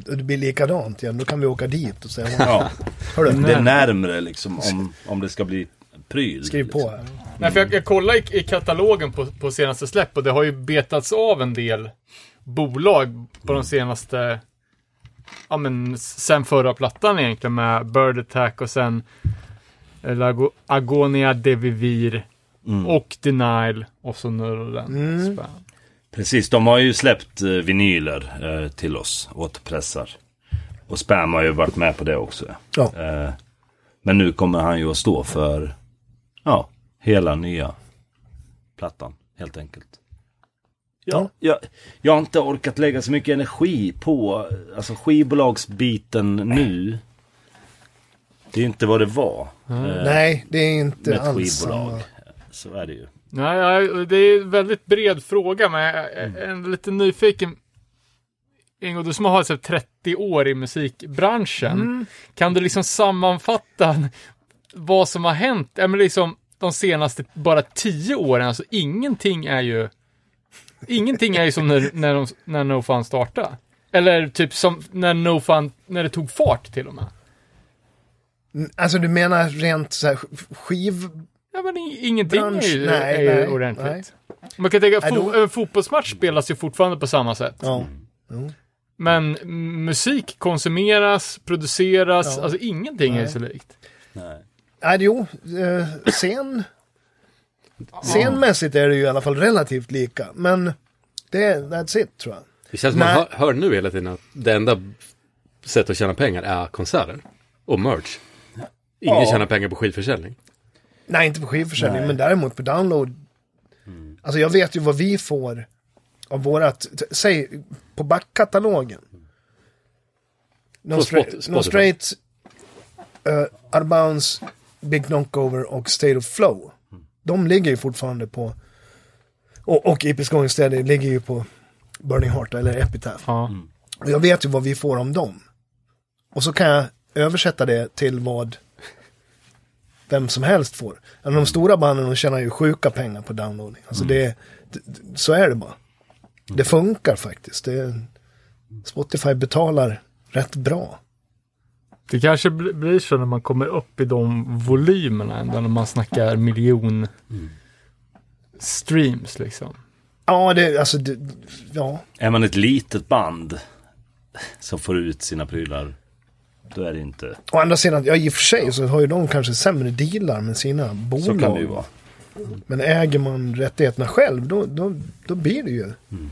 Speaker 5: det blir likadant igen. Då kan vi åka dit och säga,
Speaker 6: Ja,
Speaker 5: hörru,
Speaker 6: det är närmre liksom om, om det ska bli pryl.
Speaker 5: skriv på
Speaker 6: Liksom.
Speaker 5: här.
Speaker 1: Nej, för jag, jag kollade i, i katalogen på, på senaste släpp och det har ju betats av en del bolag på de senaste, ja men s- sen förra plattan egentligen med Bird Attack och sen eh, Lago, Agonia Devivir och Denial och så nu då den. Spä-
Speaker 6: Precis, de har ju släppt eh, vinyler eh, till oss, återpressar. Och Spam har ju varit med på det också. ja.
Speaker 5: Ja.
Speaker 6: Eh, Men nu kommer han ju att stå för ja, hela nya plattan helt enkelt. Ja, jag, jag har inte orkat lägga så mycket energi på alltså skivbolagsbiten nu. Det är ju inte vad det var eh,
Speaker 5: Nej, det är inte
Speaker 6: med ett
Speaker 5: alls
Speaker 6: skivbolag.
Speaker 5: samma.
Speaker 6: Så är det ju.
Speaker 1: Nej, ja, det är en väldigt bred fråga, men jag är ändå lite nyfiken. Ingo, du som har varit så här 30 år i musikbranschen, kan du liksom sammanfatta vad som har hänt? Ja, men liksom de senaste bara 10 åren, alltså ingenting är ju, ingenting är ju som när, när, de, när NoFan startade. Eller typ som när NoFan, när det tog fart till och med.
Speaker 5: Alltså du menar rent så här skiv...
Speaker 1: Ja, men i- ingenting
Speaker 5: Bransch-
Speaker 1: är ju,
Speaker 5: nej,
Speaker 1: är ju
Speaker 5: nej,
Speaker 1: ordentligt.
Speaker 5: nej.
Speaker 1: Man kan tänka,
Speaker 5: Nej,
Speaker 1: fo-
Speaker 5: då-
Speaker 1: en fotbollsmatch spelas ju fortfarande på samma sätt.
Speaker 5: Ja.
Speaker 1: Men musik konsumeras, produceras,
Speaker 5: Ja.
Speaker 1: alltså ingenting är så likt.
Speaker 5: Nej, jo, eh, scen... Scenmässigt är det ju i alla fall relativt lika, men det är, that's it tror jag.
Speaker 4: Det känns som man
Speaker 5: Nej.
Speaker 4: hör, hör nu hela tiden att det enda sättet att tjäna pengar är konserter och merch. Ingen
Speaker 5: Ja.
Speaker 4: tjänar pengar på skivförsäljning.
Speaker 5: Nej, inte på skivförsäljning, men däremot på download. Alltså jag vet ju vad vi får av vårat, t- säg på backkatalogen. No,
Speaker 4: På
Speaker 5: stra-
Speaker 4: Spot-
Speaker 5: no
Speaker 4: Spotify.
Speaker 5: Straight, uh, Arbounds, Big Knockover och State of Flow. De ligger ju fortfarande på, och, och Episk Gångstäder ligger ju på Burning Heart eller Epitaph.
Speaker 1: Ja.
Speaker 5: Och jag vet ju vad vi får om dem. Och så kan jag översätta det till vad vem som helst får. Men de stora banden de tjänar ju sjuka pengar på downloading. Alltså
Speaker 6: Mm.
Speaker 5: det, d- d- så är det bara. Det funkar faktiskt. Det, Spotify betalar rätt bra.
Speaker 1: Det kanske bl- blir så när man kommer upp i de volymerna ändå, när man snackar miljon streams liksom.
Speaker 5: Ja, det, alltså, det, ja.
Speaker 6: Är man ett litet band som får ut sina prylar, då är det inte...
Speaker 5: Å andra sidan, ja i och för sig så har ju de kanske sämre dealar med sina bolag.
Speaker 6: Så kan det ju vara.
Speaker 5: Men äger man rättigheterna själv, då, då, då blir det ju...
Speaker 1: Mm.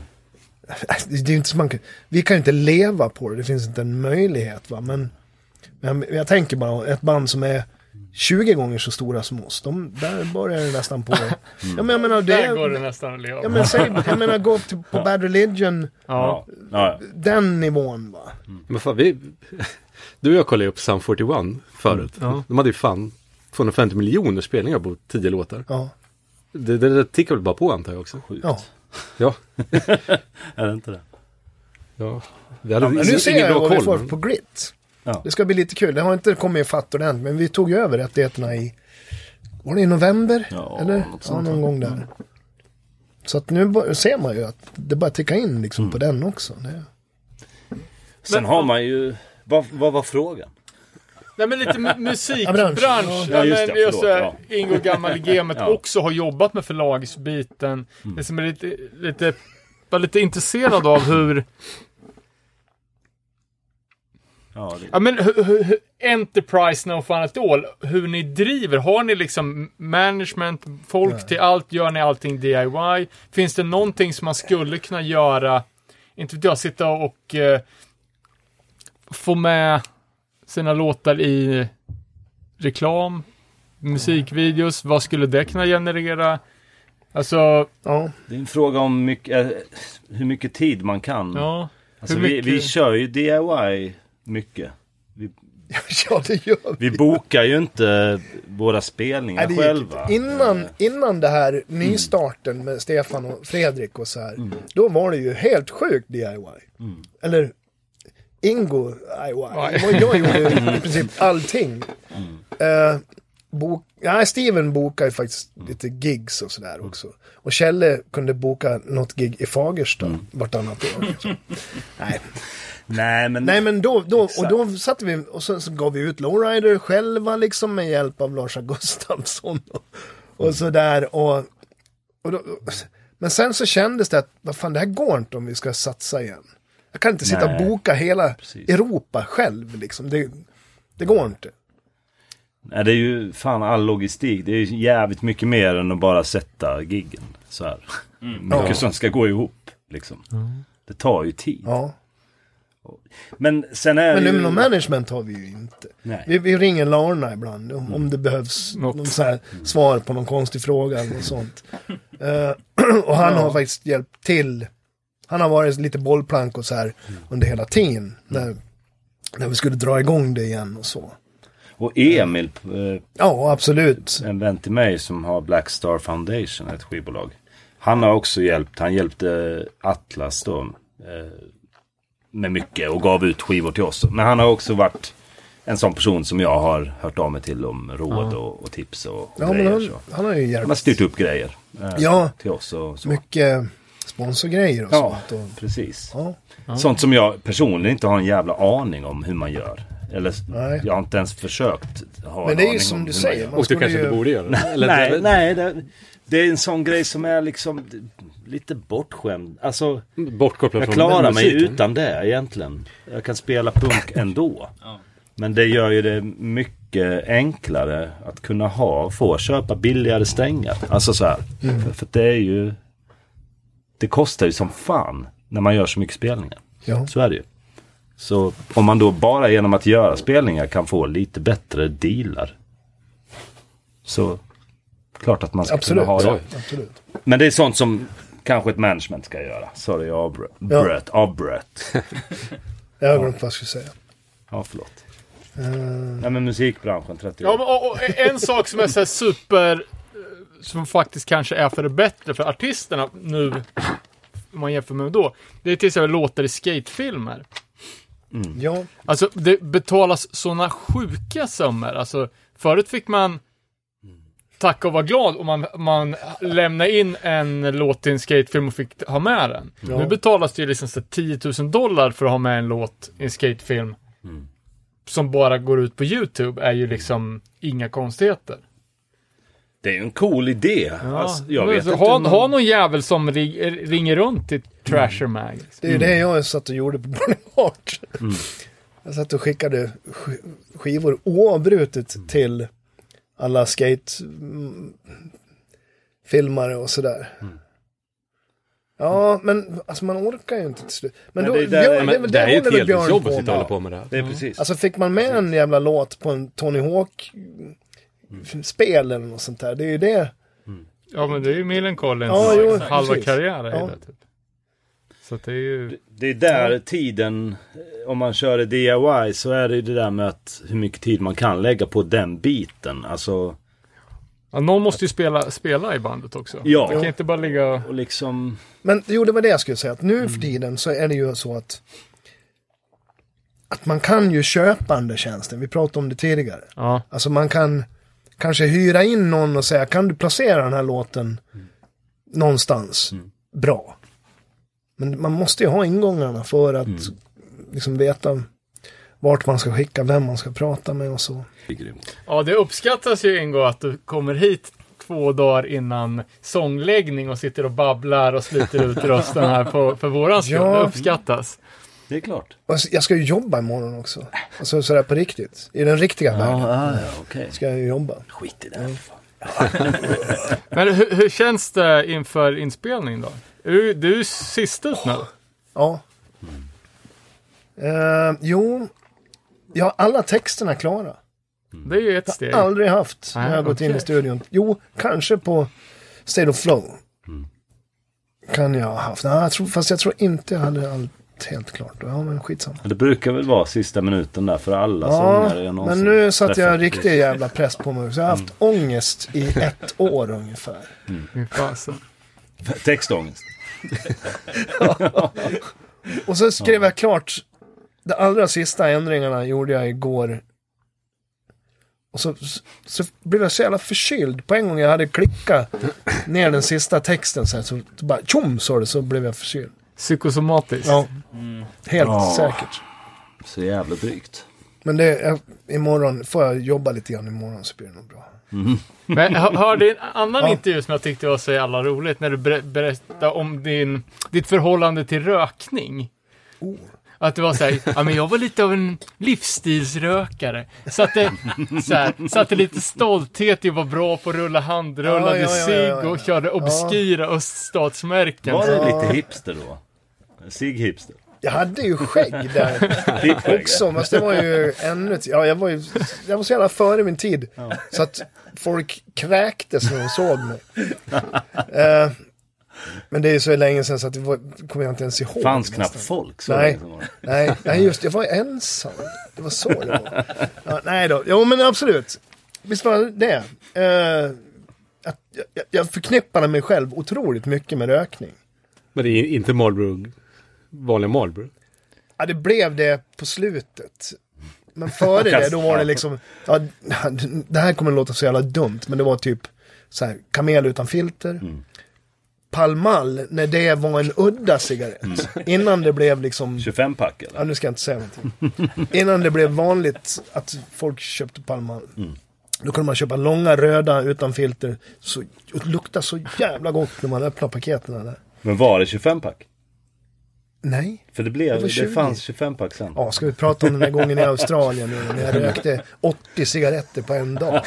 Speaker 5: Det är ju inte så man kan, vi kan ju inte leva på det, det finns inte en möjlighet. Va? Men, men jag- jag tänker bara, ett band som är 20 gånger så stora som oss, de, där börjar det nästan på... Ja, men jag menar, det,
Speaker 1: Mm. Där går det nästan att leva.
Speaker 5: jag menar, säg, jag menar gå till, på Bad Religion,
Speaker 1: Ja.
Speaker 6: Ja,
Speaker 5: den nivån va.
Speaker 4: Men fan, vi, du och jag kollade upp Sum 41 förut.
Speaker 1: Ja.
Speaker 4: De hade ju fan 250 miljoner spelningar på 10 låtar.
Speaker 5: Ja,
Speaker 4: Det, det, det tickar väl bara på antar jag också.
Speaker 6: sjukt.
Speaker 5: ja.
Speaker 4: Ja.
Speaker 6: Är det inte det?
Speaker 4: ja. Vi hade
Speaker 5: Men
Speaker 4: ingen,
Speaker 5: nu ser
Speaker 4: ingen
Speaker 5: jag
Speaker 4: bra
Speaker 5: vad vi
Speaker 4: koll.
Speaker 5: får
Speaker 4: men-
Speaker 5: på Grit.
Speaker 6: Ja.
Speaker 5: Det ska bli lite kul. Det har inte kommit ifatt ordentligt, men vi tog ju över rättigheterna i... Var det i november?
Speaker 6: Ja,
Speaker 5: eller?
Speaker 6: något
Speaker 5: Ja,
Speaker 6: sånt,
Speaker 5: någon gång där. Så att nu bör- ser man ju att det bara tickar in liksom på den också. Det...
Speaker 6: Sen har man ju... Vad, vad var frågan?
Speaker 1: Nej men lite mu- musikbransch.
Speaker 5: Ja,
Speaker 1: Ja,
Speaker 6: just det,
Speaker 1: men just
Speaker 6: förlåt,
Speaker 1: det. Ingo Gammal i gamet
Speaker 6: Ja. Mm.
Speaker 1: också har jobbat med förlagsbiten. Det som är lite, lite, var lite intresserad av hur,
Speaker 6: Ja, det...
Speaker 1: ja men hur, hur, hur Enterprise No Fun At All, hur ni driver. Har ni liksom management, folk till allt? Gör ni allting DIY? Finns det någonting som man skulle kunna göra, inte vet jag, sitta och eh, få med sina låtar i reklam, musikvideos, vad skulle det kunna generera? Alltså,
Speaker 5: Ja,
Speaker 6: det är en fråga om mycket, eh, hur mycket tid man kan.
Speaker 1: ja.
Speaker 6: alltså,
Speaker 1: hur
Speaker 6: vi,
Speaker 1: mycket-
Speaker 6: vi kör ju DIY mycket. Vi,
Speaker 5: ja det gör vi.
Speaker 6: vi bokar ju inte våra spelningar
Speaker 5: Nej, det gick
Speaker 6: själva.
Speaker 5: inte. innan, innan det här nystarten med Stefan och Fredrik och så här. Då var det ju helt sjukt DIY. Eller Ingo DIY. Det var- Jag gjorde i princip allting. Eh, bok, nej, Steven bokade ju faktiskt lite gigs och sådär också. Och Kjelle kunde boka något gig i Fagersta vartannat år. nej.
Speaker 6: Nej, men...
Speaker 5: nej, men då, då, och då satte vi, och sen så gav vi ut Lowrider själva liksom med hjälp av Lars Gustafsson och, och
Speaker 6: Mm.
Speaker 5: sådär. Och, och då, men sen så kändes det att, vad fan det här går inte om vi ska satsa igen. Jag kan inte sitta
Speaker 6: Nej.
Speaker 5: och boka hela
Speaker 6: Precis.
Speaker 5: Europa själv liksom. Det, det går inte.
Speaker 6: Nej, det är ju fan all logistik. Det är ju jävligt mycket mer än att bara sätta giggen så här.
Speaker 5: Mm.
Speaker 6: Mycket som ska gå ihop liksom. Det tar ju tid.
Speaker 5: Ja.
Speaker 6: Men sen är
Speaker 5: Men
Speaker 6: det ju...
Speaker 5: Luminal Management har vi ju inte.
Speaker 6: Nej.
Speaker 5: Vi, vi ringer Larna ibland om, om det behövs
Speaker 1: Något.
Speaker 5: någon så här svar på någon konstig fråga eller något sånt. Eh, och han har faktiskt hjälpt till. Han har varit lite bollplank och så här under hela tiden. När, när vi skulle dra igång det igen och så.
Speaker 6: Och Emil, eh,
Speaker 5: Ja, absolut.
Speaker 6: en vän till mig som har Black Star Foundation, ett skivbolag. Han har också hjälpt. Han hjälpte Atlas då. Eh, med mycket och gav ut skivor till oss. Men han har också varit en sån person som jag har hört av mig till om råd och, och tips och, och
Speaker 5: Ja, men
Speaker 6: grejer.
Speaker 5: han,
Speaker 6: så.
Speaker 5: han har ju
Speaker 6: De har
Speaker 5: hjälpt
Speaker 6: styrt upp grejer eh,
Speaker 5: Ja.
Speaker 6: till oss och så.
Speaker 5: mycket sponsorgrejer och
Speaker 6: Ja,
Speaker 5: sånt. Och,
Speaker 6: precis.
Speaker 5: ja.
Speaker 6: Sånt som jag personligen inte har en jävla aning om hur man gör. Eller s-
Speaker 5: Nej.
Speaker 6: jag har inte ens försökt ha
Speaker 5: Men
Speaker 6: en
Speaker 5: det är ju
Speaker 6: aning
Speaker 5: som
Speaker 6: om
Speaker 5: du
Speaker 6: hur
Speaker 5: säger.
Speaker 6: Man
Speaker 5: Man
Speaker 4: Och du
Speaker 5: skulle
Speaker 4: kanske
Speaker 5: ju...
Speaker 4: inte borde göra det.
Speaker 6: gör.
Speaker 4: Eller,
Speaker 6: Nej,
Speaker 4: eller-
Speaker 6: nej det, det är en sån grej som är liksom d- lite bortskämd. Alltså,
Speaker 4: Bortkopplad
Speaker 6: jag
Speaker 4: från
Speaker 6: klarar mig
Speaker 4: musiken.
Speaker 6: utan det egentligen. Jag kan spela punk ändå. Men det gör ju det mycket enklare att kunna ha, få köpa billigare
Speaker 5: Mm.
Speaker 6: strängar. Alltså så här. För, för det är ju... Det kostar ju som fan när man gör så mycket spelningar.
Speaker 5: Ja.
Speaker 6: Så är det ju. Så om man då bara genom att göra spelningar kan få lite bättre dealar. Så klart att man ska
Speaker 5: Absolut.
Speaker 6: kunna ha det.
Speaker 5: Absolut.
Speaker 6: Men det är sånt som kanske ett management ska göra. Sorry, jag avbröt.
Speaker 5: Ja.
Speaker 6: Bröt, avbröt.
Speaker 5: Jag har glömt vad jag skulle säga.
Speaker 6: Ja, förlåt. Nej, men musikbranschen 30 år.
Speaker 1: Ja, men, och, och en sak som är så här super, eh, som faktiskt kanske är för det bättre för artisterna nu, om man jämför med då, det är till exempel låtar i skatefilmer.
Speaker 6: Mm.
Speaker 5: Ja,
Speaker 1: Alltså det betalas sådana sjuka summor. Alltså förut fick man tacka och vara glad om man, man lämnade in en låt till en skatefilm och fick ha med den. Nu betalas det ju liksom så här 10 000 dollar för att ha med en låt i en skatefilm. Som bara går ut på YouTube är ju liksom inga konstigheter.
Speaker 6: Det är ju en cool idé. Alltså, jag vet inte.
Speaker 1: ha,
Speaker 6: om-
Speaker 1: ha någon jävel som ri, ringer runt till Trasher Mag. liksom.
Speaker 5: det är ju
Speaker 4: Mm.
Speaker 5: det jag satt och gjorde på Bonnie Hart. Jag satt och skickade sk- skivor oavbrutet
Speaker 4: Mm.
Speaker 5: till alla skatefilmare och sådär.
Speaker 4: Mm.
Speaker 5: Ja, men alltså man orkar ju inte till slut. Men,
Speaker 6: Men
Speaker 5: då,
Speaker 6: det är där-
Speaker 5: Björn-
Speaker 6: Nej,
Speaker 5: det,
Speaker 4: Men det är ju
Speaker 5: håller
Speaker 4: ett
Speaker 5: väl Björn
Speaker 4: heltidsjobb att
Speaker 5: på
Speaker 4: sitta och hålla
Speaker 5: med.
Speaker 4: på med det här.
Speaker 6: Det är precis.
Speaker 5: Alltså fick man med en jävla låt på en Tony Hawk-spel
Speaker 4: Mm.
Speaker 5: eller något sånt där. Det är ju det.
Speaker 1: Ja men det är ju Millencolins
Speaker 5: Ja, jo,
Speaker 1: halva
Speaker 5: precis.
Speaker 1: karriär är
Speaker 5: Ja.
Speaker 1: det typ. Så att det är ju...
Speaker 6: Det är där tiden, om man kör i DIY, så är det ju det där med att hur mycket tid man kan lägga på den biten. Alltså,
Speaker 1: Ja, någon måste ju spela, spela i bandet också.
Speaker 6: Ja.
Speaker 1: Man kan inte bara ligga och...
Speaker 6: och liksom...
Speaker 5: Men jo, det var det jag skulle säga. Att nu för tiden så är det ju så att att man kan ju köpa den där tjänsten. Vi pratade om det tidigare.
Speaker 1: Ja.
Speaker 5: Alltså man kan kanske hyra in någon och säga kan du placera den här låten någonstans bra. Men man måste ju ha ingångarna för att liksom veta vart man ska skicka, vem man ska prata med och så.
Speaker 1: ja, det uppskattas ju Ingo att du kommer hit två dagar innan sångläggning och sitter och babblar och sliter ut rösten här på, för våran skull.
Speaker 5: Ja.
Speaker 1: Det uppskattas.
Speaker 6: Det är klart.
Speaker 5: Och jag ska ju jobba imorgon också. Alltså sådär på riktigt. I den riktiga världen
Speaker 6: ah, ja, okej.
Speaker 5: ska jag ju jobba.
Speaker 6: Skit i det.
Speaker 1: Men hur, hur känns det inför inspelning då? Är du, du är sist ut nu.
Speaker 5: Ja. Eh, jo, jag har alla texterna klara.
Speaker 1: Det är ju ett steg.
Speaker 5: Aldrig haft när jag
Speaker 1: Nej,
Speaker 5: har gått in i
Speaker 1: okej.
Speaker 5: studion. Jo, kanske på State of Flow.
Speaker 1: Mm.
Speaker 5: Kan jag ha haft. Nej, jag tror, fast jag tror inte jag hade allt helt klart. Ja, men skitsamma.
Speaker 6: Det brukar väl vara sista minuten där för alla
Speaker 5: Ja,
Speaker 6: sångare jag någonsin
Speaker 5: men nu satte jag
Speaker 6: träffat. Mm.
Speaker 5: riktig jävla press på mig. Så jag har haft ångest i ett år ungefär.
Speaker 1: Fy fasen.
Speaker 6: Textångest.
Speaker 5: Och så skrev jag klart. De allra sista ändringarna gjorde jag igår. Och så, så blev jag så jävla förkyld. På en gång jag hade klickat ner den sista texten så, här, så bara tjom sa det så blev jag förkyld.
Speaker 1: Psykosomatiskt.
Speaker 5: Ja. Helt
Speaker 6: Ja.
Speaker 5: säkert.
Speaker 6: Så jävla drygt.
Speaker 5: Men det, jag, imorgon får jag jobba lite grann imorgon så blir det nog bra.
Speaker 1: Men jag hörde en annan
Speaker 5: Ja.
Speaker 1: intervju som jag tyckte var så jävla roligt när du ber- berättade om din, ditt förhållande till rökning.
Speaker 5: Oh.
Speaker 1: Att det var såhär, ja men jag var lite av en livsstilsrökare. Satte, såhär, satte lite stolthet i att vara bra på att rulla handrullade
Speaker 5: Ja, ja, ja,
Speaker 1: cigg
Speaker 5: ja, ja.
Speaker 1: och körde obskyra öststatsmärken.
Speaker 6: Var det lite hipster då? Sig-hipster?
Speaker 5: Jag hade ju skägg där
Speaker 6: Klippskägg,
Speaker 5: också. Fast det var ju ännu... ett- Ja, jag var ju... Jag var så jävla före min tid. Så att folk kräktes när de såg mig. Eh, men det är ju så länge sedan så att det var, kommer jag inte ens ihåg.
Speaker 6: ja. Fanns
Speaker 5: nästan.
Speaker 6: knappt folk. Så liksom.
Speaker 5: Nej.
Speaker 6: länge som var det.
Speaker 5: Nej, nej, just det, jag var ensam. Det var så det var. Ja, nej då, jo men absolut. Visst var det det. Eh, att, jag, jag förknippade mig själv otroligt mycket med rökning.
Speaker 4: Men det är inte Marlboro, vanliga Marlboro.
Speaker 5: Ja, det blev det på slutet. Men före det, då var det liksom, ja, det här kommer att låta så jävla dumt, men det var typ så här, kamel utan filter. Pall Mall, när det var en udda cigarett. Innan det blev liksom...
Speaker 6: 25-pack eller?
Speaker 5: Ja, nu ska jag inte säga någonting. Innan det blev vanligt att folk köpte palmal. Då kunde man köpa långa röda utan filter. Så, och det luktade så jävla gott när man öppnade paketen där.
Speaker 6: Men var det 25-pack?
Speaker 5: Nej.
Speaker 6: För det,
Speaker 5: Det
Speaker 6: blev,
Speaker 5: var
Speaker 6: det,
Speaker 5: 20.
Speaker 6: fanns 25-pack sen.
Speaker 5: Ja, ska vi prata om den där gången i Australien nu när jag rökte 80 cigaretter på en dag.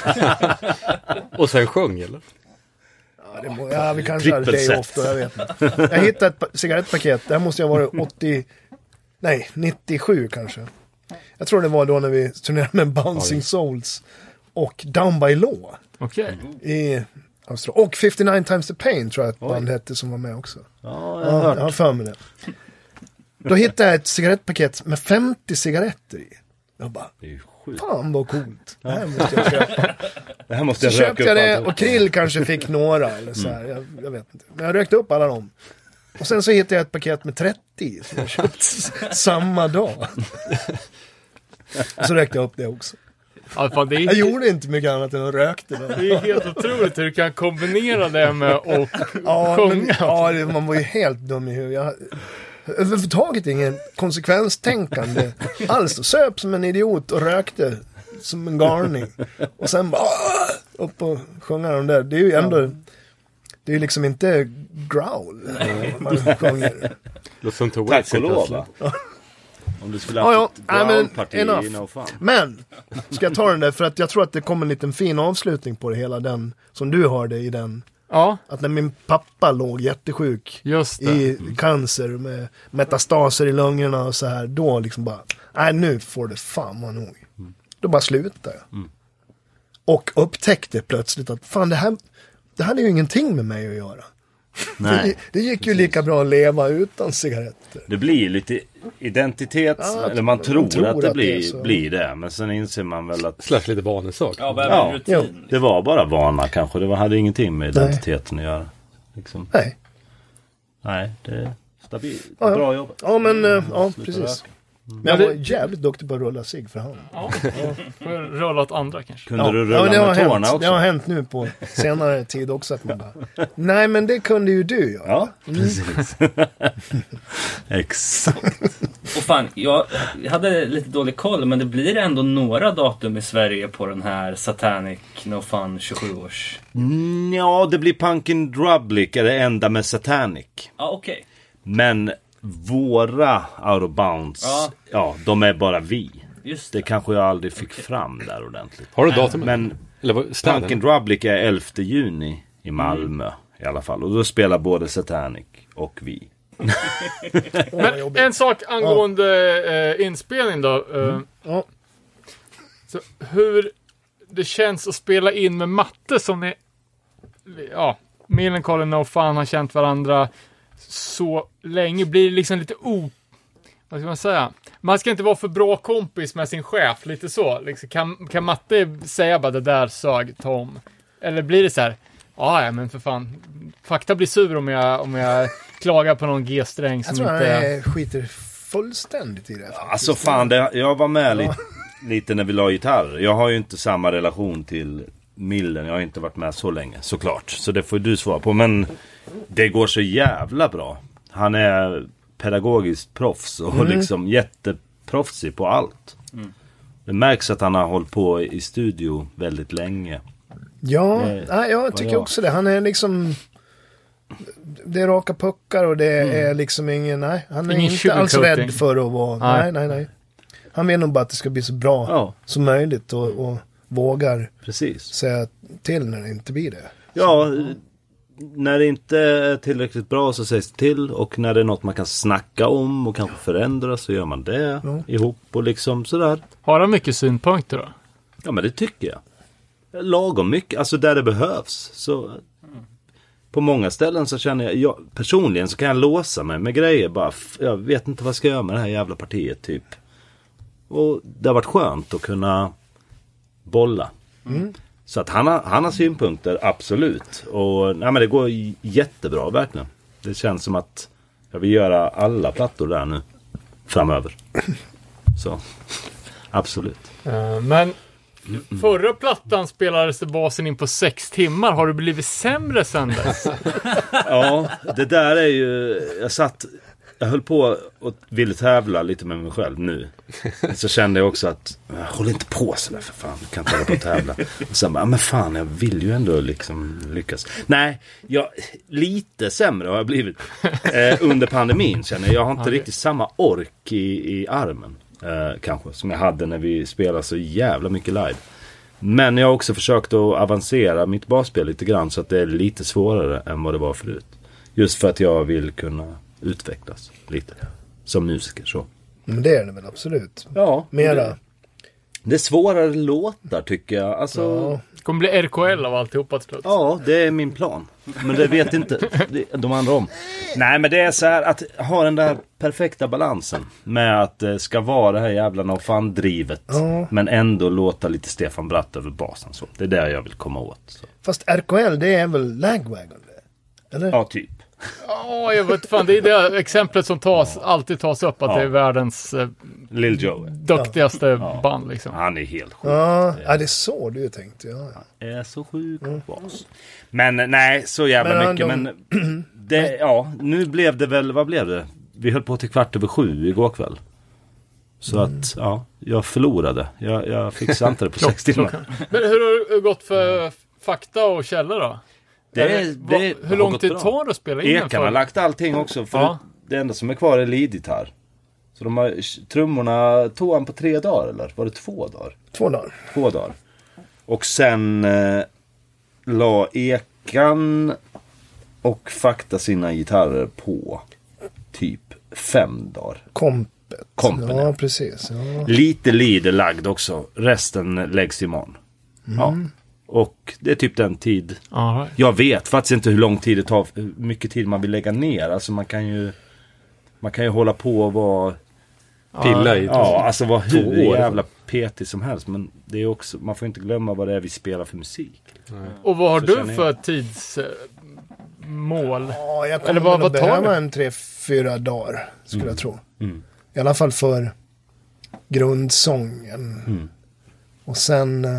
Speaker 4: Och sen sjöng eller?
Speaker 5: Ja, Ja, det må, ja, vi kanske hade
Speaker 6: Trippel
Speaker 5: day off då,
Speaker 6: set.
Speaker 5: jag vet inte. Jag hittade ett pa- cigarettpaket, det här måste jag ha varit 80, nej 97 kanske. Jag tror det var då när vi turnerade med Bouncing Souls och Down by Law
Speaker 1: Okej.
Speaker 5: i Australien. Och 59 times the pain tror jag ett band hette som var med också.
Speaker 6: Ja, jag har
Speaker 5: Ja,
Speaker 6: hört.
Speaker 5: jag har för mig det. Då hittade jag ett cigarettpaket med 50 cigaretter i. Jag bara,
Speaker 6: Det är ju sjukt.
Speaker 5: fan vad coolt. Det här måste jag köpa.
Speaker 6: Det här måste
Speaker 5: Så
Speaker 6: jag
Speaker 5: köpte jag
Speaker 6: röka upp
Speaker 5: det
Speaker 6: alltihop. Mm.
Speaker 5: och Krill kanske fick några eller så här. Jag, jag vet inte. Men jag rökte upp alla dem. Och sen så hittade jag ett paket med 30 som jag köpt s- samma dag. Så rökte jag upp det också.
Speaker 1: Ja, fan, det,
Speaker 5: Jag
Speaker 1: är,
Speaker 5: gjorde inte mycket annat än att rökte det.
Speaker 1: det är helt otroligt hur du kan kombinera det med och
Speaker 5: Ja, men,
Speaker 1: sjunga.
Speaker 5: ja det- man var ju helt dum i huvudet. Jag, överhuvudtaget ingen konsekvenstänkande alls. Jag söp som en idiot och rökte som en galning. Och sen bara "Åh!" upp och sjunga de där. Det är ju ändå, det är ju liksom inte growl man sjunger.
Speaker 4: Låter som Tove alltså.
Speaker 6: Tack och
Speaker 4: helt
Speaker 6: lov.
Speaker 4: plötsligt.
Speaker 6: va? Om du skulle
Speaker 5: Ja,
Speaker 6: haft
Speaker 5: ja. Nej,
Speaker 6: ett
Speaker 5: men
Speaker 6: groundparti,
Speaker 5: enough.
Speaker 6: no fun.
Speaker 5: Men, ska jag ta den där för att jag tror att det kommer en liten fin avslutning på det hela den, som du hörde i den.
Speaker 1: Ja,
Speaker 5: Att när min pappa låg jättesjuk
Speaker 1: just det.
Speaker 5: i
Speaker 6: Mm.
Speaker 5: cancer med metastaser i lungorna och så här. Då liksom bara, nej nu får det fan vara nog.
Speaker 6: Mm.
Speaker 5: Då bara slutade jag. Och upptäckte plötsligt att fan det här, det hade ju ingenting med mig att göra. Det,
Speaker 6: Nej,
Speaker 5: det gick ju lika bra att leva utan cigaretter.
Speaker 6: det blir lite identitet.
Speaker 5: Ja,
Speaker 6: eller man tror,
Speaker 5: tror
Speaker 6: att det
Speaker 5: att det är
Speaker 6: blir
Speaker 5: så.
Speaker 6: det, blir det. Men sen inser man väl att
Speaker 4: Slash lite vanesak.
Speaker 8: Ja, vad är
Speaker 6: Ja.
Speaker 8: rutin?
Speaker 5: Jo.
Speaker 6: det var bara vana kanske. Det var, hade ingenting med
Speaker 5: Nej.
Speaker 6: identiteten att göra. Liksom.
Speaker 5: Nej.
Speaker 6: Nej, det är stabilt.
Speaker 5: Ja, ja.
Speaker 6: Bra jobbat.
Speaker 5: Ja men, eh, ja
Speaker 6: Mm. Sluta
Speaker 5: precis.
Speaker 6: röka.
Speaker 5: Men
Speaker 1: Ja,
Speaker 5: jag
Speaker 1: det-
Speaker 5: var jävligt duktig på att rulla cigg för hand.
Speaker 1: Ja, får rulla åt andra kanske.
Speaker 6: Kunde
Speaker 5: Ja.
Speaker 6: du
Speaker 5: Ja,
Speaker 6: rulla
Speaker 5: men det har
Speaker 6: med tårna
Speaker 5: hänt.
Speaker 6: också?
Speaker 5: Det har hänt nu på senare tid också att man bara, nej men det kunde ju du göra.
Speaker 6: Ja, precis. Exakt.
Speaker 8: Och fan, jag hade lite dålig koll men det blir ändå några datum i Sverige på den här Satanic No Fun 27-års...
Speaker 6: Mm, Ja, det blir Punkin Drublic, är det enda med Satanic.
Speaker 8: Ja, okej.
Speaker 6: Men våra out of bounds,
Speaker 8: Ja.
Speaker 6: ja. de är bara vi.
Speaker 8: Just
Speaker 6: Det
Speaker 8: det.
Speaker 6: kanske jag aldrig fick fram där ordentligt.
Speaker 4: Har du datumet?
Speaker 6: Men
Speaker 4: Eller vad,
Speaker 6: Punkin
Speaker 4: städen?
Speaker 6: Drublic är 11 juni i Malmö i alla fall. Och då spelar både Satanic och vi.
Speaker 5: Åh, vad
Speaker 1: Men
Speaker 5: jobbigt.
Speaker 1: en sak angående eh, inspelning då. Eh,
Speaker 5: Ja.
Speaker 1: så hur det känns att spela in med Matte som ni... Ja, Millencolin och fan har känt varandra så länge. Blir det liksom lite o... Vad ska man säga? Man ska inte vara för bra kompis med sin chef, lite så. Liksom, kan, kan Matte säga bara det där sög Tom? Eller blir det så här? Ja, ja, men för fan. Fakta blir sur om jag, om jag klagar på någon G-sträng som
Speaker 5: Jag tror han
Speaker 1: inte...
Speaker 5: eh, skiter fullständigt i det. faktiskt.
Speaker 6: Alltså fan, det, jag var med lite, lite när vi la gitarr. Jag har ju inte samma relation till Millen. Jag har inte varit med så länge såklart. Så det får ju du svara på. Men det går så jävla bra. Han är pedagogiskt proffs och liksom jätteproffsig på allt. Det märks att han har hållit på i studio väldigt länge.
Speaker 5: Ja,
Speaker 6: Eh,
Speaker 5: nej, jag tycker
Speaker 6: jag.
Speaker 5: också det. Han är liksom... Det är raka puckar och det är liksom ingen... Nej, han är
Speaker 1: Mm. Ingen
Speaker 5: inte alls
Speaker 1: sugarcoating.
Speaker 5: rädd för att vara... Nej,
Speaker 1: Nej.
Speaker 5: nej, nej. Han vill nog bara att det ska bli så bra
Speaker 6: Ja,
Speaker 5: som möjligt och, och vågar
Speaker 6: precis.
Speaker 5: säga till när det inte blir det.
Speaker 6: Ja, när det inte är tillräckligt bra så sägs det till och när det är något man kan snacka om och kanske förändra så gör man det
Speaker 5: Ja.
Speaker 6: ihop och liksom sådär.
Speaker 1: Har han mycket synpunkter då?
Speaker 6: Ja men det tycker jag. Lagom mycket, alltså där det behövs. Så på många ställen så känner jag, jag, personligen så kan jag låsa mig med grejer bara. f- Jag vet inte vad jag ska göra med det här jävla partiet typ. Och det har varit skönt att kunna bolla. Så att han har, han har synpunkter, absolut. Och nej men det går j- jättebra verkligen. Det känns som att jag vill göra alla plattor där nu. Framöver. Så absolut.
Speaker 1: Eh, Men
Speaker 6: mm.
Speaker 1: förra plattan spelades det basen in på sex timmar. Har du blivit sämre sen dess?
Speaker 6: Ja, det där är ju... Jag satt... Jag höll på och ville tävla lite med mig själv nu. Så kände jag också att, "Men håll inte på sådär för fan. Du kan inte hålla på och tävla. Och sen bara, "Ja, men fan jag vill ju ändå liksom lyckas. Nej, jag, lite sämre har jag blivit. Eh, under pandemin känner jag. Jag har inte riktigt samma ork i, i armen. Eh, kanske, som jag hade när vi spelade så jävla mycket live. Men jag har också försökt att avancera mitt basspel lite grann så att det är lite svårare än vad det var förut. Just för att jag vill kunna utvecklas lite. Som musiker så.
Speaker 5: Men det är det väl absolut.
Speaker 6: Ja,
Speaker 5: Mera.
Speaker 6: Det är svårare låtar tycker jag. Alltså, ja.
Speaker 1: Det kommer bli RKL av alltihopa till slut.
Speaker 6: det är min plan. Men det vet inte det- de andra om. Nej, men det är så här att ha den där perfekta balansen. Med att det ska vara det här jävla no fan-drivet. Men ändå låta lite Stefan Bratt över basen. Så. Det är det jag vill komma åt. Så.
Speaker 5: Fast RKL det är väl Lagwagon? det? Eller?
Speaker 6: Ja, typ.
Speaker 1: Ja, jag vet fan. Det är det exemplet som tas, alltid tas upp, att
Speaker 6: Ja.
Speaker 1: det är världens eh,
Speaker 6: Lill Joe.
Speaker 1: duktigaste band liksom.
Speaker 6: Han är helt sjuk.
Speaker 5: Ja, ja, det är så du tänkte. Ja. ja.
Speaker 6: är så sjuk
Speaker 1: Mm.
Speaker 6: bas. Men nej, så jävla
Speaker 5: Men han-
Speaker 6: mycket. Men det, ja, nu blev det väl, vad blev det? Vi höll på till kvart över sju igår kväll. Så
Speaker 1: Mm.
Speaker 6: att, ja, jag förlorade. Jag, jag fixade inte det på sex timmar.
Speaker 1: Men hur har det gått för fakta och källor då?
Speaker 6: Det,
Speaker 1: Är
Speaker 6: är-
Speaker 1: vad-
Speaker 6: det
Speaker 1: hur lång tid tar det att spela in en
Speaker 6: Ekan har
Speaker 1: för?
Speaker 6: lagt allting också. För
Speaker 1: Ja.
Speaker 6: Det enda som är kvar är leadgitarr. Så de har trummorna, tog han på tre dagar eller? Var det två dagar?
Speaker 5: Två dagar.
Speaker 6: två dagar. Och sen eh, la Ekan och Fakta sina gitarrer på typ fem dagar.
Speaker 5: Kompet.
Speaker 6: Kompet,
Speaker 5: Ja,
Speaker 6: ja.
Speaker 5: precis. Ja.
Speaker 6: Lite lead är lagd också. Resten läggs imorgon. Ja. Och det är typ den tid.
Speaker 1: All right.
Speaker 6: Jag vet faktiskt inte hur lång tid det tar, hur mycket tid man vill lägga ner. Alltså man kan ju, man kan ju hålla på och vara
Speaker 4: Pilla i.
Speaker 6: Ja, alltså vad hur
Speaker 4: år.
Speaker 6: jävla petig som helst. Men det är också, man får inte glömma vad det är vi spelar för musik.
Speaker 1: Och vad har
Speaker 6: Så
Speaker 1: du
Speaker 6: känner jag.
Speaker 1: för eh, tidsmål?
Speaker 5: Ja, jag kommer
Speaker 1: Eller vad-
Speaker 5: väl
Speaker 1: vad
Speaker 5: att
Speaker 1: tar Mm.
Speaker 5: behöva
Speaker 1: det?
Speaker 5: en tre, fyra dagar skulle jag tro. I alla fall för grundsången.
Speaker 1: Mm.
Speaker 5: Och sen, eh,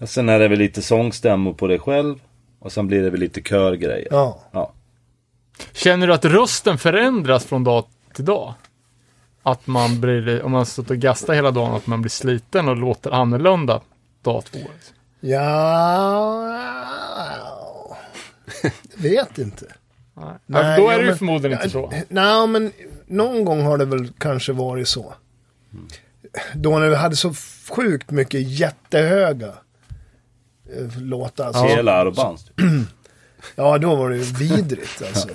Speaker 6: Och sen är det väl lite sångstämmor på dig själv. Och sen blir det väl lite körgrejer.
Speaker 5: ja.
Speaker 6: Ja.
Speaker 1: Känner du att rösten förändras från dag till dag? Att man blir, om man har suttit och gastat hela dagen, att man blir sliten och låter annorlunda dag två? liksom?
Speaker 5: Ja... Jag vet inte.
Speaker 1: Nej.
Speaker 5: Nej,
Speaker 1: Alltså, då är
Speaker 5: ja,
Speaker 1: det ju
Speaker 5: men-
Speaker 1: förmodligen inte så.
Speaker 5: Nej, men någon gång har det väl kanske varit så. Då när vi hade så sjukt mycket jättehöga eh, låtar. Alltså. Ja.
Speaker 6: Hela Arobans.
Speaker 5: då var det ju vidrigt alltså.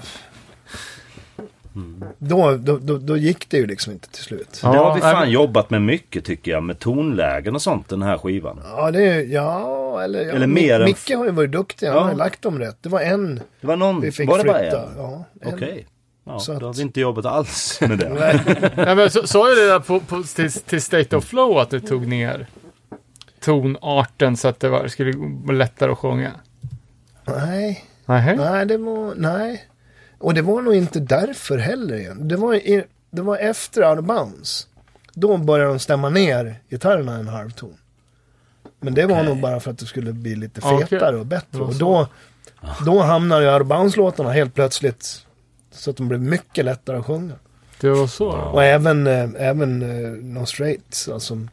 Speaker 5: Då, då, då, då gick det ju liksom inte till slut.
Speaker 6: Det har vi
Speaker 1: nej,
Speaker 6: fan
Speaker 1: men-
Speaker 6: jobbat med mycket tycker jag. Med tonlägen och sånt den här skivan.
Speaker 5: Ja, det är, ja eller, ja,
Speaker 6: Eller
Speaker 5: Mi-
Speaker 6: mer än-
Speaker 5: Micke har ju varit duktig. Han har ju
Speaker 6: Ja.
Speaker 5: lagt dem rätt. Det var en
Speaker 6: Det var någon,
Speaker 5: vi fick
Speaker 6: var det bara
Speaker 5: flytta.
Speaker 6: en?
Speaker 5: Ja, en.
Speaker 6: Okej. Ja,
Speaker 5: Så att-
Speaker 6: då har vi inte jobbat alls med det.
Speaker 1: Nej, men så- Sa jag det där på, på, till, till State of Flow att du tog ner tonarten så att det var, skulle gå lättare att sjunga?
Speaker 5: Nej.
Speaker 1: Nej.
Speaker 5: Nej, det var, nej. Och det var nog inte därför heller igen. Det var, i, det var efter Out of Bounds. Då började de stämma ner gitarrerna en halv ton. Men det var nog bara för att det skulle bli lite
Speaker 1: Okej.
Speaker 5: fetare och bättre.
Speaker 1: Det var
Speaker 5: Och
Speaker 1: så.
Speaker 5: då, då hamnade ju Out of Bounds-låtarna helt plötsligt så att de blev mycket lättare att sjunga.
Speaker 1: Det var så? då.
Speaker 5: Och även, eh, även eh, No Straits, alltså.
Speaker 1: Mm.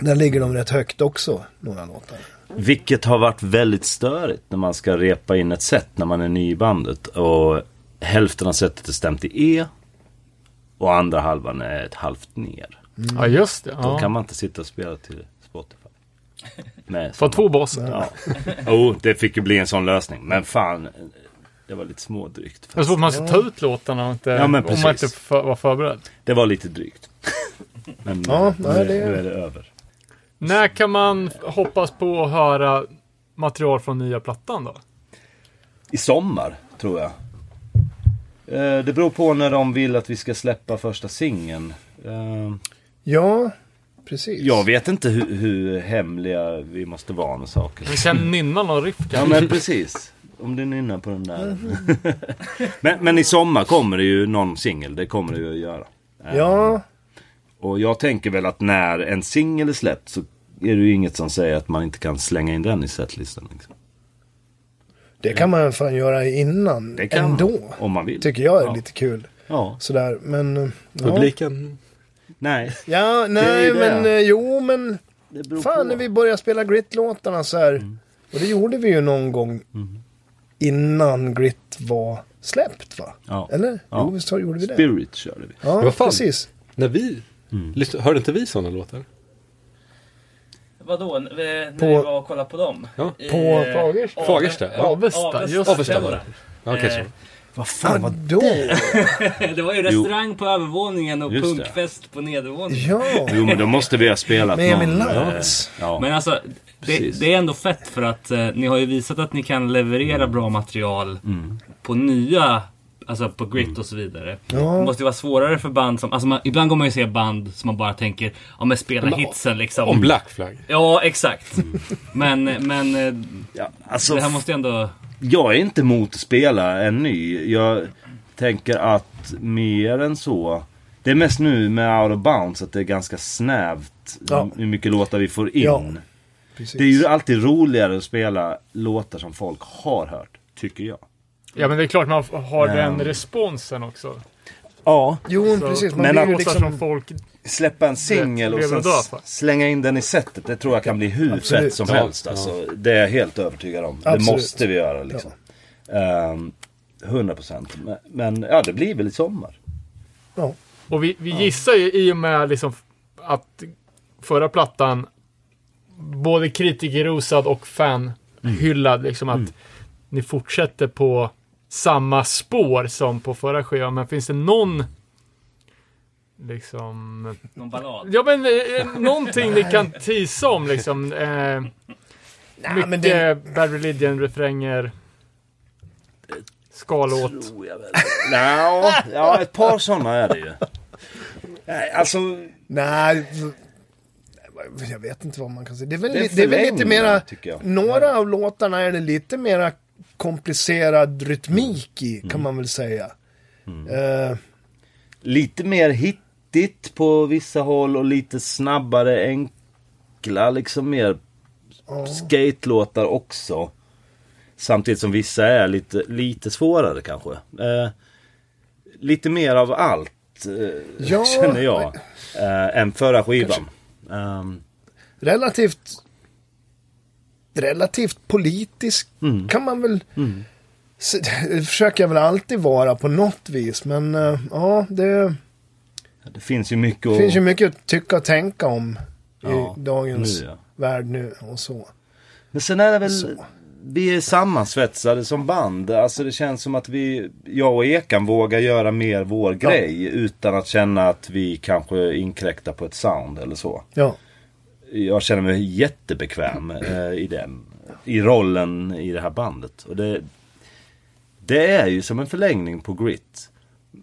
Speaker 5: Där ligger de rätt högt också, några låtar.
Speaker 6: Vilket har varit väldigt störigt när man ska repa in ett set när man är ny i bandet. Och hälften av setet är stämt i E. Och andra halvan är ett halvt ner.
Speaker 1: Ja, just det.
Speaker 6: Då kan
Speaker 1: Ja.
Speaker 6: man inte sitta och spela till Spotify. Med
Speaker 1: För
Speaker 6: samma-
Speaker 1: två bossar.
Speaker 6: Ja. Jo, det fick ju bli en sån lösning. Men fan, det var lite smådrygt.
Speaker 1: Det är så att man ska ta ut låtarna och inte,
Speaker 6: Ja, men
Speaker 1: om man inte
Speaker 6: precis.
Speaker 1: för, var förberedd.
Speaker 6: Det var lite drygt. Men
Speaker 5: Ja,
Speaker 6: ja,
Speaker 5: nej,
Speaker 6: nu,
Speaker 5: det-
Speaker 6: nu är det över.
Speaker 1: När kan man hoppas på att höra material från nya plattan då?
Speaker 6: I sommar, tror jag. Eh, Det beror på när de vill att vi ska släppa första singeln. Eh,
Speaker 5: Ja, precis.
Speaker 6: Jag vet inte hur, hur hemliga vi måste vara med saker.
Speaker 1: Vi känner innan någon riff
Speaker 6: Ja
Speaker 1: kanske?
Speaker 6: men precis. Om du nynnar på den där. men, men i sommar kommer det ju någon singel. Det kommer det ju att göra. Eh,
Speaker 5: Ja,
Speaker 6: Och jag tänker väl att när en singel är släppt så är det ju inget som säger att man inte kan slänga in den i setlistan. Liksom.
Speaker 5: Det kan man fan göra innan
Speaker 6: Det kan
Speaker 5: ändå.
Speaker 6: man, om man vill.
Speaker 5: Tycker jag är
Speaker 6: Ja.
Speaker 5: lite kul.
Speaker 6: Ja.
Speaker 5: Sådär, men... eh, Ja,
Speaker 4: Publiken.
Speaker 6: Nej.
Speaker 5: ja
Speaker 6: Det är
Speaker 5: nej
Speaker 6: ju det.
Speaker 5: men eh, jo men...
Speaker 6: Det beror
Speaker 5: Fan när vi började spela Grit-låtarna så här.
Speaker 6: Mm.
Speaker 5: Och det gjorde vi ju någon gång innan Grit var släppt va?
Speaker 6: Ja.
Speaker 5: Eller?
Speaker 6: Ja.
Speaker 5: Jo visst har- gjorde vi det?
Speaker 6: Spirit körde vi.
Speaker 5: Ja,
Speaker 4: Vad fan?
Speaker 5: precis.
Speaker 4: När vi... Lyssna- Hörde inte vi sådana låtar?
Speaker 8: vadå? N- eh, När
Speaker 5: På-
Speaker 8: vi var och kollade på dem?
Speaker 4: Ja.
Speaker 8: I,
Speaker 5: På
Speaker 8: eh,
Speaker 5: Fagersta?
Speaker 8: Ave-
Speaker 4: Fagersta, ja.
Speaker 1: Avesta, just
Speaker 4: Avesta var det. Ja, okej,
Speaker 8: Eh,
Speaker 4: så.
Speaker 6: Vad fan var
Speaker 5: Då?
Speaker 8: Det var ju restaurang på övervåningen och
Speaker 6: Just det.
Speaker 8: punkfest på nedervåningen.
Speaker 5: Ja.
Speaker 6: Jo, men då måste vi ha spelat
Speaker 5: Med Emil
Speaker 6: någon...
Speaker 5: Lantz.
Speaker 6: eh, Ja.
Speaker 8: Men alltså, det,
Speaker 6: Precis.
Speaker 8: det är ändå fett för att eh, ni har ju visat att ni kan leverera bra material
Speaker 6: Mm.
Speaker 8: på nya, alltså på grit och så vidare. Det måste ju vara svårare för band som, alltså man, ibland går man ju se band som man bara tänker, ja men spela
Speaker 4: Men,
Speaker 8: hitsen liksom.
Speaker 4: Om Black Flag.
Speaker 8: Ja, exakt.
Speaker 6: Mm.
Speaker 8: Men, men eh,
Speaker 6: ja, alltså,
Speaker 8: det här måste ju ändå...
Speaker 6: jag är inte emot att spela en ny. Jag tänker att mer än så. Det är mest nu med Out of Bounds att det är ganska snävt
Speaker 5: Ja.
Speaker 6: hur mycket låtar vi får in.
Speaker 5: Ja, Precis.
Speaker 6: Det är ju alltid roligare att spela låtar som folk har hört, tycker jag.
Speaker 1: Ja, men det är klart man har den
Speaker 6: Ehm.
Speaker 1: responsen också.
Speaker 6: Ja,
Speaker 5: Jo,
Speaker 1: Så-
Speaker 5: precis. Man
Speaker 6: Men
Speaker 5: blir
Speaker 6: att-
Speaker 5: ju
Speaker 1: Låtar
Speaker 5: liksom...
Speaker 1: från folk
Speaker 6: släppa en singel och
Speaker 1: Rätt,
Speaker 6: sen
Speaker 1: lever och dör, va?
Speaker 6: s- slänga in den i setet. Det tror jag kan bli hur
Speaker 5: Absolut.
Speaker 6: fett som
Speaker 4: Ja,
Speaker 6: helst.
Speaker 4: ja.
Speaker 6: Alltså, Det är jag helt övertygad om.
Speaker 5: Absolut.
Speaker 6: Det måste vi göra liksom. Ehm, 100 procent. Men ja, det blir väl i sommar.
Speaker 5: Ja.
Speaker 1: Och vi, vi gissar ju i och med liksom att förra plattan både kritikerrosad och fanhyllad.
Speaker 6: Mm.
Speaker 1: Liksom att ni fortsätter på samma spår som på förra skivan. Men finns det någon liksom...
Speaker 8: Någon ballad.
Speaker 1: Ja men eh, någonting ni kan tisa om liksom. Eh,
Speaker 5: Nej, men
Speaker 1: mycket
Speaker 5: det,
Speaker 1: Bad Religion-refränger. Skalåt.
Speaker 6: Nå, ja, ett par sådana är det ju. Nej, Alltså,
Speaker 5: nej, jag vet inte vad man kan säga. Det är väl,
Speaker 6: Det är
Speaker 5: li- det är väl lite
Speaker 6: förlängning,
Speaker 5: mera...
Speaker 6: tycker jag.
Speaker 5: Några av låtarna är det lite mera komplicerad rytmik i,
Speaker 6: Mm.
Speaker 5: kan man väl säga. Eh,
Speaker 6: lite mer hittigt på vissa håll och lite snabbare, enkla, liksom mer skatelåtar också. Samtidigt som vissa är lite, lite svårare kanske. Eh, lite mer av allt eh,
Speaker 5: Ja.
Speaker 6: känner jag. Eh, än förra skivan. Ehm,
Speaker 5: relativt... Relativt politisk
Speaker 6: Mm.
Speaker 5: kan man väl... Se- Det försöker jag väl alltid vara på något vis, men eh, ja, det...
Speaker 6: det finns ju mycket
Speaker 5: Det
Speaker 6: att...
Speaker 5: finns ju mycket att tycka och tänka om i
Speaker 6: Ja,
Speaker 5: dagens
Speaker 6: nu, ja.
Speaker 5: värld nu och så.
Speaker 6: Men sen är det väl,
Speaker 5: Så.
Speaker 6: vi är sammansvetsade som band. Alltså det känns som att vi, jag och Ekan vågar göra mer vår grej utan att känna att vi kanske inkräktar på ett sound eller så.
Speaker 5: Ja,
Speaker 6: Jag känner mig jättebekväm eh, i den, i rollen i det här bandet. Och det, det är ju som en förlängning på grit.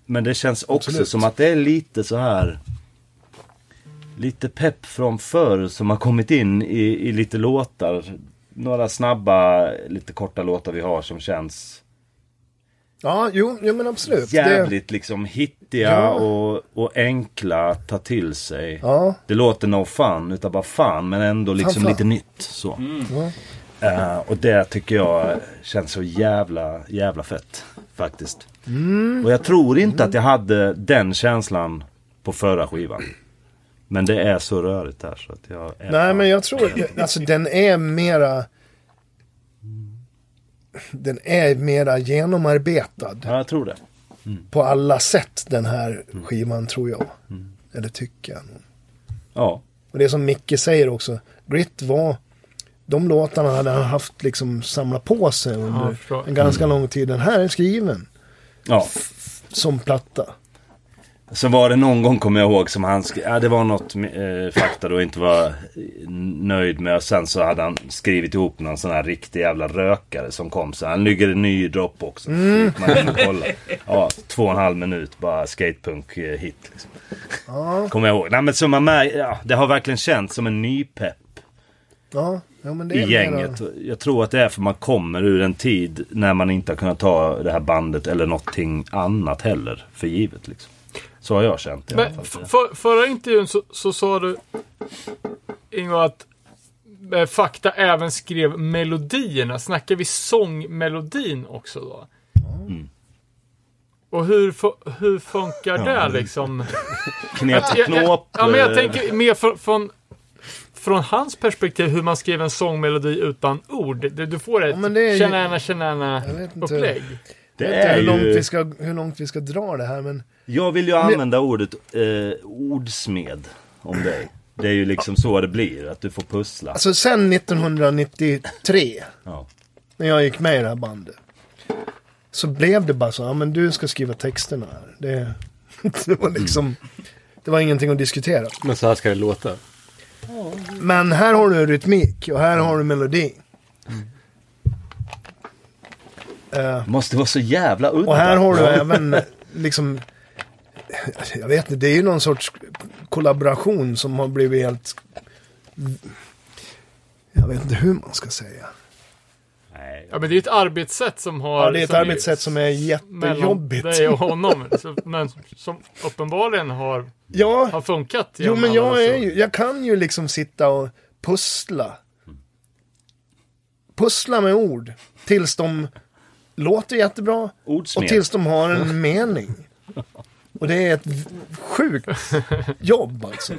Speaker 6: Men det känns också
Speaker 5: Absolut.
Speaker 6: som att det är lite så här Lite pepp från förr som har kommit in i, i lite låtar. Några snabba, lite korta låtar vi har som känns
Speaker 5: ja jo, jo, men absolut.
Speaker 6: jävligt liksom hittiga
Speaker 5: Ja.
Speaker 6: och, och enkla att ta till sig.
Speaker 5: Det, ja,
Speaker 6: Det låter no fun utan bara fan men ändå liksom
Speaker 5: fan.
Speaker 6: lite nytt. Så. Eh, och det tycker jag känns så jävla, jävla fett faktiskt.
Speaker 5: Mm.
Speaker 6: Och jag tror inte att jag hade den känslan på förra skivan. Men det är så rörigt där så att jag...
Speaker 5: nej
Speaker 6: är fan-
Speaker 5: men jag tror, alltså den är mera... Den är mera genomarbetad
Speaker 6: Ja, jag tror det.
Speaker 5: på alla sätt den här
Speaker 6: Mm.
Speaker 5: skivan tror jag. Eller tycker jag. nog.
Speaker 6: Ja.
Speaker 5: Och det som Micke säger också, Grit var... De låtarna hade han haft liksom samlat på sig
Speaker 1: Ja,
Speaker 5: under
Speaker 1: förstår.
Speaker 5: en ganska
Speaker 6: Mm.
Speaker 5: lång tid. Den här är skriven
Speaker 6: ja.
Speaker 5: som platta.
Speaker 6: Så var det någon gång kommer jag ihåg som han skrev, ja, det var något eh, fakta då inte var eh, nöjd med. Och sen så hade han skrivit ihop någon sån här riktig jävla rökare som kom så han ligger i en ny dropp också.
Speaker 5: Mm.
Speaker 6: Gick Man in och kollade. Ja, två och en halv minut bara skatepunk eh, hit liksom. Kommer jag ihåg. Nej men så man mär, ja, det har verkligen känts som en ny pepp
Speaker 5: Ja, ja men det är
Speaker 6: i
Speaker 5: mera-
Speaker 6: gänget. Jag tror att det är för man kommer ur en tid när man inte har kunnat ta det här bandet eller någonting annat heller för givet liksom. Så har jag känt i alla
Speaker 1: Men
Speaker 6: fall.
Speaker 1: f- för, förra intervjun så, så sa du, Ingo, att eh, Fakta även skrev melodierna. Snackar vi sångmelodin också då? Och hur, fu- hur funkar det liksom?
Speaker 6: Knep och
Speaker 1: Alltså, Jag- jag-
Speaker 6: knåp.
Speaker 1: Ja, men
Speaker 6: eh,
Speaker 1: jag tänker mer fr- från, från hans perspektiv hur man skriver en sångmelodi utan ord. Du, du får ett
Speaker 5: Ja, men det är ju-
Speaker 1: tjena tjena
Speaker 5: Jag vet inte.
Speaker 1: upplägg.
Speaker 6: det
Speaker 5: Jag vet inte
Speaker 6: är
Speaker 5: hur, långt
Speaker 6: ju,
Speaker 5: vi ska, hur långt vi ska dra det här men
Speaker 6: jag vill ju använda ordet eh, ordsmed om dig. Det är ju liksom så det blir, att du får pussla.
Speaker 5: Alltså sen 1993,
Speaker 6: Ja.
Speaker 5: när jag gick med i det här bandet. Så blev det bara så, ja men du ska skriva texterna här. Det, det var liksom, det var ingenting att diskutera.
Speaker 4: Men så här ska det låta.
Speaker 5: Men här har du rytmik och här har du melodi. Eh,
Speaker 6: Måste vara så jävla udda.
Speaker 5: och här har du även liksom, jag vet inte, det är ju någon sorts kollaboration som har blivit helt, jag vet inte hur man ska säga.
Speaker 6: Nej.
Speaker 1: Ja, men det är ju ett arbetssätt som har...
Speaker 5: Ja, det är ett
Speaker 1: som
Speaker 5: arbetssätt som är
Speaker 1: Mellan
Speaker 5: jättejobbigt.
Speaker 1: dig och honom. Så, men som uppenbarligen har, har
Speaker 5: Ja,
Speaker 1: funkat.
Speaker 5: jo
Speaker 1: genom
Speaker 5: men
Speaker 1: alla
Speaker 5: jag,
Speaker 1: dessa
Speaker 5: är
Speaker 1: år.
Speaker 5: ju, jag kan ju liksom sitta och pussla. Pussla med ord. Tills de låter jättebra och
Speaker 6: Ordsmed.
Speaker 5: tills de har en mening. Och det är ett v- sjukt jobb alltså.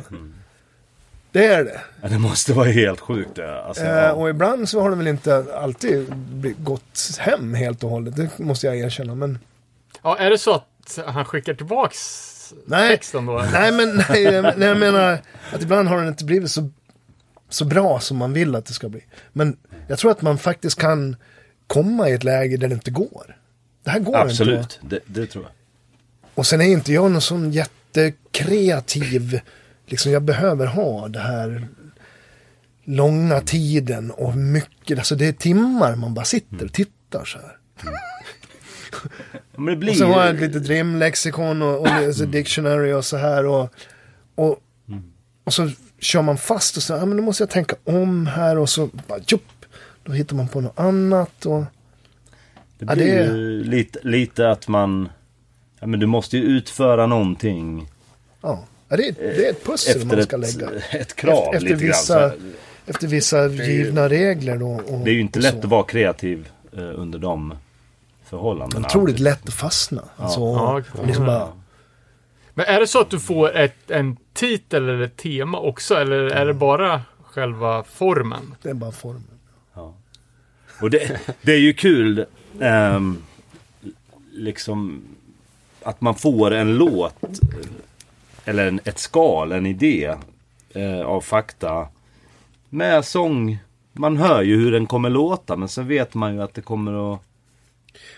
Speaker 5: Det är det.
Speaker 6: Ja, det måste vara helt sjukt det. Alltså,
Speaker 5: Eh,
Speaker 6: ja.
Speaker 5: och ibland så har det väl inte alltid bli- gått hem helt och hållet. Det måste jag erkänna. Men
Speaker 1: Ja, är det så att han skickar tillbaks
Speaker 5: Nej.
Speaker 1: texten då?
Speaker 5: Nej men nej, jag, nej, jag menar att ibland har den inte blivit så, så bra som man vill att det ska bli. Men jag tror att man faktiskt kan komma i ett läge där det inte går. Det här går inte.
Speaker 6: Absolut, det, det tror jag.
Speaker 5: Och sen är inte jag någon sån jättekreativ, liksom jag behöver ha det här långa tiden och mycket, alltså det är timmar man bara sitter och tittar så här.
Speaker 6: Men det blir
Speaker 5: Och så har jag lite Dream-lexikon och, och alltså dictionary och så här. Och, och, och så kör man fast och så, ja men då måste jag tänka om här och så bara jupp. Då hittar man på något annat och
Speaker 6: Det
Speaker 5: Ja,
Speaker 6: blir
Speaker 5: det-
Speaker 6: ju lite, lite att man... Ja, men du måste ju utföra någonting
Speaker 5: ja. ja det, är, det är ett pussel
Speaker 6: efter
Speaker 5: man ska
Speaker 6: ett,
Speaker 5: lägga.
Speaker 6: ett krav
Speaker 5: Efter- efter
Speaker 6: lite
Speaker 5: vissa-
Speaker 6: grann. Så här,
Speaker 5: Efter vissa givna regler då. Och,
Speaker 6: Det är ju inte
Speaker 5: och
Speaker 6: lätt
Speaker 5: så.
Speaker 6: att vara kreativ eh, under de förhållandena.
Speaker 5: Otroligt lätt att fastna. Alltså,
Speaker 1: Ja,
Speaker 5: och liksom bara,
Speaker 1: Men är det så att du får ett, en titel eller ett tema också? Eller är det bara själva formen?
Speaker 5: det är bara formen.
Speaker 6: Och det, det är ju kul ehm, liksom att man får en låt eh, eller en, ett skal, en idé eh, av fakta med sång. Man hör ju hur den kommer låta men sen vet man ju att det kommer att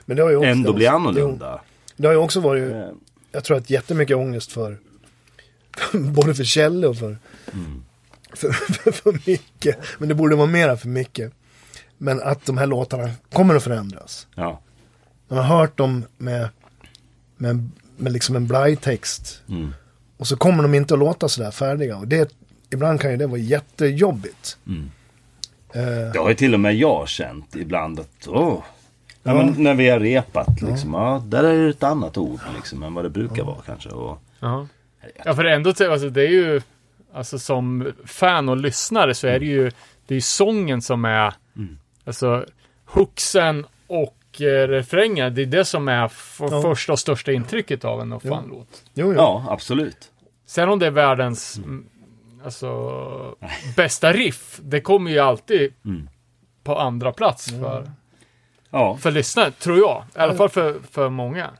Speaker 5: Men det har ju också,
Speaker 6: ändå bli
Speaker 5: det-
Speaker 6: annorlunda.
Speaker 5: Det har ju också varit
Speaker 6: Eh,
Speaker 5: jag tror att jättemycket ångest för både för Kjelle och för, för, för, för Micke. Men det borde vara mera för Micke. Men att de här låtarna kommer att förändras.
Speaker 6: Ja,
Speaker 5: Man har hört dem med, med, med liksom en blajtext.
Speaker 6: Mm.
Speaker 5: Och så kommer de inte att låta sådär färdiga. Och det, ibland kan ju det vara jättejobbigt. Eh,
Speaker 6: det har ju till och med jag känt ibland att åh, ja, men när vi har repat liksom, ja, där är det ett annat ord liksom, än vad det brukar vara kanske. Och,
Speaker 1: Ja. Ja, för det är ändå, till- alltså det är ju, alltså som fan och lyssnare så är det ju, det är ju sången som är,
Speaker 6: Mm.
Speaker 1: alltså hooksen och eh, refrängen, det är det som är f-
Speaker 5: Ja.
Speaker 1: första och största intrycket av en och fan-låt.
Speaker 5: jo, jo.
Speaker 6: ja, absolut.
Speaker 1: Sen om det är världens, mm, alltså, bästa riff, det kommer ju alltid
Speaker 6: Mm.
Speaker 1: på andra plats för,
Speaker 6: Ja,
Speaker 1: för lyssnare, tror jag. I alla fall för, för många.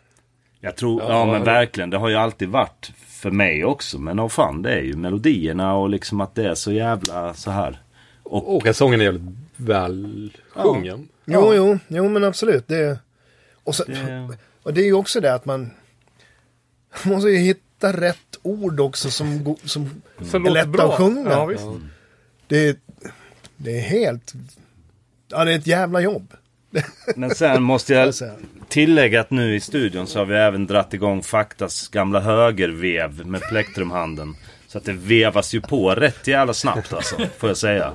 Speaker 6: jag tror, ja,
Speaker 4: Ja,
Speaker 6: men
Speaker 4: det-
Speaker 6: verkligen. Det har ju alltid varit för mig också. Men åh fan, det är ju melodierna och liksom att det är så jävla så här.
Speaker 4: Och att sången är jävligt väl sjungen.
Speaker 5: Jo, jo, jo, men absolut. Det, och, så,
Speaker 6: Det-
Speaker 5: och det är ju också det att man man måste ju hitta rätt ord också som, go- som
Speaker 1: Som
Speaker 5: är
Speaker 1: låter
Speaker 5: lätta
Speaker 1: bra.
Speaker 5: att sjunga.
Speaker 1: Ja, visst.
Speaker 5: det, är- det är helt... Ja, det är ett jävla jobb.
Speaker 6: Men sen måste jag
Speaker 5: Alltså.
Speaker 6: tillägga att nu i studion så har vi även dratt igång Faktas gamla högervev med plektrumhanden. Så att det vevas ju på rätt jävla snabbt alltså, får jag säga.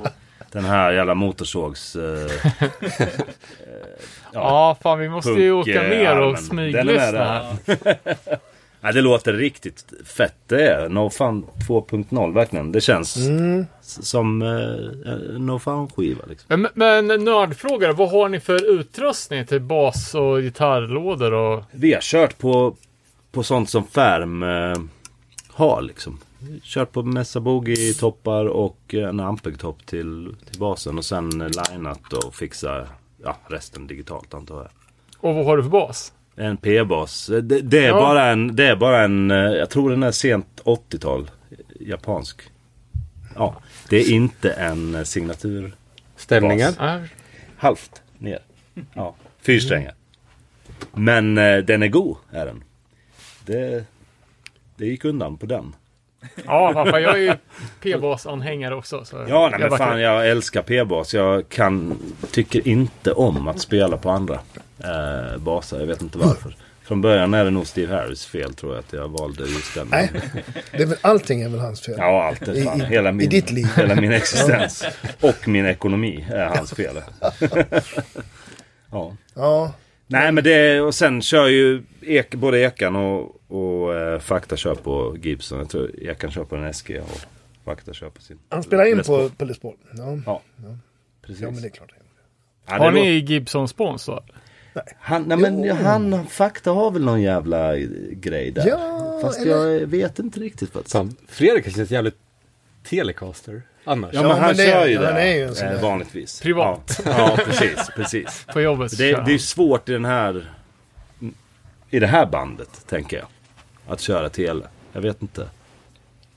Speaker 6: Den här jävla motorsågs... Eh,
Speaker 1: Ja, fan vi måste ju
Speaker 6: Punk,
Speaker 1: åka
Speaker 6: eh,
Speaker 1: ner och
Speaker 6: armen. Den är med
Speaker 1: smyglyssna.
Speaker 6: där.
Speaker 1: här.
Speaker 6: Ja, det låter riktigt fett det är. No Fun 2.0 verkligen. Det känns s- som eh, No Fun-skiva liksom.
Speaker 1: Men, men nördfrågor, vad har ni för utrustning till bas och gitarrlådor och...
Speaker 6: Vi har kört på, på sånt som Färm eh, har liksom. Kört på Messa Boogie-toppar och eh, en Ampeg-topp till, till basen. Och sen eh, linat och fixa ja, resten digitalt antar jag.
Speaker 1: Och vad har du för bas?
Speaker 6: En P-bas. Eh, Det, det, är
Speaker 1: Ja.
Speaker 6: bara en, det är bara en, eh, jag tror den är sent 80-tal. eh, Japansk. ja, det är inte en eh, signatur
Speaker 4: Ställningar?
Speaker 1: Nej,
Speaker 6: halvt ner. Ja, fyrsträngar. Men eh, den är god, är den. Det, det gick undan på den.
Speaker 1: Ja, vad fan, jag är ju p-bas-anhängare också. Så
Speaker 6: Ja, nej, men
Speaker 1: bara-
Speaker 6: fan jag älskar p-bas. Jag kan, tycker inte om att spela på andra eh, basar. Jag vet inte varför. Från början är det nog Steve Harris fel tror jag att jag valde just den.
Speaker 5: Nej, det är väl, allting är väl hans fel.
Speaker 6: Ja, allt är fan.
Speaker 5: I- i-
Speaker 6: hela
Speaker 5: i
Speaker 6: min,
Speaker 5: ditt liv.
Speaker 6: Hela min existens. Och min ekonomi är hans fel. ja.
Speaker 5: Ja,
Speaker 6: Nej, men det och sen kör ju ek, både Ekan och, och eh, Fakta kör på Gibson. Jag tror Ekan kör på en SG och Fakta kör på sin.
Speaker 5: han spelar in
Speaker 6: Les Paul.
Speaker 5: på, på Les Paul. Ja,
Speaker 6: Ja,
Speaker 5: ja, men
Speaker 6: precis.
Speaker 5: det är klart.
Speaker 6: Ja, det
Speaker 1: Har
Speaker 6: låter-
Speaker 1: ni Gibson-spons då?
Speaker 6: Han, nej men han, fakta har väl någon jävla eh, grej där.
Speaker 5: Ja,
Speaker 6: Fast
Speaker 5: eller-
Speaker 6: jag vet inte riktigt vad det är.
Speaker 4: Fan, Fredrik känns jävligt telecaster annars.
Speaker 6: Ja,
Speaker 5: men
Speaker 6: men han
Speaker 5: det-
Speaker 6: kör ju det.
Speaker 5: han är ju en sån
Speaker 6: eh,
Speaker 5: där.
Speaker 6: vanligtvis.
Speaker 1: Privat.
Speaker 6: Ja, ja precis, precis.
Speaker 1: På jobbet så
Speaker 6: Det,
Speaker 1: kör
Speaker 6: det är
Speaker 1: han.
Speaker 6: svårt i den här... I det här bandet, tänker jag. Att köra tele. Jag vet inte.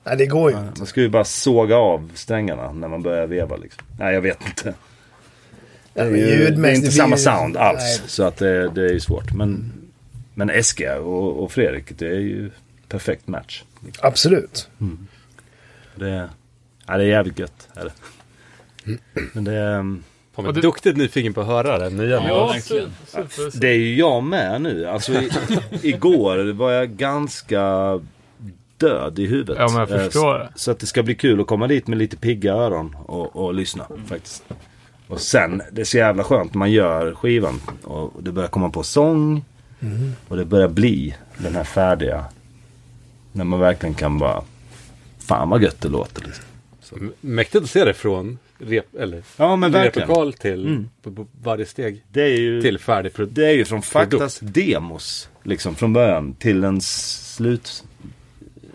Speaker 5: Nej, det går ju inte.
Speaker 6: Man ska ju bara såga av strängarna när man börjar veva liksom. Nej, jag vet inte. Det är,
Speaker 5: men
Speaker 6: ju, det är
Speaker 5: ljudmässigt
Speaker 6: inte
Speaker 5: blir
Speaker 6: samma
Speaker 5: ju-
Speaker 6: sound alls.
Speaker 5: Nej.
Speaker 6: Så att det, det är ju svårt. Men, men Eske och, och Fredrik, det är ju perfekt match.
Speaker 5: Absolut.
Speaker 6: Det, ja, det är jävligt gött. Är det. Men det, ehm,
Speaker 4: Fan, vad Duktigt nyfiken på att höra den nya.
Speaker 1: Ja,
Speaker 4: låten.
Speaker 1: su- super.
Speaker 6: det är ju jag med nu. Alltså, i, igår var jag ganska död i huvudet.
Speaker 1: Ja, men jag
Speaker 6: Eh,
Speaker 1: förstår
Speaker 6: s-
Speaker 1: det.
Speaker 6: Så att det ska bli kul att komma dit med lite pigga öron och, och lyssna faktiskt. Och sen, det är så jävla skönt när man gör skivan och det börjar komma på sång. Och det börjar bli den här färdiga. När man verkligen kan bara, fan vad gött det låter liksom.
Speaker 4: M- Mäktigt att se det från rep, eller,
Speaker 6: Ja men verkligen. Mm.
Speaker 4: repokal till på, på varje steg
Speaker 6: Det är ju...
Speaker 4: till färdig produkt.
Speaker 6: Det är ju från
Speaker 4: Produkt.
Speaker 6: faktas demos, liksom från början till en s- slut,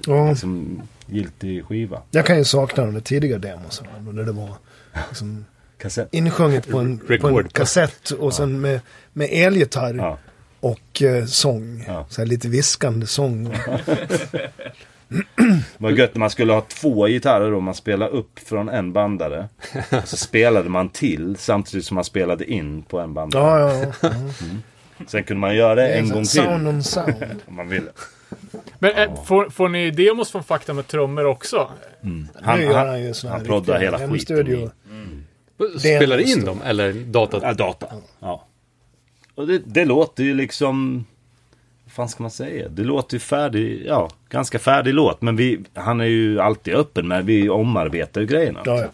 Speaker 5: Ja,
Speaker 6: liksom giltig skiva.
Speaker 5: jag kan ju sakna de där tidiga demosarna. När det var liksom
Speaker 6: Kassett.
Speaker 5: insjunget på en, på en
Speaker 4: Record.
Speaker 5: kassett och sen med, med elgitarr
Speaker 6: Ja.
Speaker 5: och eh, sång.
Speaker 6: Ja.
Speaker 5: Så här lite viskande sång.
Speaker 6: Vad gött när man skulle ha två gitarrer och man spelade upp från en bandare. Och så spelade man till samtidigt som man spelade in på en bandare.
Speaker 5: Ja, ja, ja.
Speaker 6: Sen kunde man göra det en gång
Speaker 5: Sound
Speaker 6: till
Speaker 5: on sound.
Speaker 6: om man ville.
Speaker 1: Men eh, får, får ni demos från Fakta med trummor också?
Speaker 6: Han,
Speaker 5: nu gör han ju sån här
Speaker 6: han proddar
Speaker 5: riktiga
Speaker 6: hela skiten
Speaker 5: hemstudio.
Speaker 6: i-
Speaker 4: Spelar in dem eller datat?
Speaker 6: Ja, data. Ja. Och det, det låter ju liksom... Vad fan ska man säga? Det låter ju färdig, ja, ganska färdig låt. Men vi, han är ju alltid öppen med, vi omarbetar ju grejerna.
Speaker 5: Ja, ja.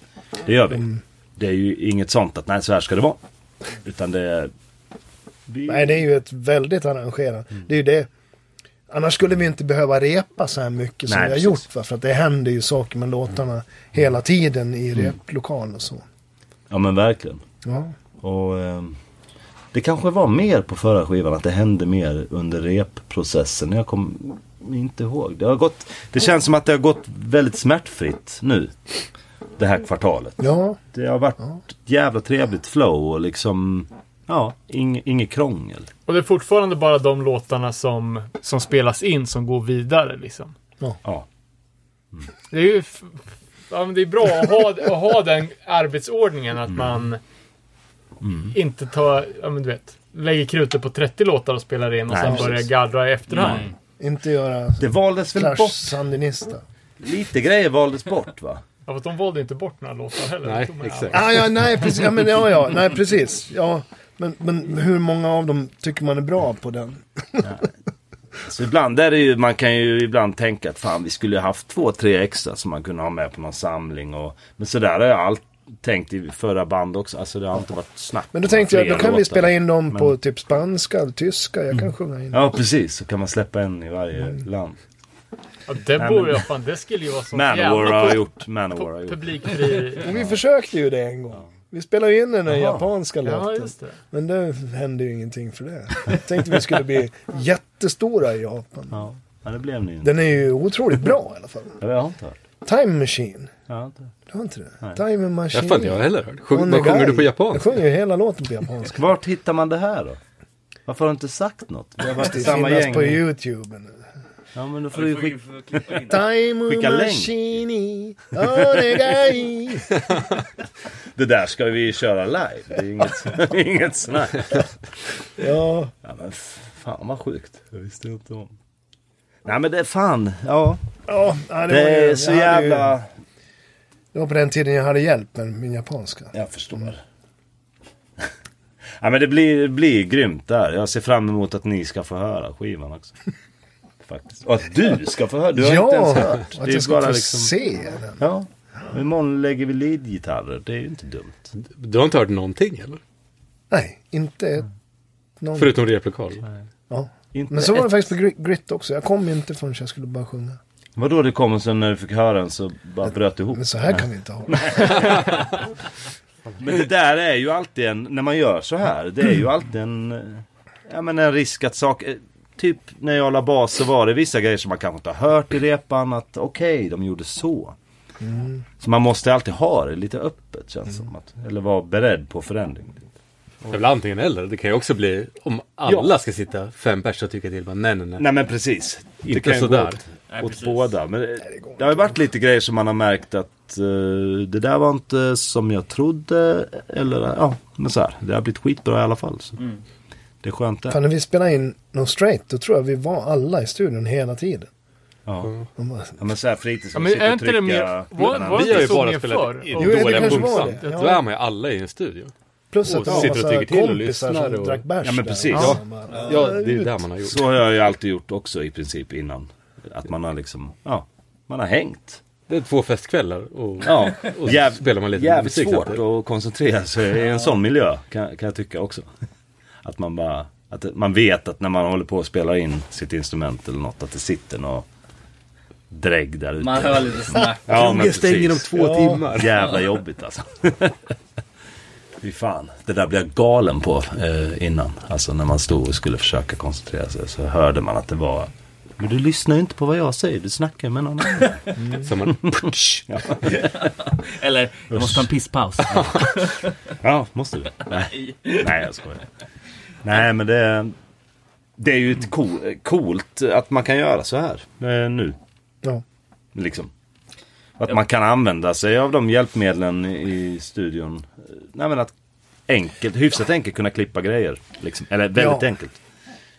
Speaker 6: Det gör vi. Det är ju inget sånt att nej, så här ska det vara. Utan det är... Vi,
Speaker 5: Nej, det är ju ett väldigt arrangerat.
Speaker 6: Mm.
Speaker 5: Det är ju det. Annars skulle vi inte behöva repa så här mycket som
Speaker 6: Nej,
Speaker 5: vi har
Speaker 6: precis.
Speaker 5: gjort. Va? För att det händer ju saker med låtarna hela tiden i
Speaker 6: Mm.
Speaker 5: replokal och så.
Speaker 6: Ja, men verkligen.
Speaker 5: Ja.
Speaker 6: Och ehm, det kanske var mer på förra skivan att det hände mer under repprocessen. Jag kommer inte ihåg. Det, har gått, det känns som att det har gått väldigt smärtfritt nu. Det här kvartalet.
Speaker 5: ja,
Speaker 6: Det har varit ett jävla trevligt flow och liksom Ja, ing, inget krångel.
Speaker 1: Och det är fortfarande bara de låtarna som, som spelas in som går vidare liksom.
Speaker 6: Ja.
Speaker 1: Det är ju... f- Ja, men det är bra att ha, att ha den arbetsordningen
Speaker 6: Mm.
Speaker 1: att man inte tar, ja men du vet, lägger krutet på 30 låtar och spelar in och
Speaker 6: Nej,
Speaker 1: sen
Speaker 6: precis. Mm.
Speaker 1: börjar gallra i efterhand.
Speaker 5: inte göra
Speaker 6: Det valdes väl
Speaker 5: Clash
Speaker 6: bort.
Speaker 5: Sandinista.
Speaker 6: Lite grejer valdes bort va?
Speaker 1: Ja, fast de valde inte bort några låtar heller.
Speaker 4: Nej,
Speaker 1: De är-
Speaker 4: exakt.
Speaker 5: Ah, ja, nej, precis. Ja, men, ja, ja, nej, precis. Ja, men, men hur många av dem tycker man är bra på den?
Speaker 6: Så ibland är det ju, man kan ju ibland tänka att fan vi skulle ju haft två, tre extra som man kunde ha med på någon samling och Men sådär har jag allt tänkt i förra band också, alltså det har inte varit snack
Speaker 5: Men då tänkte jag, då kan vi spela in dem
Speaker 6: Men- Mm.
Speaker 5: på typ spanska eller tyska. Jag kan sjunga in.
Speaker 6: Ja precis, så kan man släppa en i varje
Speaker 5: Mm.
Speaker 6: land
Speaker 1: Ja, det
Speaker 6: men-
Speaker 1: borde jag fan, det skulle ju vara sånt
Speaker 6: Manowar
Speaker 1: jävla
Speaker 6: har
Speaker 1: pu-
Speaker 6: gjort, Manowar har
Speaker 1: pu-
Speaker 6: gjort
Speaker 1: publikfri...
Speaker 5: Men vi försökte ju det en gång. Vi spelade ju in den där
Speaker 6: Jaha.
Speaker 5: japanska
Speaker 1: Ja,
Speaker 5: låten.
Speaker 1: just det.
Speaker 5: Men det hände ju ingenting för det. Jag tänkte vi skulle bli jättestora i Japan.
Speaker 6: Ja, ja det blev ni ju inte.
Speaker 5: Den är ju otroligt bra i alla fall.
Speaker 6: Ja, Jag har inte hört.
Speaker 5: Time Machine.
Speaker 6: Jag har inte hört.
Speaker 5: Du har inte det? Time
Speaker 4: Jag
Speaker 5: Machine.
Speaker 4: har inte jag heller hört. Sjung,
Speaker 5: On
Speaker 4: vad
Speaker 5: the
Speaker 4: sjunger
Speaker 5: guy.
Speaker 4: du på
Speaker 5: Jag
Speaker 4: japanska?
Speaker 5: sjunger ju hela låten på japanska.
Speaker 6: Vart hittar man det här då? Varför har du inte sagt något? Vi har varit i
Speaker 5: Det
Speaker 6: samma
Speaker 5: finnas
Speaker 6: gäng.
Speaker 5: på YouTube.
Speaker 6: Ja, men då får du skicka...
Speaker 8: får klippa in.
Speaker 5: Time
Speaker 6: Skicka länk.
Speaker 5: Machini, Onegai.
Speaker 6: Det där ska vi köra live. Det är inget, inget snack.
Speaker 5: Ja,
Speaker 6: Ja, men f- fan vad sjukt. Jag visste inte om. Nej, men det är fan. Ja,
Speaker 5: ja ja, det,
Speaker 6: det
Speaker 5: var ju-
Speaker 6: är så
Speaker 5: jag hade ju-
Speaker 6: jävla...
Speaker 5: Det var på den tiden jag hade hjälp med min japanska.
Speaker 6: Jag förstår. Ja, men det blir, det blir grymt där. Jag ser fram emot att ni ska få höra skivan också. Faktiskt. Och att du ska få höra. Du har inte ens
Speaker 5: ja,
Speaker 6: hört.
Speaker 5: att
Speaker 6: Det
Speaker 5: jag
Speaker 6: är
Speaker 5: ska
Speaker 6: bara
Speaker 5: få
Speaker 6: liksom...
Speaker 5: se den.
Speaker 6: Ja. Och imorgon lägger vi leadgitarrer. Det är ju inte dumt.
Speaker 4: Du har inte hört någonting eller?
Speaker 5: Nej, inte någon.
Speaker 4: Förutom replokal.
Speaker 5: Ja.
Speaker 6: Inte
Speaker 5: Men så var det
Speaker 6: ett.
Speaker 5: faktiskt på Gri- Grit också. Jag kom ju inte förrän jag skulle bara sjunga.
Speaker 6: Vadå det kom och sen när du fick höra den så bara bröt du ihop?
Speaker 5: Men så här kan vi inte ha det.
Speaker 6: Men det där är ju alltid en, när man gör så här, det är ju alltid en, eh, ja men en risk att saker, eh, typ när jag la bas så var det vissa grejer som man kanske inte har hört i repan att okej, de gjorde så. Så man måste alltid ha det lite öppet känns som att, eller vara beredd på förändring.
Speaker 4: Det är väl antingen eller. Det kan ju också bli om alla ska sitta fem pers och tycka till. Bara, nej, nej, nej.
Speaker 6: Nej men precis.
Speaker 4: Inte
Speaker 6: det kan ju
Speaker 4: sådär.
Speaker 6: gå åt, åt båda. Men det, det har ju varit lite grejer som man har märkt att eh, det där var inte som jag trodde. Eller ja, men så här. Det har blivit skitbra i alla fall. Så. Det är skönt det.
Speaker 5: Fan, när vi spelade in No Straight, då tror jag vi var alla i studion hela tiden.
Speaker 6: Ja.
Speaker 5: De bara,
Speaker 6: ja men så här fritids.
Speaker 1: Ja, men är inte det mer... Var, var
Speaker 4: Vi
Speaker 1: det
Speaker 4: har
Speaker 1: inte
Speaker 4: ju
Speaker 1: så
Speaker 4: bara
Speaker 1: mer
Speaker 4: spelat
Speaker 1: förr?
Speaker 4: in
Speaker 5: Jo, det
Speaker 4: dåliga
Speaker 5: kanske var
Speaker 4: bumsar.
Speaker 5: det.
Speaker 4: Då
Speaker 5: Ja.
Speaker 4: är man ju alla i en studio.
Speaker 5: plus att
Speaker 4: Och
Speaker 5: det var
Speaker 4: sitter och
Speaker 5: massa
Speaker 4: tycker till och
Speaker 5: kompisar
Speaker 4: lyssnar
Speaker 5: som
Speaker 4: och-
Speaker 5: drack bärs.
Speaker 6: Ja, men
Speaker 5: där.
Speaker 6: precis.
Speaker 5: Ja,
Speaker 6: Ja.
Speaker 5: bara,
Speaker 4: Ja, det är ju det man har gjort.
Speaker 6: Så har jag ju alltid gjort också i princip innan. Att man har liksom, ja, man har hängt.
Speaker 4: Det är två festkvällar och,
Speaker 6: Ja,
Speaker 4: och så
Speaker 6: jäv-
Speaker 4: spelar man lite
Speaker 6: jävligt
Speaker 4: musik.
Speaker 6: svårt
Speaker 4: samtidigt.
Speaker 6: att koncentrera sig i en sån miljö kan, kan jag tycka också. Att man bara, att det- man vet att när man håller på att spela in sitt instrument eller något att det sitter någon drägg där ute.
Speaker 8: Man hör lite snack.
Speaker 6: ja, men
Speaker 4: Krogen stänger om
Speaker 6: precis.
Speaker 4: två timmar.
Speaker 6: Jävla jobbigt alltså. Fy fan, det där blev jag galen på eh, innan. Alltså när man stod och skulle försöka koncentrera sig så hörde man att det var Men du lyssnar ju inte på vad jag säger, du snackar med någon annan.
Speaker 4: Så man,
Speaker 8: Eller, jag måste ta en pisspaus.
Speaker 6: Ja, måste du? Nej, Nej jag skojar. Nej, men det, det är ju ett cool, coolt att man kan göra så här eh, nu.
Speaker 5: Ja.
Speaker 6: Liksom. Att man kan använda sig av de hjälpmedlen i studion. Nej men att enkelt, hyfsat enkelt kunna klippa grejer. Liksom. Eller väldigt
Speaker 5: Ja.
Speaker 6: enkelt.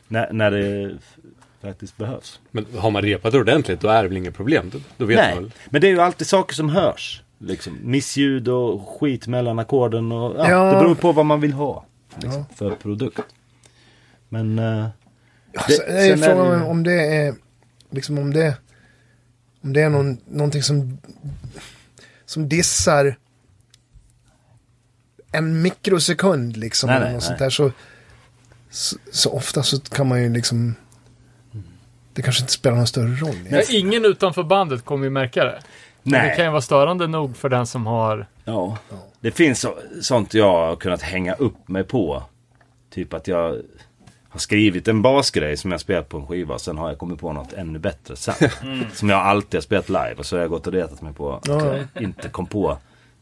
Speaker 6: När, när det faktiskt behövs.
Speaker 4: men har man repat ordentligt då är det väl inga problem. Då, då vet man
Speaker 6: Nej,
Speaker 4: väl.
Speaker 6: men det är ju alltid saker som hörs. Liksom. Missljud och skit mellan ackorden. Och, ja,
Speaker 5: Ja.
Speaker 6: Det beror på vad man vill ha liksom, för produkt. Men... eh, det-
Speaker 5: Sen Alltså, är ju
Speaker 6: sen är
Speaker 5: frågan
Speaker 6: det ju-
Speaker 5: om- om det är, liksom om det, om det är någon, någonting som, som dissar en mikrosekund liksom.
Speaker 6: Nej,
Speaker 5: eller
Speaker 6: nej,
Speaker 5: något
Speaker 6: nej.
Speaker 5: sånt där. Så, så, så ofta så kan man ju liksom, det kanske inte spelar någon större roll.
Speaker 1: Ja, ingen utanför bandet kommer ju märka det. Men det kan
Speaker 6: Nej.
Speaker 1: ju vara störande nog för den som har...
Speaker 6: Ja. Det finns så, sånt jag har kunnat hänga upp mig på. Typ att jag har skrivit en basgrej som jag spelat på en skiva. Sen har jag kommit på något ännu bättre sen.
Speaker 5: Mm.
Speaker 6: Som jag alltid har spelat live. Och så har jag gått och retat mig på att jag inte kom på.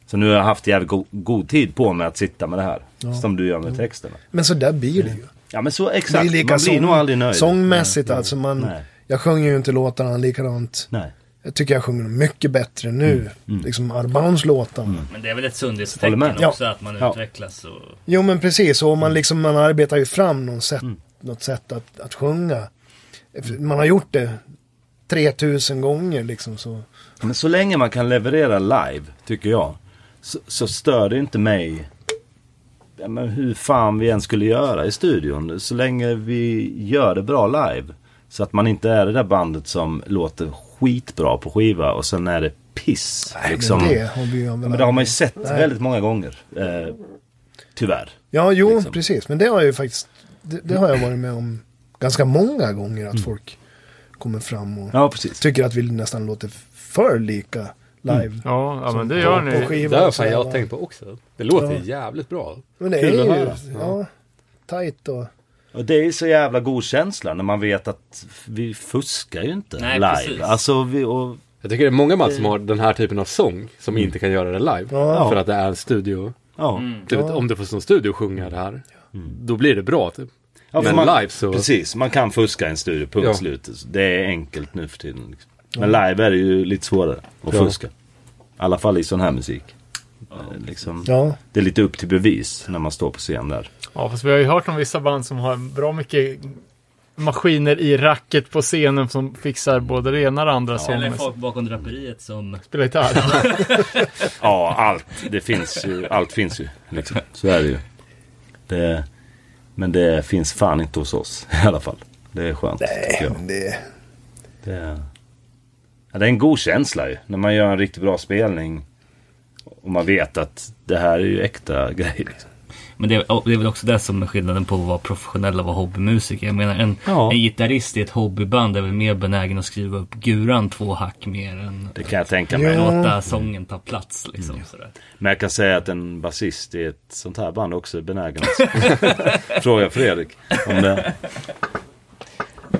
Speaker 6: Så nu har jag haft jävligt go- god tid på mig att sitta med det här. Som du gör med texterna.
Speaker 5: Men så där blir det ju.
Speaker 6: Ja men så
Speaker 5: Det är
Speaker 6: exakt.
Speaker 5: ju lika
Speaker 6: Man blir
Speaker 5: sång,
Speaker 6: nog aldrig nöjd.
Speaker 5: sångmässigt alltså. Man,
Speaker 6: Nej.
Speaker 5: jag sjunger ju inte låtarna likadant.
Speaker 6: Nej.
Speaker 5: Jag tycker jag sjunger dem mycket bättre nu.
Speaker 6: Mm,
Speaker 5: Liksom Arbans låtar.
Speaker 8: Men det är väl ett
Speaker 6: Håller
Speaker 8: sundhetstecken
Speaker 6: med.
Speaker 8: också att man
Speaker 6: Ja.
Speaker 8: utvecklas och...
Speaker 5: Jo men precis, och man, liksom, man arbetar ju fram någon sätt, något sätt att, att sjunga. Man har gjort det 3000 gånger liksom så.
Speaker 6: Men så länge man kan leverera live, tycker jag, så, så stör det inte mig ja, men hur fan vi än skulle göra i studion. Så länge vi gör det bra live. Så att man inte är det där bandet som låter skitbra på skiva och sen är det piss. liksom.
Speaker 5: Men
Speaker 6: men,
Speaker 5: det
Speaker 6: det,
Speaker 5: har vi ju
Speaker 6: men det har man ju sett väldigt många gånger. Eh, tyvärr.
Speaker 5: Ja, jo
Speaker 6: liksom.
Speaker 5: precis. Men det har jag ju faktiskt, det, det har jag varit med om ganska många gånger att folk kommer fram och
Speaker 6: Ja, precis.
Speaker 5: tycker att vi nästan låter för lika live.
Speaker 1: Ja, ja men det
Speaker 5: Som
Speaker 1: gör
Speaker 5: på-
Speaker 1: ni.
Speaker 5: på skiva
Speaker 4: Det har
Speaker 5: och
Speaker 4: fan
Speaker 5: sådär,
Speaker 4: jag
Speaker 5: va.
Speaker 4: tänkt på också. Det låter
Speaker 5: Ja.
Speaker 4: jävligt bra.
Speaker 5: Men det är
Speaker 4: Kul att
Speaker 5: ju,
Speaker 4: höra.
Speaker 5: ja, tajt och...
Speaker 6: Och det är ju så jävla god känsla när man vet att vi fuskar ju inte
Speaker 8: Nej,
Speaker 6: live.
Speaker 8: precis.
Speaker 6: Alltså, vi, och
Speaker 4: Jag tycker det är många band som har den här typen av sång som
Speaker 6: Mm.
Speaker 4: inte kan göra det live.
Speaker 5: Ja.
Speaker 4: För att det är en studio.
Speaker 6: Ja,
Speaker 8: Mm.
Speaker 4: Du vet, om du får som studio sjunga det här, då blir det bra. Typ.
Speaker 6: Ja, för
Speaker 4: Men
Speaker 6: man,
Speaker 4: live så...
Speaker 6: precis, man kan fuska en studio, punkt
Speaker 4: Ja.
Speaker 6: slut. Det är enkelt nu för tiden. Liksom. Men live är det ju lite svårare att
Speaker 4: Ja.
Speaker 6: fuska. I alla fall i sån här musik. Eh, Liksom,
Speaker 5: Ja.
Speaker 6: Det är lite upp till bevis när man står på scen där.
Speaker 1: Ja, fast vi har ju hört om vissa band som har bra mycket maskiner i racket på scenen som fixar både det ena och det andra
Speaker 8: Eller
Speaker 1: som
Speaker 8: folk bakom draperiet som...
Speaker 1: spelar gitarr.
Speaker 6: Ja, allt. Det finns ju. Allt finns ju. Liksom. Så är det ju. Det, men det finns fan inte hos oss i alla fall. Det är skönt. tycker jag.
Speaker 5: Det,
Speaker 6: Det, är, ja, det är en god känsla ju. När man gör en riktigt bra spelning. Och man vet att det här är ju äkta grejer. Liksom.
Speaker 8: Men det är, och det är väl också det som är skillnaden på att vara professionell och vara hobbymusiker. Jag menar en,
Speaker 6: Ja.
Speaker 8: en gitarrist i ett hobbyband är väl mer benägen att skriva upp guran två hack mer än
Speaker 6: Det kan jag tänka
Speaker 5: Jo.
Speaker 6: mig.
Speaker 8: låta sången ta plats liksom. Sådär.
Speaker 6: Men jag kan säga att en basist i ett sånt här band också är benägen. att- Fråga Fredrik om det.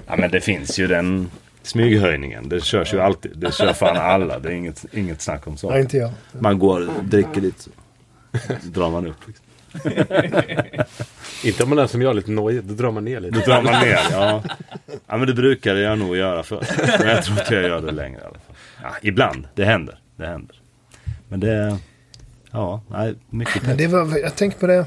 Speaker 6: Ja men det finns ju den smyghöjningen. Det körs ju alltid. Det kör fan alla. Det är inget, inget snack om
Speaker 5: nej,
Speaker 6: sånt.
Speaker 5: inte jag.
Speaker 6: Man går och dricker lite så drar man upp. Liksom.
Speaker 4: Inte om man är som jag, lite nojig. Då drar man ner
Speaker 6: Då
Speaker 4: lite.
Speaker 6: drar man ner. Ja. ja men det brukade jag nog göra förr. Men jag tror inte jag gör det längre i alla fall. Ja, ibland. Det händer. Det händer. Men det... Ja, nej, mycket
Speaker 5: Men
Speaker 6: pepp.
Speaker 5: det var, jag tänker på det.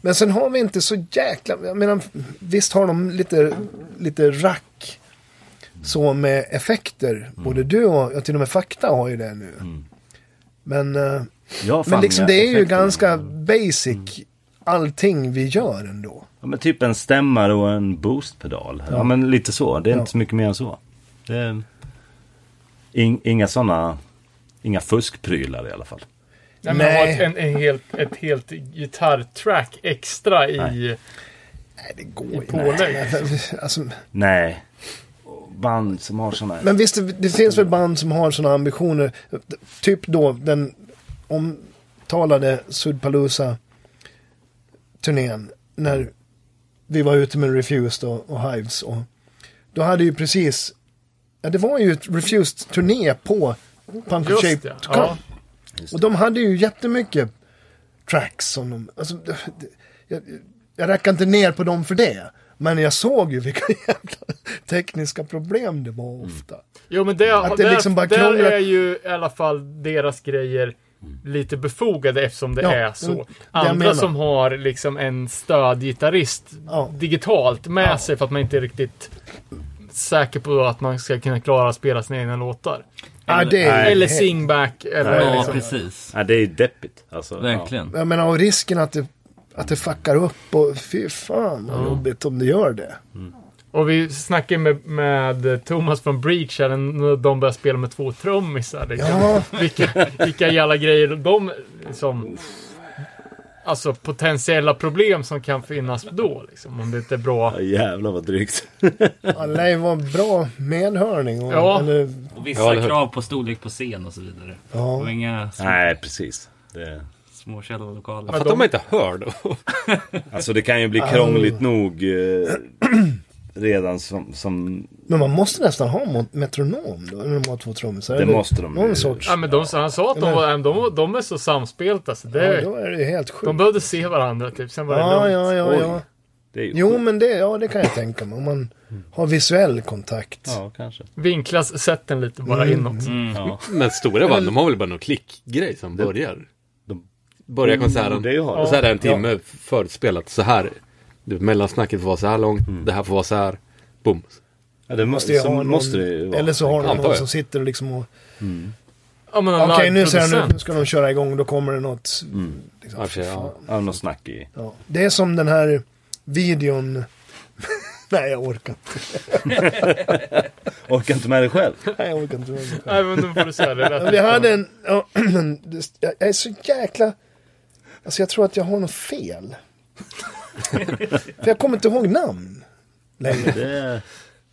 Speaker 5: Men sen har vi inte så jäkla... Jag menar, visst har de lite, lite rack. Så med effekter. Både du och, ja, till och med Fakta har ju det nu. Men, eh,
Speaker 6: Ja, Mm. fan,
Speaker 5: men liksom, det är ju
Speaker 6: effekterna. Mm.
Speaker 5: ganska basic allting vi gör ändå.
Speaker 6: Ja, men typ en stämmare och en boostpedal. Ja, men lite så. Det är inte så mycket mer än så. Det är... In, inga sådana... Inga fuskprylar i alla fall.
Speaker 1: Nej, men
Speaker 5: Nej.
Speaker 1: ha ett, en, en helt, ett helt gitarrtrack extra i...
Speaker 5: Nej, det går
Speaker 1: I
Speaker 5: ju
Speaker 1: pålägg.
Speaker 5: inte. Alltså,
Speaker 6: Nej. Och Band som har sådana...
Speaker 5: Men visst, det, det finns väl band som har sådana ambitioner. Typ då den omtalade Sudpalooza-turnén. När vi var ute med Refused och, och Hives. Och, då hade ju precis, ja det var ju ett Refused-turné på Punk
Speaker 1: Just
Speaker 5: Shape
Speaker 1: det,
Speaker 5: Cup.
Speaker 1: ja.
Speaker 5: Och de hade ju jättemycket tracks som de, alltså, det, det, jag, jag räcker inte ner på dem för det. Men jag såg ju vilka jävla tekniska problem det var ofta.
Speaker 1: Jo, men det,
Speaker 5: Att det
Speaker 1: där,
Speaker 5: liksom bara
Speaker 1: där
Speaker 5: krånglar-
Speaker 1: är ju i alla fall deras grejer lite befogade eftersom det
Speaker 5: Ja,
Speaker 1: är
Speaker 5: mm,
Speaker 1: så.
Speaker 5: det jag menar.
Speaker 1: Andra som har liksom en stödgitarrist
Speaker 5: Ja.
Speaker 1: digitalt med sig för att man inte är riktigt säker på att man ska kunna klara att spela sina egna låtar.
Speaker 5: Ja, det är
Speaker 1: Eller
Speaker 5: helt-
Speaker 1: singback eller
Speaker 6: Nej.
Speaker 8: Ja,
Speaker 1: liksom.
Speaker 8: precis.
Speaker 6: Ja, det är ju deppigt. Alltså,
Speaker 8: Verkligen.
Speaker 5: Jag menar, och risken att det, att det fuckar upp och fy fan vad jobbigt om det gör det.
Speaker 1: Och vi snackade med, med Thomas från Breach här när de började spela med två trummisar. Liksom.
Speaker 5: Ja,
Speaker 1: Vilka, vilka jävla grejer de liksom, Alltså potentiella problem som kan finnas då liksom. Om det inte är bra.
Speaker 6: Ja, jävlar vad drygt.
Speaker 5: alla är var bra medhörning. Och,
Speaker 1: Ja.
Speaker 5: Eller,
Speaker 8: Och
Speaker 4: Ja,
Speaker 8: vissa
Speaker 4: eller hur?
Speaker 8: krav på storlek på scen och så vidare.
Speaker 5: Ja.
Speaker 8: Och inga sm-
Speaker 6: Nej, precis. Det...
Speaker 8: små källarlokaler.
Speaker 4: Jag fattar om man inte hör då.
Speaker 6: Alltså det kan ju bli
Speaker 5: Ah.
Speaker 6: krångligt nog eh, redan som, som...
Speaker 5: men man måste nästan ha mo- metronom då, när de har två trummisar.
Speaker 6: Det
Speaker 5: eller
Speaker 6: måste de ju.
Speaker 5: Någon sorts.
Speaker 1: Ja, men de, han sa att de, var, de, de är så samspelta så
Speaker 5: Ja,
Speaker 1: det,
Speaker 5: då är det helt
Speaker 1: De
Speaker 5: sjukt.
Speaker 1: behövde se varandra typ. Sen var det
Speaker 5: Ja,
Speaker 1: lugnt.
Speaker 5: ja, ja,
Speaker 6: Oj.
Speaker 5: ja.
Speaker 6: Det är ju
Speaker 5: Jo, men det, ja, det kan jag tänka mig. Om man har visuell kontakt.
Speaker 6: Ja, kanske.
Speaker 1: Vinklas sätten lite bara
Speaker 5: Mm.
Speaker 1: inåt.
Speaker 4: Men stora band, de har väl bara någon klickgrej som börjar. De börjar konserten.
Speaker 6: det är ju har det.
Speaker 4: och så är det en timme förutspelat. Så här. Du, mellansnacket får vara så här långt. Det här får vara så här. Boom.
Speaker 6: Ja, det
Speaker 5: Måste
Speaker 6: måste,
Speaker 5: jag
Speaker 6: som,
Speaker 5: ha någon,
Speaker 6: måste det ju vara.
Speaker 5: eller så har de
Speaker 4: Antar
Speaker 5: någon
Speaker 4: jag.
Speaker 5: som sitter och liksom och...
Speaker 1: Ja, men en
Speaker 5: Okej, nu, ser jag, nu-
Speaker 1: liveproducent.
Speaker 5: nu ska de köra igång. Då kommer det något
Speaker 6: Mm.
Speaker 5: liksom.
Speaker 4: Ja, i och för sig, ja.
Speaker 6: Ja, någon snack i.
Speaker 5: Ja, det är som den här videon. Nej, jag orkar inte.
Speaker 6: Orkar inte med det själv.
Speaker 5: Nej, jag orkar inte.
Speaker 1: Nej, men nu får du säga det.
Speaker 5: Ja,
Speaker 1: Rätt.
Speaker 5: men Jag hade en... ja, det- Jag är så jäkla... Alltså jag tror att jag har något fel. För jag kommer inte ihåg namn. längre.
Speaker 6: Det,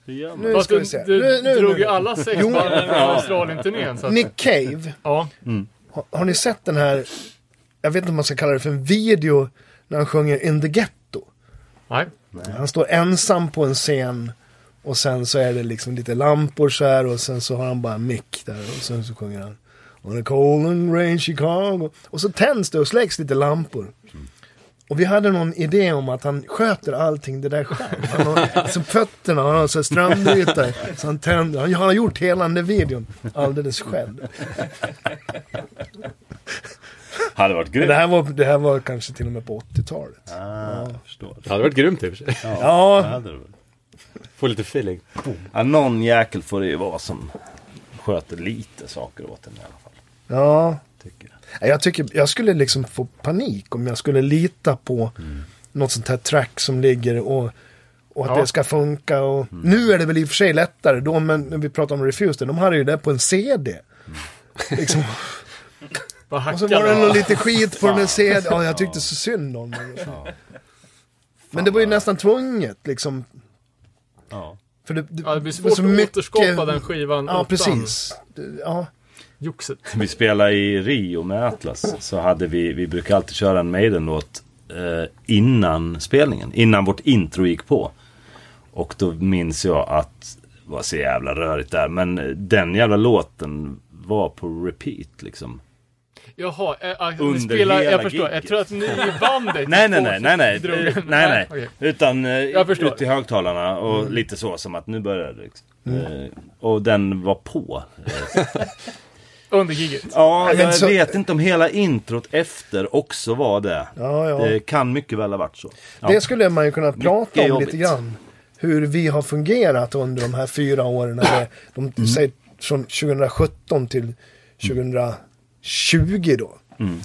Speaker 6: det gör man.
Speaker 5: Nu
Speaker 1: Fast
Speaker 5: ska vi
Speaker 1: du,
Speaker 5: se.
Speaker 1: du
Speaker 5: Nu, nu,
Speaker 1: drog ju
Speaker 5: nu.
Speaker 1: alla sex
Speaker 5: Jo.
Speaker 1: band från Australien-turnén. så att-
Speaker 5: Nick Cave.
Speaker 1: Ja.
Speaker 5: Har, har ni sett den här... Jag vet inte om man ska kalla det för en video. När han sjunger In the Ghetto.
Speaker 1: Nej.
Speaker 5: Han står ensam på en scen och sen så är det liksom lite lampor så här och sen så har han bara en mick där och sen så sjunger han On a cold and rain Chicago. Och så tänds det och släcks lite lampor. Och vi hade någon idé om att han sköter allting det där själv. Han har, som fötterna, han har så här strömbrytare, så han tänder. Han, han har gjort hela den där videon alldeles själv.
Speaker 6: Hade varit
Speaker 5: Men
Speaker 6: grymt.
Speaker 5: det, här var, det här var kanske till och med på 80-talet.
Speaker 6: Ah, jag förstår.
Speaker 4: Det hade varit grymt i och för sig.
Speaker 6: Ja, det hade det varit.
Speaker 4: Få lite feeling.
Speaker 6: Ja, någon jäkel får det ju vara som sköter lite saker åt en i alla fall.
Speaker 5: Ja,
Speaker 6: Tycker jag.
Speaker 5: Nej, Jag, tycker, jag skulle liksom få panik om jag skulle lita på något sånt här track som ligger och,
Speaker 1: Ja.
Speaker 5: och att
Speaker 1: Mm.
Speaker 5: det ska funka. Och, Nu är det väl i och för sig lättare då, men när vi pratar om Refused, de hade ju det på en CD. Liksom.
Speaker 1: Vad
Speaker 5: Och så var det
Speaker 1: hackar
Speaker 5: nog lite skit på den där CD. Ja, jag tyckte så synd om den. Men det var ju nästan tvunget liksom.
Speaker 6: Ja.
Speaker 5: För det, det,
Speaker 1: Ja, det blir
Speaker 5: var
Speaker 1: svårt att återskapa den skivan
Speaker 5: Ja,
Speaker 1: utan
Speaker 5: precis. Det- Ja,
Speaker 1: joxet.
Speaker 6: Vi spelade i Rio med Atlas. Så hade vi, vi brukar alltid köra en Maiden-låt eh, innan spelningen. Innan vårt intro gick på. Och då minns jag att det var så jävla rörigt där. Men eh, den jävla låten var på repeat liksom.
Speaker 1: Jaha, äh, äh,
Speaker 6: Under
Speaker 1: ni spelar,
Speaker 6: hela
Speaker 1: jag förstår. Jag
Speaker 6: gigget.
Speaker 1: tror att ni bandet
Speaker 6: Nej, nej, nej, nej, nej,
Speaker 1: drog-
Speaker 6: Eh, nej, nej.
Speaker 1: okej.
Speaker 6: Utan eh,
Speaker 1: Jag förstår. Mm.
Speaker 6: ut i högtalarna och lite så som att nu börjar det. Liksom. Eh, och den var på.
Speaker 1: Under giget.
Speaker 6: Ja,
Speaker 5: men
Speaker 6: jag
Speaker 5: så-
Speaker 6: vet inte om hela introt efter också var det.
Speaker 5: ja, ja.
Speaker 6: Det kan mycket väl ha varit så. Ja.
Speaker 5: Det skulle man ju kunna prata om
Speaker 6: Mycket jobbigt.
Speaker 5: lite grann. Hur vi har fungerat under de här fyra åren. Eller de,
Speaker 6: Mm.
Speaker 5: säg, från 2017 till 2020 då.
Speaker 6: Mm.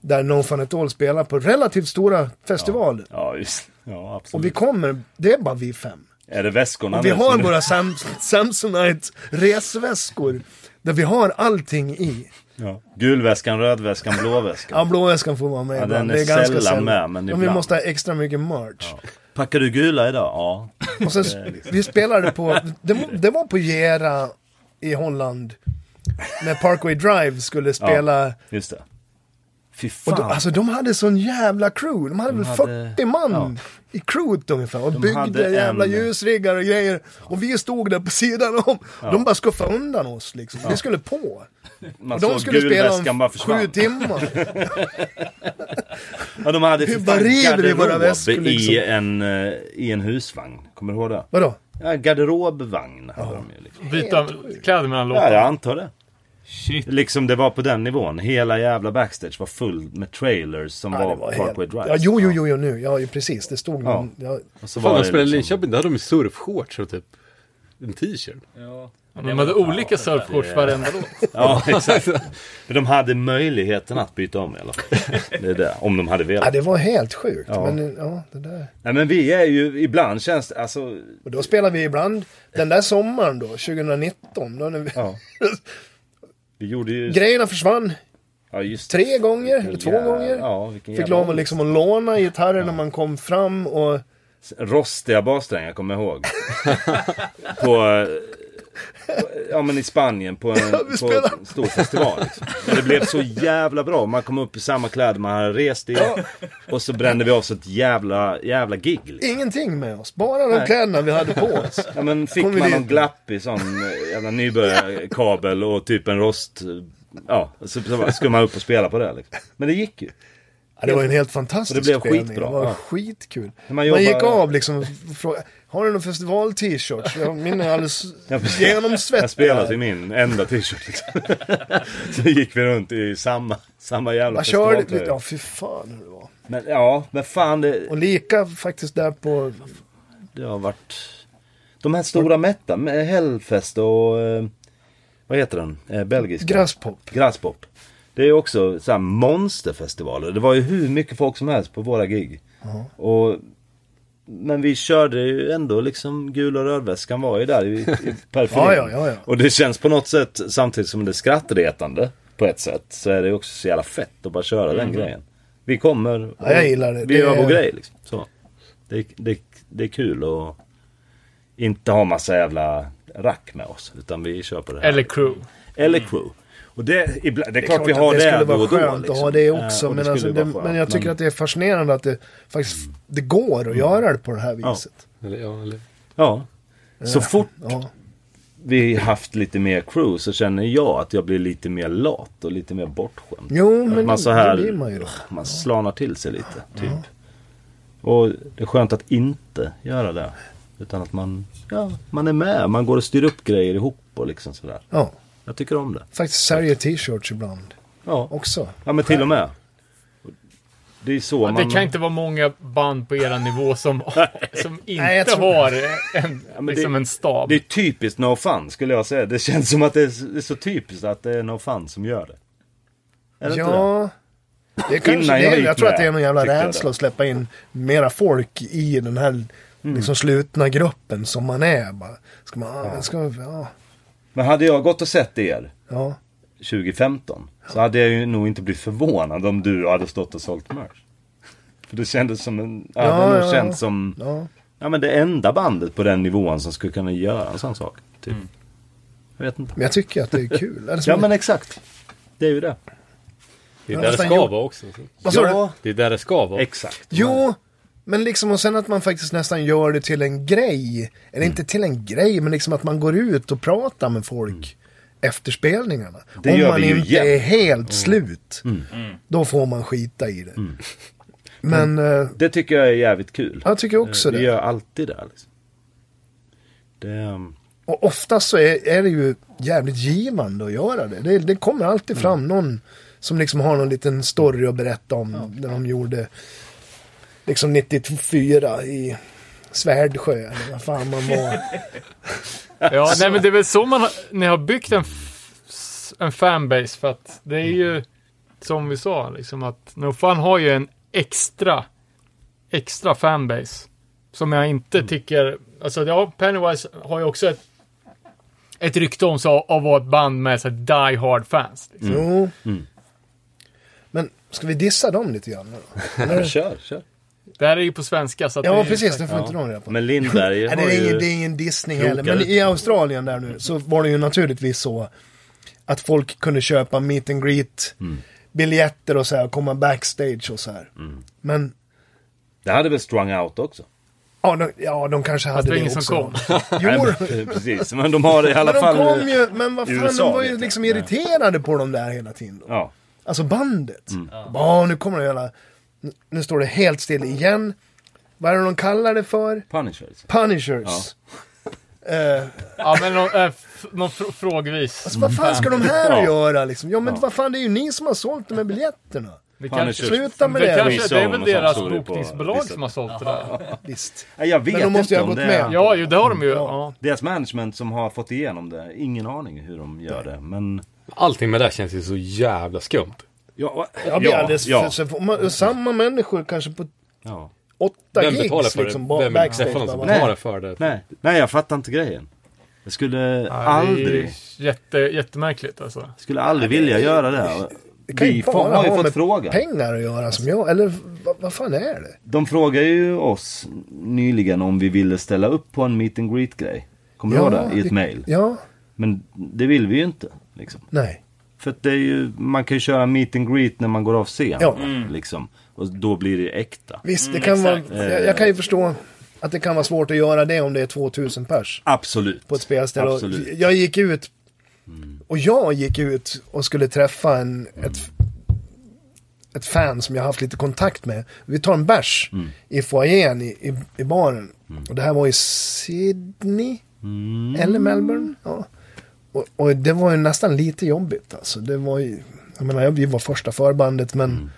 Speaker 5: Där No Fun At All spelar på relativt stora festivaler.
Speaker 6: Ja, just Ja, absolut.
Speaker 5: Och vi kommer, det är bara vi fem.
Speaker 6: Är det väskorna
Speaker 5: Och vi
Speaker 6: nu
Speaker 5: har
Speaker 6: som-
Speaker 5: våra Sam Samsonite resväskor. Där vi har allting i.
Speaker 6: Ja. Gul väskan, röd väskan, blå väskan.
Speaker 5: Ja, blåväskan får vara med.
Speaker 6: Ja,
Speaker 5: ibland.
Speaker 6: den är sällan med, men
Speaker 5: Vi
Speaker 6: ibland.
Speaker 5: måste ha extra mycket merch.
Speaker 6: Packar du gula idag? Ja.
Speaker 5: Och sen,
Speaker 6: liksom-
Speaker 5: vi spelade på, det, var- det var på Gera i Holland. När Parkway Drive skulle spela.
Speaker 6: Just det. Fy
Speaker 5: Och
Speaker 6: fan.
Speaker 5: då, alltså de hade sån jävla crew. De hade väl
Speaker 6: hade-
Speaker 5: 40 man i crewet ungefär. Och
Speaker 6: De hade
Speaker 5: byggde
Speaker 6: en-
Speaker 5: jävla ljusriggar och grejer. Och vi stod där på sidan om. De bara skuffade undan oss liksom. Vi skulle på.
Speaker 6: Man
Speaker 5: Och de
Speaker 6: såg
Speaker 5: skulle
Speaker 6: Alltså, gul
Speaker 5: spela
Speaker 6: väskan bara
Speaker 5: om
Speaker 6: försvann.
Speaker 5: sju timmar.
Speaker 6: Ja, de hade
Speaker 5: Hur
Speaker 6: för fan
Speaker 5: bara river vi våra
Speaker 6: garderob
Speaker 5: väskor, liksom?
Speaker 6: i, en, eh, I en husvagn. Kommer du ihåg det?
Speaker 5: Vadå?
Speaker 6: Ja, garderobvagn hade de ju. Liksom.
Speaker 1: Byta kläder mellan
Speaker 6: Ja,
Speaker 1: låtarna.
Speaker 6: jag antar det. Shit. Liksom det var på den nivån. Hela jävla backstage var full med trailers som
Speaker 5: Ja,
Speaker 6: var,
Speaker 5: det var
Speaker 6: Parkway
Speaker 5: helt...
Speaker 6: Drive.
Speaker 5: ja, jo, jo, jo, jo, nu. Ja, ju precis. Det stod någon. Ja.
Speaker 6: Och så
Speaker 4: Fan,
Speaker 6: var
Speaker 4: de
Speaker 6: det
Speaker 4: spelade i
Speaker 6: liksom-
Speaker 4: Linköping, där hade de ju surfshorts och typ en t-shirt.
Speaker 1: De hade olika surfshorts varenda låt.
Speaker 6: Ja, exakt. Men de hade möjligheten att byta om i alla fall. Det är det, om de hade
Speaker 5: ja,
Speaker 6: velat.
Speaker 5: det var helt sjukt.
Speaker 6: Ja.
Speaker 5: Men ja, det där.
Speaker 6: Nej men vi är ju, ibland känns det, alltså...
Speaker 5: Och då spelar vi ibland, den där sommaren då, 2019. Då när vi,
Speaker 6: Ja. Vi gjorde ju...
Speaker 5: Grejerna försvann
Speaker 6: ja, just
Speaker 5: tre gånger, eller
Speaker 6: Vilken
Speaker 5: två
Speaker 6: jävla-
Speaker 5: gånger.
Speaker 6: Ja, vilken
Speaker 5: Fick
Speaker 6: jävla-
Speaker 5: lov att, liksom att låna gitarren när man kom fram och...
Speaker 6: Rostiga bassträngar kommer jag ihåg. på... eh, Ja men i Spanien på en,
Speaker 5: vi
Speaker 6: på
Speaker 5: spelar.
Speaker 6: en stor festival. Liksom. Och det blev så jävla bra. Man kom upp i samma kläder man hade rest i. Och så brände vi av så ett jävla, jävla gig. Liksom.
Speaker 5: Ingenting med oss, bara de
Speaker 6: Nej.
Speaker 5: kläderna vi hade på oss.
Speaker 6: Ja men fick
Speaker 5: Kommer
Speaker 6: man
Speaker 5: det-
Speaker 6: någon glappig sån eh, jävla nybörjarkabel och typ en rost. eh, Ja, så, så skulle man upp och spela på det liksom. Men det gick ju.
Speaker 5: Ja, det var en helt fantastisk
Speaker 6: Och det blev
Speaker 5: spelning.
Speaker 6: skitbra.
Speaker 5: Det var
Speaker 6: Ja.
Speaker 5: skitkul.
Speaker 6: När man
Speaker 5: Man,
Speaker 6: jobbar-
Speaker 5: gick av liksom och frågade, har du någon festival-t-shirt? Jag- Min är alldeles
Speaker 6: Ja, precis. Jag spelade
Speaker 5: genomsvettad.
Speaker 6: i min enda t-shirt liksom. Så gick vi runt i samma, samma jävla
Speaker 5: Man körde,
Speaker 6: festivaltröja.
Speaker 5: ja fy fan hur det var.
Speaker 6: Men ja, men fan det,
Speaker 5: Och lika faktiskt där på,
Speaker 6: det har varit... De här stora mätta, med Hellfest och... eh, Vad heter den? Eh, Belgiska?
Speaker 5: Grasspop.
Speaker 6: Grasspop. Det är ju också så här monsterfestivaler. Det var ju hur mycket folk som helst på våra gig. Och, men vi körde ju ändå liksom gul och rödväskan var ju där i, i periferin.
Speaker 5: Ja, ja, ja, ja.
Speaker 6: Och det känns på något sätt samtidigt som det är skrattretande på ett sätt. Så är det ju också så jävla fett att bara köra den grejen. Vi kommer. och
Speaker 5: Mm. Ja, jag gillar det.
Speaker 6: Vi
Speaker 5: Det
Speaker 6: gör
Speaker 5: är-
Speaker 6: vår grej liksom. Så. Det, det, det är kul att inte ha massa jävla rack med oss. Utan vi kör på det här.
Speaker 1: Eller crew.
Speaker 6: Eller
Speaker 1: Mm.
Speaker 6: crew. Och det, ibla- det är
Speaker 5: Det
Speaker 6: klart vi har
Speaker 5: att
Speaker 6: det,
Speaker 5: det skulle
Speaker 6: då
Speaker 5: vara
Speaker 6: och då.
Speaker 5: skönt
Speaker 6: liksom.
Speaker 5: att ha det också.
Speaker 6: Eh, och
Speaker 5: men,
Speaker 6: skulle
Speaker 5: alltså,
Speaker 6: ju
Speaker 5: det,
Speaker 6: vara skönt,
Speaker 5: men jag tycker att det är fascinerande att det faktiskt det går att
Speaker 6: Mm.
Speaker 5: göra det på det här viset.
Speaker 4: Eller, ja, eller...
Speaker 6: Ja.
Speaker 5: Eh.
Speaker 6: Så fort
Speaker 5: Ja.
Speaker 6: vi haft lite mer crew så känner jag att jag blir lite mer lat och lite mer bortskämd.
Speaker 5: Jo, men
Speaker 6: man så
Speaker 5: det-
Speaker 6: här,
Speaker 5: det blir man ju då.
Speaker 6: man slanar till sig lite, typ. Och det är skönt att inte göra det. Utan att man, ja, man är med. Man går och styr upp grejer ihop och liksom sådär.
Speaker 5: Ja,
Speaker 6: Jag tycker om det.
Speaker 5: faktiskt säljer t-shirts ibland
Speaker 6: Ja,
Speaker 5: också.
Speaker 6: ja men till och med. Det är så man...
Speaker 1: Det kan inte vara många band på era nivå som, som inte
Speaker 5: Nej, jag tror-
Speaker 1: har en,
Speaker 6: men det-
Speaker 1: liksom en stab.
Speaker 6: Det är typiskt No Fun skulle jag säga. Det känns som att det är så- det är så typiskt att det är No Fun som gör det. Är det inte det?
Speaker 5: Ja, det är kanske
Speaker 6: Innan
Speaker 5: det.
Speaker 6: jag
Speaker 5: Jag,
Speaker 6: gick
Speaker 5: tror att
Speaker 6: med,
Speaker 5: det är någon jävla
Speaker 6: tyckte jag
Speaker 5: rädsla
Speaker 6: det.
Speaker 5: att släppa in mera folk i den här
Speaker 6: Mm.
Speaker 5: liksom, slutna gruppen som man är. Bara, ska man, ja. Ska man, ja,
Speaker 6: Men hade jag gått och sett er
Speaker 5: ja.
Speaker 6: 2015 så hade jag ju nog inte blivit förvånad om du hade stått och sålt merch. För det kändes som en... Ja,
Speaker 5: Ja,
Speaker 6: det hade nog
Speaker 5: ja,
Speaker 6: känts
Speaker 5: ja.
Speaker 6: som...
Speaker 5: ja.
Speaker 6: Ja men det enda bandet på den nivån som skulle kunna göra en sån sak. Typ. Jag vet inte.
Speaker 5: Men jag tycker att det är kul. Eller som-
Speaker 6: Ja men exakt. Det är ju det.
Speaker 4: Det
Speaker 5: Ja,
Speaker 4: är där det
Speaker 5: nästan
Speaker 4: ska
Speaker 5: gjort.
Speaker 4: vara också.
Speaker 5: Vad sa du?
Speaker 6: Ja,
Speaker 4: Det är där det ska vara.
Speaker 6: exakt.
Speaker 5: Jo, men liksom och sen att man faktiskt nästan gör det till en grej. Eller
Speaker 6: Mm.
Speaker 5: inte till en grej, men liksom att man går ut och pratar med folk efter spelningarna.
Speaker 6: Mm. Det
Speaker 5: Om
Speaker 6: gör
Speaker 5: man
Speaker 6: vi ju
Speaker 5: inte
Speaker 6: jämt. Mm.
Speaker 5: är helt slut, då får man skita i det. Men eh,
Speaker 6: Det tycker jag är jävligt kul. Eh,
Speaker 5: jag tycker också
Speaker 6: Vi
Speaker 5: det.
Speaker 6: gör alltid Mm. det. Liksom. det ehm,
Speaker 5: Och oftast så är, är det ju jävligt givande att göra det. Det, det kommer alltid fram någon som liksom har någon liten story att berätta om. När de gjorde liksom 94 i Svärdsjö eller vad fan man var.
Speaker 1: Ja, nej, men det är väl så man har, ni har byggt en, f- en fanbase för att det är ju som vi sa liksom att No Fun har ju en extra extra fanbase som jag inte tycker alltså ja, Pennywise har ju också ett ett rykte om sig av att vara ett band med så här, die hard fans. Liksom.
Speaker 5: Jo. Men ska vi dissa dem lite grann? då?
Speaker 6: ja, kör, kör.
Speaker 1: Det här är ju på svenska så att det
Speaker 5: Ja,
Speaker 1: är,
Speaker 5: precis. Det får inte de reda på.
Speaker 6: Men Lindberg
Speaker 5: Nej,
Speaker 6: har
Speaker 5: det, är ingen, det
Speaker 6: ju...
Speaker 5: är ingen dissning
Speaker 6: krokar
Speaker 5: heller. Men
Speaker 6: ut.
Speaker 5: i Australien där nu så var det ju naturligtvis så att folk kunde köpa meet and greet
Speaker 6: Mm.
Speaker 5: biljetter och så här och komma backstage och så här.
Speaker 6: Mm.
Speaker 5: Men
Speaker 6: Det hade väl strung out också?
Speaker 5: ja, de, ja, de kanske hade
Speaker 1: det var
Speaker 5: det
Speaker 1: ingen som
Speaker 5: också.
Speaker 1: kom.
Speaker 5: Jo,
Speaker 6: Nej, men, eh, precis. Men de har det i alla
Speaker 5: men de
Speaker 6: fall...
Speaker 5: kom ju. Men vad
Speaker 6: i
Speaker 5: fan,
Speaker 6: USA
Speaker 5: de var ju
Speaker 6: vet jag.
Speaker 5: liksom
Speaker 6: Ja.
Speaker 5: irriterade på dem där hela tiden. Då.
Speaker 6: Ja. Mm.
Speaker 5: Alltså bandet. Ja, nu kommer det hela... nu- Nu står det helt still igen. Vad är det de kallar det för?
Speaker 6: Punishers.
Speaker 5: Punishers. Eh,
Speaker 1: Ja, men någon, eh, f- någon fr- frågvis.
Speaker 5: alltså vad fan ska de här
Speaker 6: Ja.
Speaker 5: göra liksom? Ja men vad fan det är ju ni som har sålt de här biljetterna.
Speaker 1: Det
Speaker 6: Fan,
Speaker 1: kanske,
Speaker 6: det känns-
Speaker 5: Sluta med
Speaker 1: det,
Speaker 5: det.
Speaker 1: kanske, det är väl
Speaker 6: Rezone och
Speaker 1: deras
Speaker 6: sånt står det på
Speaker 1: bokningsbolag
Speaker 6: listan.
Speaker 1: som har sålt det där.
Speaker 5: Visst.
Speaker 6: Ja, Jag vet
Speaker 5: Men de måste
Speaker 6: inte
Speaker 5: ju ha
Speaker 6: om
Speaker 5: gått
Speaker 6: det är-
Speaker 5: med.
Speaker 1: Ja, ju det har de ju. Ja.
Speaker 6: Deras management som har fått igenom det. Ingen aning hur de gör det. Men...
Speaker 4: Allting med det här känns ju så jävla skumt.
Speaker 6: Ja, och-
Speaker 5: Ja, det är alldeles
Speaker 6: ja,
Speaker 5: för, så får man, samma människor kanske på
Speaker 6: ja.
Speaker 5: åtta
Speaker 4: Vem betalar
Speaker 5: gigs
Speaker 4: för
Speaker 5: liksom
Speaker 4: det?
Speaker 5: ba-
Speaker 4: Vem
Speaker 5: backstage.
Speaker 4: träffar någon som
Speaker 5: bara,
Speaker 4: betalar för det?
Speaker 6: Nej. Nej, jag fattar inte grejen. Jag skulle
Speaker 1: Det är
Speaker 6: aldrig...
Speaker 1: ju jätte, jättemärkligt alltså.
Speaker 6: Skulle aldrig vilja göra det.
Speaker 5: Det kan ju
Speaker 6: Vi
Speaker 5: inte
Speaker 6: får,
Speaker 5: bara
Speaker 6: har ju
Speaker 5: ha
Speaker 6: fått
Speaker 5: med
Speaker 6: frågan.
Speaker 5: pengar att göra som jag, eller vad, vad fan är det?
Speaker 6: De frågade ju oss nyligen om vi ville ställa upp på en meet and greet grej. Kommer du ihåg det? I ett mail.
Speaker 5: Ja,
Speaker 6: Men det vill vi ju inte. Liksom.
Speaker 5: nej.
Speaker 6: För att det är ju, man kan ju köra meet and greet när man går av scen.
Speaker 5: Ja.
Speaker 6: Liksom. Och då blir det äkta.
Speaker 5: Visst, det kan vara, jag, jag kan ju förstå att det kan vara svårt att göra det om det är 2000 pers.
Speaker 6: Absolut.
Speaker 5: på ett spelställe. Och
Speaker 6: Absolut.
Speaker 5: jag gick ut och jag gick ut och skulle träffa en,
Speaker 6: Mm.
Speaker 5: ett, ett fan som jag haft lite kontakt med. Vi tar en bärs
Speaker 6: Mm.
Speaker 5: i foajén i, i, i baren. Och det här var i Sydney
Speaker 6: Mm.
Speaker 5: eller Melbourne. Ja. Och, och det var ju nästan lite jobbigt alltså. Det var ju, jag menar, vi var första förbandet men
Speaker 6: Mm.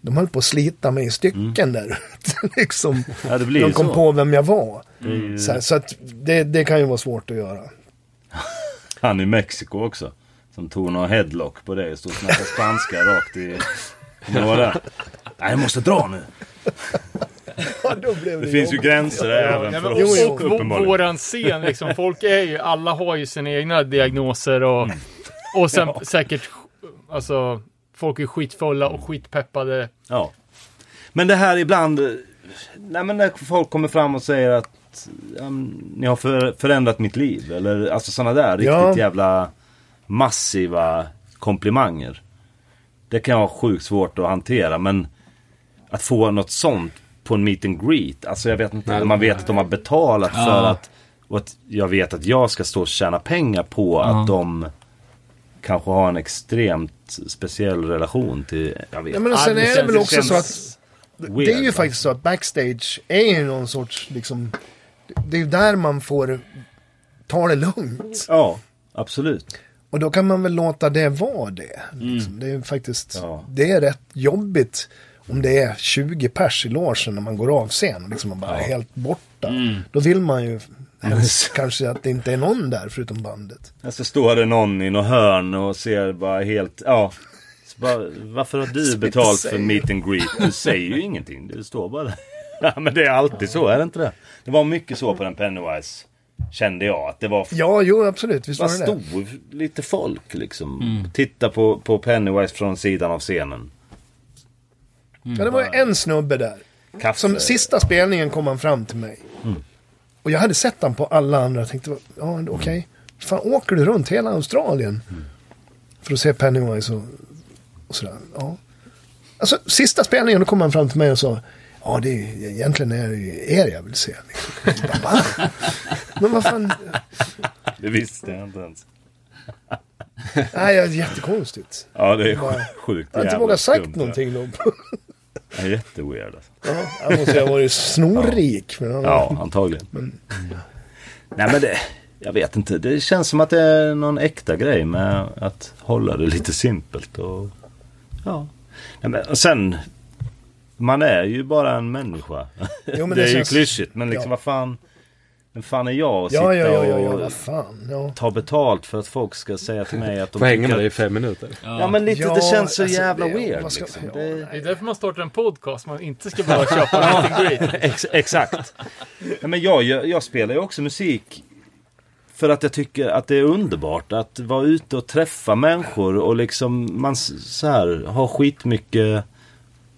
Speaker 5: de höll på att slita mig i stycken där ute. liksom.
Speaker 6: Ja, det blir ju
Speaker 5: De kom
Speaker 6: så. Mm.
Speaker 5: på vem jag var. Mm. Så, här, så att det, det kan ju vara svårt att göra.
Speaker 6: Han i Mexiko också. Som tog någon headlock på det och stod och snackade spanska rakt i... Kommer du ihåg det? Nej, jag måste dra nu.
Speaker 5: Ja, då blev
Speaker 6: Det finns ju gränser även
Speaker 1: Ja,
Speaker 6: för
Speaker 1: men,
Speaker 5: Jo,
Speaker 6: oss.
Speaker 5: jo.
Speaker 1: och och vå-
Speaker 6: Uppenbarligen.
Speaker 1: våran scen liksom. Folk är ju, alla har ju sina egna diagnoser och, och sen säkert, alltså, folk är skitfulla och skitpeppade.
Speaker 6: Ja. Men det här ibland... eh, Nej men när folk kommer fram och säger att ja, men, ni har för, förändrat mitt liv. Eller alltså sådana där riktigt
Speaker 5: Ja.
Speaker 6: jävla massiva komplimanger. Det kan jag ha sjukt svårt att hantera men att få något sånt på en meet and greet. Alltså jag vet inte,
Speaker 4: Nej.
Speaker 6: man vet att de har betalat för att... Och att jag vet att jag ska stå och tjäna pengar på att de kanske har en extremt speciell relation till... Jag vet
Speaker 5: Ja, men och sen
Speaker 1: Ja, det
Speaker 5: är det
Speaker 1: känns-
Speaker 5: väl
Speaker 1: det
Speaker 5: också
Speaker 1: känns-
Speaker 5: så att
Speaker 6: Weird, alltså.
Speaker 5: det är ju
Speaker 6: va?
Speaker 5: faktiskt så att backstage är ju någon sorts liksom... Det är ju där man får ta det lugnt.
Speaker 6: Ja, absolut.
Speaker 5: Och då kan man väl låta det vara det. Liksom. Det är ju faktiskt...
Speaker 6: Mm. Ja.
Speaker 5: Det är rätt jobbigt om det är 20 pers i logen när man går av scen. Liksom man bara är helt borta.
Speaker 6: Mm.
Speaker 5: Då vill man ju helst kanske att det inte är någon där förutom bandet.
Speaker 6: Alltså står det någon i något hörn och ser bara helt, ja. Så bara, varför har du betalt för meet and greet? Du säger ju ingenting, du står bara där. Ja men det är alltid så, är det inte det? Det var mycket så på den Pennywise. Kände jag att det var
Speaker 5: Ja, jo absolut. Visst
Speaker 6: Vad
Speaker 5: var det det.
Speaker 6: stod lite folk liksom. Titta på, på Pennywise från sidan av scenen.
Speaker 5: Ja, det var ju
Speaker 6: Mm.
Speaker 5: en snubbe där.
Speaker 6: Kaffe.
Speaker 5: Som sista spelningen kom han fram till mig.
Speaker 6: Mm.
Speaker 5: Och jag hade sett han på alla andra. Jag tänkte, ja okej. Fan, åker du runt hela Australien?
Speaker 6: Mm.
Speaker 5: För att se Pennywise och, och sådär. Ja. Alltså, sista spelningen, då kom han fram till mig och sa, ja det är, egentligen är det ju er jag vill se. Liksom. Jag bara, "Va?" Men vad fan,
Speaker 6: Det visste jag inte ens.
Speaker 5: nej, det är jättekonstigt.
Speaker 6: Ja det är sj-
Speaker 5: Bara-
Speaker 6: sjukt
Speaker 5: Jag har inte
Speaker 6: jävla
Speaker 5: vågat
Speaker 6: skumt
Speaker 5: sagt
Speaker 6: det.
Speaker 5: någonting då.
Speaker 6: Det är jätteweird alltså.
Speaker 5: Ja, jag måste ju ha varit snorrik. Men,
Speaker 6: Ja, antagligen.
Speaker 5: Mm.
Speaker 6: Nej men det, jag vet inte. Det känns som att det är någon äkta grej med att hålla det lite simpelt. Och, ja. Nej, men, och sen, man är ju bara en människa.
Speaker 5: Jo, men
Speaker 6: det,
Speaker 5: det
Speaker 6: är
Speaker 5: känns-
Speaker 6: ju klyschigt men
Speaker 5: ja.
Speaker 6: liksom vad fan. Vem fan är jag att
Speaker 5: Ja,
Speaker 6: sitta
Speaker 5: ja, ja, ja, ja,
Speaker 6: och
Speaker 5: vad fan. Ja.
Speaker 6: ta betalt för att folk ska säga till mig att de
Speaker 4: Får hänga med
Speaker 6: tycker
Speaker 4: dig i
Speaker 6: att...
Speaker 4: fem minuter.
Speaker 6: Ja men lite,
Speaker 5: Ja,
Speaker 6: det känns så
Speaker 5: alltså,
Speaker 6: jävla
Speaker 5: det-
Speaker 6: weird
Speaker 5: vad ska-
Speaker 6: liksom.
Speaker 5: ja,
Speaker 6: det,
Speaker 1: Det är därför man startar en podcast, man inte ska behöva köpa meet and greet.
Speaker 6: Ex exakt. Nej, men jag, jag, jag spelar ju också musik för att jag tycker att det är underbart att vara ute och träffa människor och liksom man s- så här har skitmycket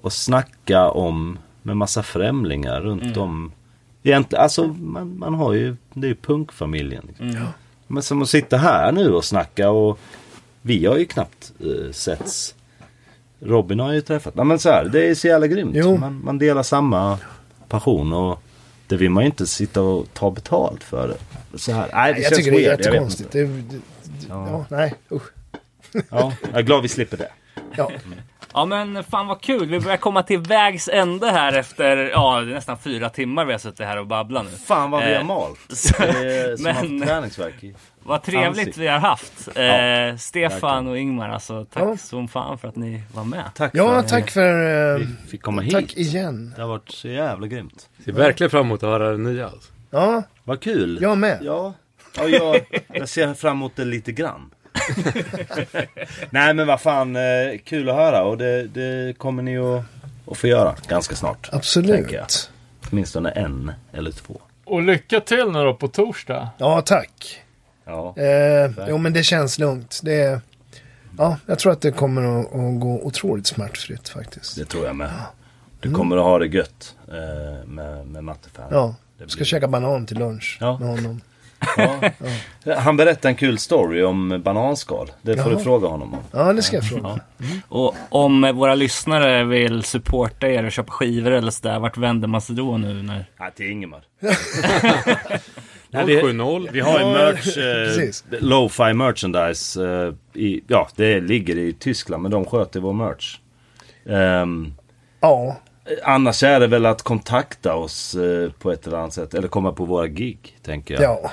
Speaker 6: att snacka om med massa främlingar runt om. Egentligen, alltså man, man har ju, det är ju punkfamiljen. Liksom. Men som att sitta här nu och snacka och vi har ju knappt eh, setts. Robin har jag ju träffat. Nej, men så här, det är så jävla grymt.
Speaker 5: Jo.
Speaker 6: Man, man delar samma passion och det vill man ju inte sitta och ta betalt för. Så här. Nej, det
Speaker 5: Nej, jag
Speaker 6: känns
Speaker 5: tycker det är
Speaker 6: weird, jag vet
Speaker 5: jättekonstigt. Det, är- det, det, ja. nej, usch.
Speaker 6: inte. Ja, jag är glad vi slipper det.
Speaker 5: Ja.
Speaker 3: Ja men fan vad kul, vi börjar komma till vägs ände här efter, ja det är nästan fyra timmar vi har suttit här och babblat nu.
Speaker 6: Fan vad vi har
Speaker 3: Eh,
Speaker 6: malt.
Speaker 3: så-
Speaker 6: Det är som
Speaker 3: men-
Speaker 6: haft träningsvärk i.
Speaker 3: Vad trevligt
Speaker 6: Ansikte.
Speaker 3: vi har haft. Eh,
Speaker 6: Ja,
Speaker 3: Stefan
Speaker 6: verkligen.
Speaker 3: och Ingmar alltså, tack
Speaker 5: Ja.
Speaker 3: som fan för att ni var med.
Speaker 6: Tack för
Speaker 5: ja,
Speaker 6: att
Speaker 5: tack för...
Speaker 6: vi
Speaker 5: eh,
Speaker 6: fick komma hit.
Speaker 5: tack igen.
Speaker 6: Det har varit så jävla grymt.
Speaker 4: Ser verkligen fram emot att höra det nya. Alltså.
Speaker 5: Ja,
Speaker 6: Vad kul.
Speaker 5: jag med.
Speaker 6: Ja, ja jag, jag ser fram emot det lite grann. Nej men vad fan, eh, kul att höra och det, det kommer ni att, att få göra ganska snart. tänker jag.
Speaker 5: Absolut.
Speaker 6: Åtminstone en eller två.
Speaker 1: Och lycka till nu då på torsdag.
Speaker 5: Ja, tack.
Speaker 6: Ja.
Speaker 5: Eh, jo, men det känns lugnt. Det, är- ja, jag tror att det kommer att, att gå otroligt smärtfritt faktiskt.
Speaker 6: Det tror jag med. Du kommer att ha det gött eh, med, med Mattefan.
Speaker 5: Mm. Ja,
Speaker 6: det
Speaker 5: ska
Speaker 6: blir-
Speaker 5: käka banan till lunch
Speaker 6: Ja.
Speaker 5: med honom.
Speaker 6: Ja. Han berättade en kul story om bananskal. Det får
Speaker 5: Jaha.
Speaker 6: du fråga honom om.
Speaker 5: Ja, det ska jag fråga.
Speaker 3: Och om eh, våra lyssnare vill supporta er och köpa skivor eller sådär, vart vänder man sig då nu när
Speaker 6: Nej, till Ingemar.
Speaker 4: 070.
Speaker 6: Vi har ju merch,
Speaker 5: precis.
Speaker 6: eh, lo-fi merchandise. Eh, i, ja, det ligger i Tyskland men de sköter vår merch. Ehm,
Speaker 5: Ja,
Speaker 6: eh, annars är det väl att kontakta oss eh, på ett eller annat sätt. Eller komma på våra gig, tänker jag.
Speaker 5: ja.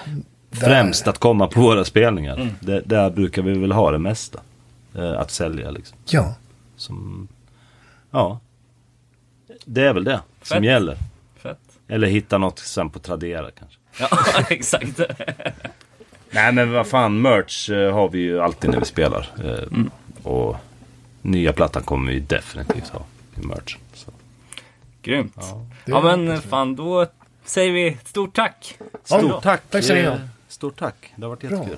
Speaker 5: Där.
Speaker 6: Främst att komma på våra spelningar.
Speaker 3: Mm.
Speaker 6: Det, där brukar vi väl ha det mesta. Eh, att sälja liksom.
Speaker 5: Ja.
Speaker 6: Som, ja. Det är väl det
Speaker 3: Fett.
Speaker 6: som gäller.
Speaker 3: Fett.
Speaker 6: Eller hitta något sen på Tradera kanske.
Speaker 3: Ja, exakt.
Speaker 6: Nej men vad fan, merch eh, har vi ju alltid när vi spelar. Eh,
Speaker 5: Mm.
Speaker 6: Och nya plattan kommer vi definitivt ha i merch. Så.
Speaker 3: Grymt. Ja, men eh, fan då säger vi stort tack.
Speaker 6: Stort
Speaker 5: Ja,
Speaker 6: tack!
Speaker 5: tack ska ni ha.
Speaker 6: eh, Stort tack, det har varit jättekul.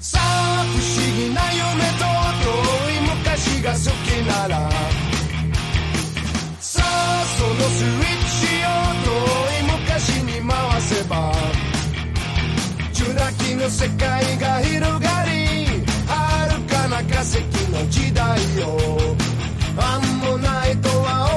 Speaker 9: So
Speaker 5: 気の世界が広がり遥かな化石の時代よアンモナイトは